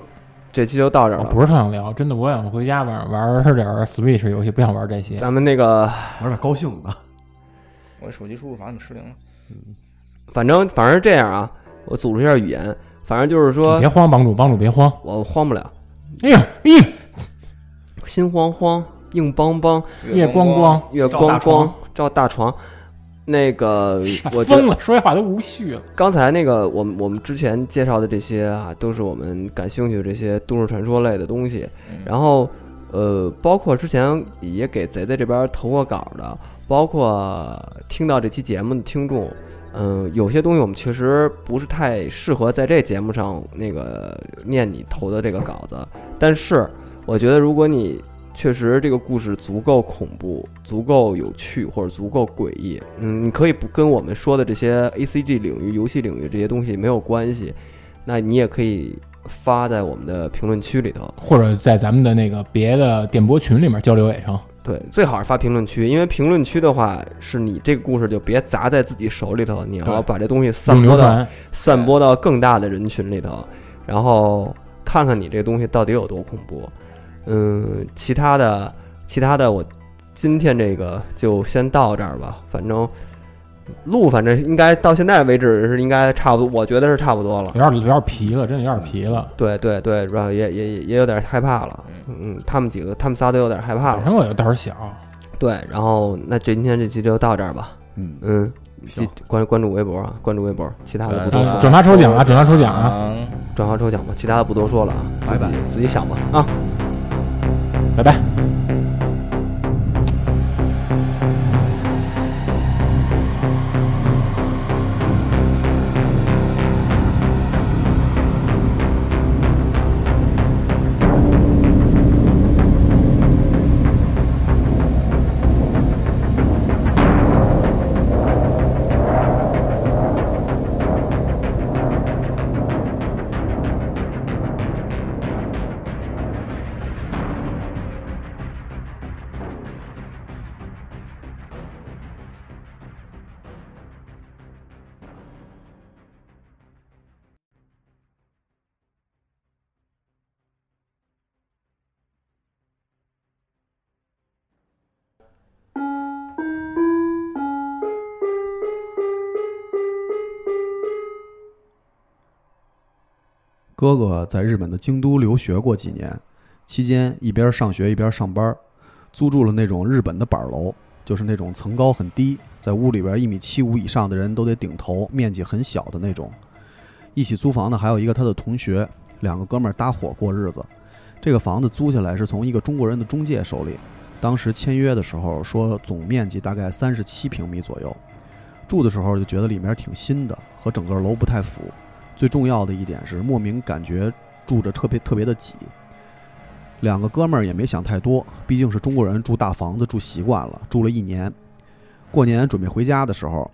[SPEAKER 1] 这期就到这儿
[SPEAKER 2] 我
[SPEAKER 1] 了。
[SPEAKER 2] 哦不是特想聊，真的，我想回家晚上玩点儿 Switch 游戏，不想玩这些。
[SPEAKER 1] 咱们那个，
[SPEAKER 4] 玩点高兴的，
[SPEAKER 5] 我手机输入法怎么失灵了？
[SPEAKER 1] 反正反正这样啊，我组织一下语言，反正就是
[SPEAKER 2] 你
[SPEAKER 1] 说
[SPEAKER 2] 别慌，帮主，帮主别慌。
[SPEAKER 1] 我慌不了，
[SPEAKER 2] 哎呦，哎呦，
[SPEAKER 1] 心慌慌，硬邦邦，
[SPEAKER 2] 夜光光，
[SPEAKER 1] 月
[SPEAKER 4] 照大
[SPEAKER 1] 光光
[SPEAKER 4] 床
[SPEAKER 1] 照大床。那个，我觉得
[SPEAKER 2] 疯了，说这话都无序了。
[SPEAKER 1] 刚才那个，我们我们之前介绍的这些啊，都是我们感兴趣的这些都市传说类的东西。
[SPEAKER 5] 嗯
[SPEAKER 1] 然后，呃，包括之前也给贼贼这边投过稿的，包括听到这期节目的听众，嗯、有些东西我们确实不是太适合在这节目上那个念你投的这个稿子。但是，我觉得如果你确实这个故事足够恐怖、足够有趣或者足够诡异，嗯，你可以不跟我们说的这些 A C G 领域、游戏领域这些东西没有关系，那你也可以发在我们的评论区里头。
[SPEAKER 2] 或者在咱们的那个别的电波群里面交流也成。
[SPEAKER 1] 对，最好是发评论区，因为评论区的话，是你这个故事就别砸在自己手里头，你要
[SPEAKER 4] 对
[SPEAKER 1] 把这东西
[SPEAKER 2] 永
[SPEAKER 1] 散
[SPEAKER 2] 流
[SPEAKER 1] 播到
[SPEAKER 2] 传，
[SPEAKER 1] 散播到更大的人群里头，然后看看你这东西到底有多恐怖。嗯，其他的，其他的，我今天这个就先到这儿吧。反正录，反正应该到现在为止是应该差不多，我觉得是差不多了
[SPEAKER 2] 有。点有点皮了，真的有点皮了。
[SPEAKER 1] 对对对，然后也也也也有点害怕了。嗯，他们几个，他们仨都有点害怕
[SPEAKER 2] 本身
[SPEAKER 1] 了。
[SPEAKER 2] 我就胆儿小，
[SPEAKER 1] 对，然后那这今天这期就到这儿吧。
[SPEAKER 4] 嗯，
[SPEAKER 1] 嗯，记
[SPEAKER 4] 行，哎
[SPEAKER 1] 关关注微博啊，关注微博，其他的不多
[SPEAKER 2] 嗯
[SPEAKER 1] 说，
[SPEAKER 2] 转发抽奖啊，转发抽奖啊，
[SPEAKER 5] 嗯
[SPEAKER 1] 转发抽奖吧，其他的不多说了啊，
[SPEAKER 4] 拜拜。
[SPEAKER 1] 自己想吧啊。
[SPEAKER 2] 拜拜。
[SPEAKER 4] 哥哥在日本的京都留学过几年，期间一边上学一边上班，租住了那种日本的板楼，就是那种层高很低，在屋里边一米七五以上的人都得顶头，面积很小的那种。一起租房的还有一个他的同学，两个哥们儿搭伙过日子。这个房子租下来是从一个中国人的中介手里，当时签约的时候说总面积大概三十七平米左右。住的时候就觉得里面挺新的，和整个楼不太符。最重要的一点是，莫名感觉住着特别特别的挤。两个哥们儿也没想太多，毕竟是中国人，住大房子住习惯了，住了一年。过年准备回家的时候，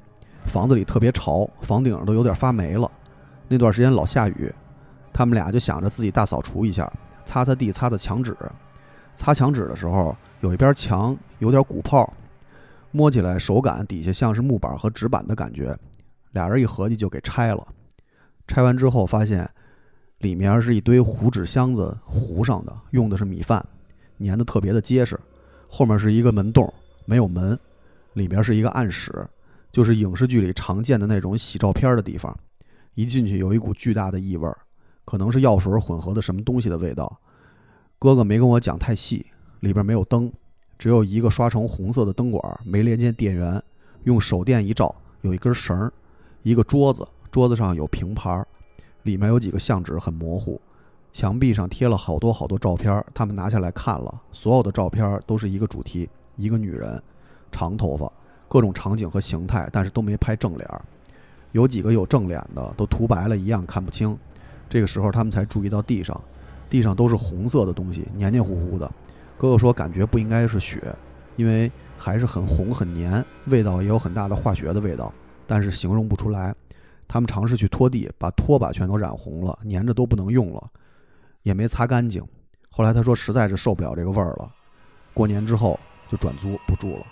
[SPEAKER 4] 房子里特别潮，房顶上都有点发霉了。那段时间老下雨，他们俩就想着自己大扫除一下，擦擦地，擦擦墙纸。擦墙纸的时候，有一边墙有点鼓泡，摸起来手感底下像是木板和纸板的感觉。俩人一合计就给拆了。拆完之后发现里面是一堆糊纸箱子糊上的，用的是米饭，粘的特别的结实。后面是一个门洞，没有门，里面是一个暗室，就是影视剧里常见的那种洗照片的地方。一进去有一股巨大的异味儿，可能是药水混合的什么东西的味道。哥哥没跟我讲太细，里边没有灯，只有一个刷成红色的灯管，没连接电源，用手电一照，有一根绳儿，一个桌子，桌子上有平盘儿，里面有几个相纸很模糊，墙壁上贴了好多好多照片儿，他们拿下来看了，所有的照片儿都是一个主题，一个女人，长头发，各种场景和形态，但是都没拍正脸儿，有几个有正脸的都涂白了，一样看不清。这个时候他们才注意到地上，地上都是红色的东西，黏黏糊糊的。哥哥说感觉不应该是血，因为还是很红很黏，味道也有很大的化学的味道，但是形容不出来。他们尝试去拖地，把拖把全都染红了，粘着都不能用了，也没擦干净。后来他说实在是受不了这个味儿了，过年之后就转租不住了。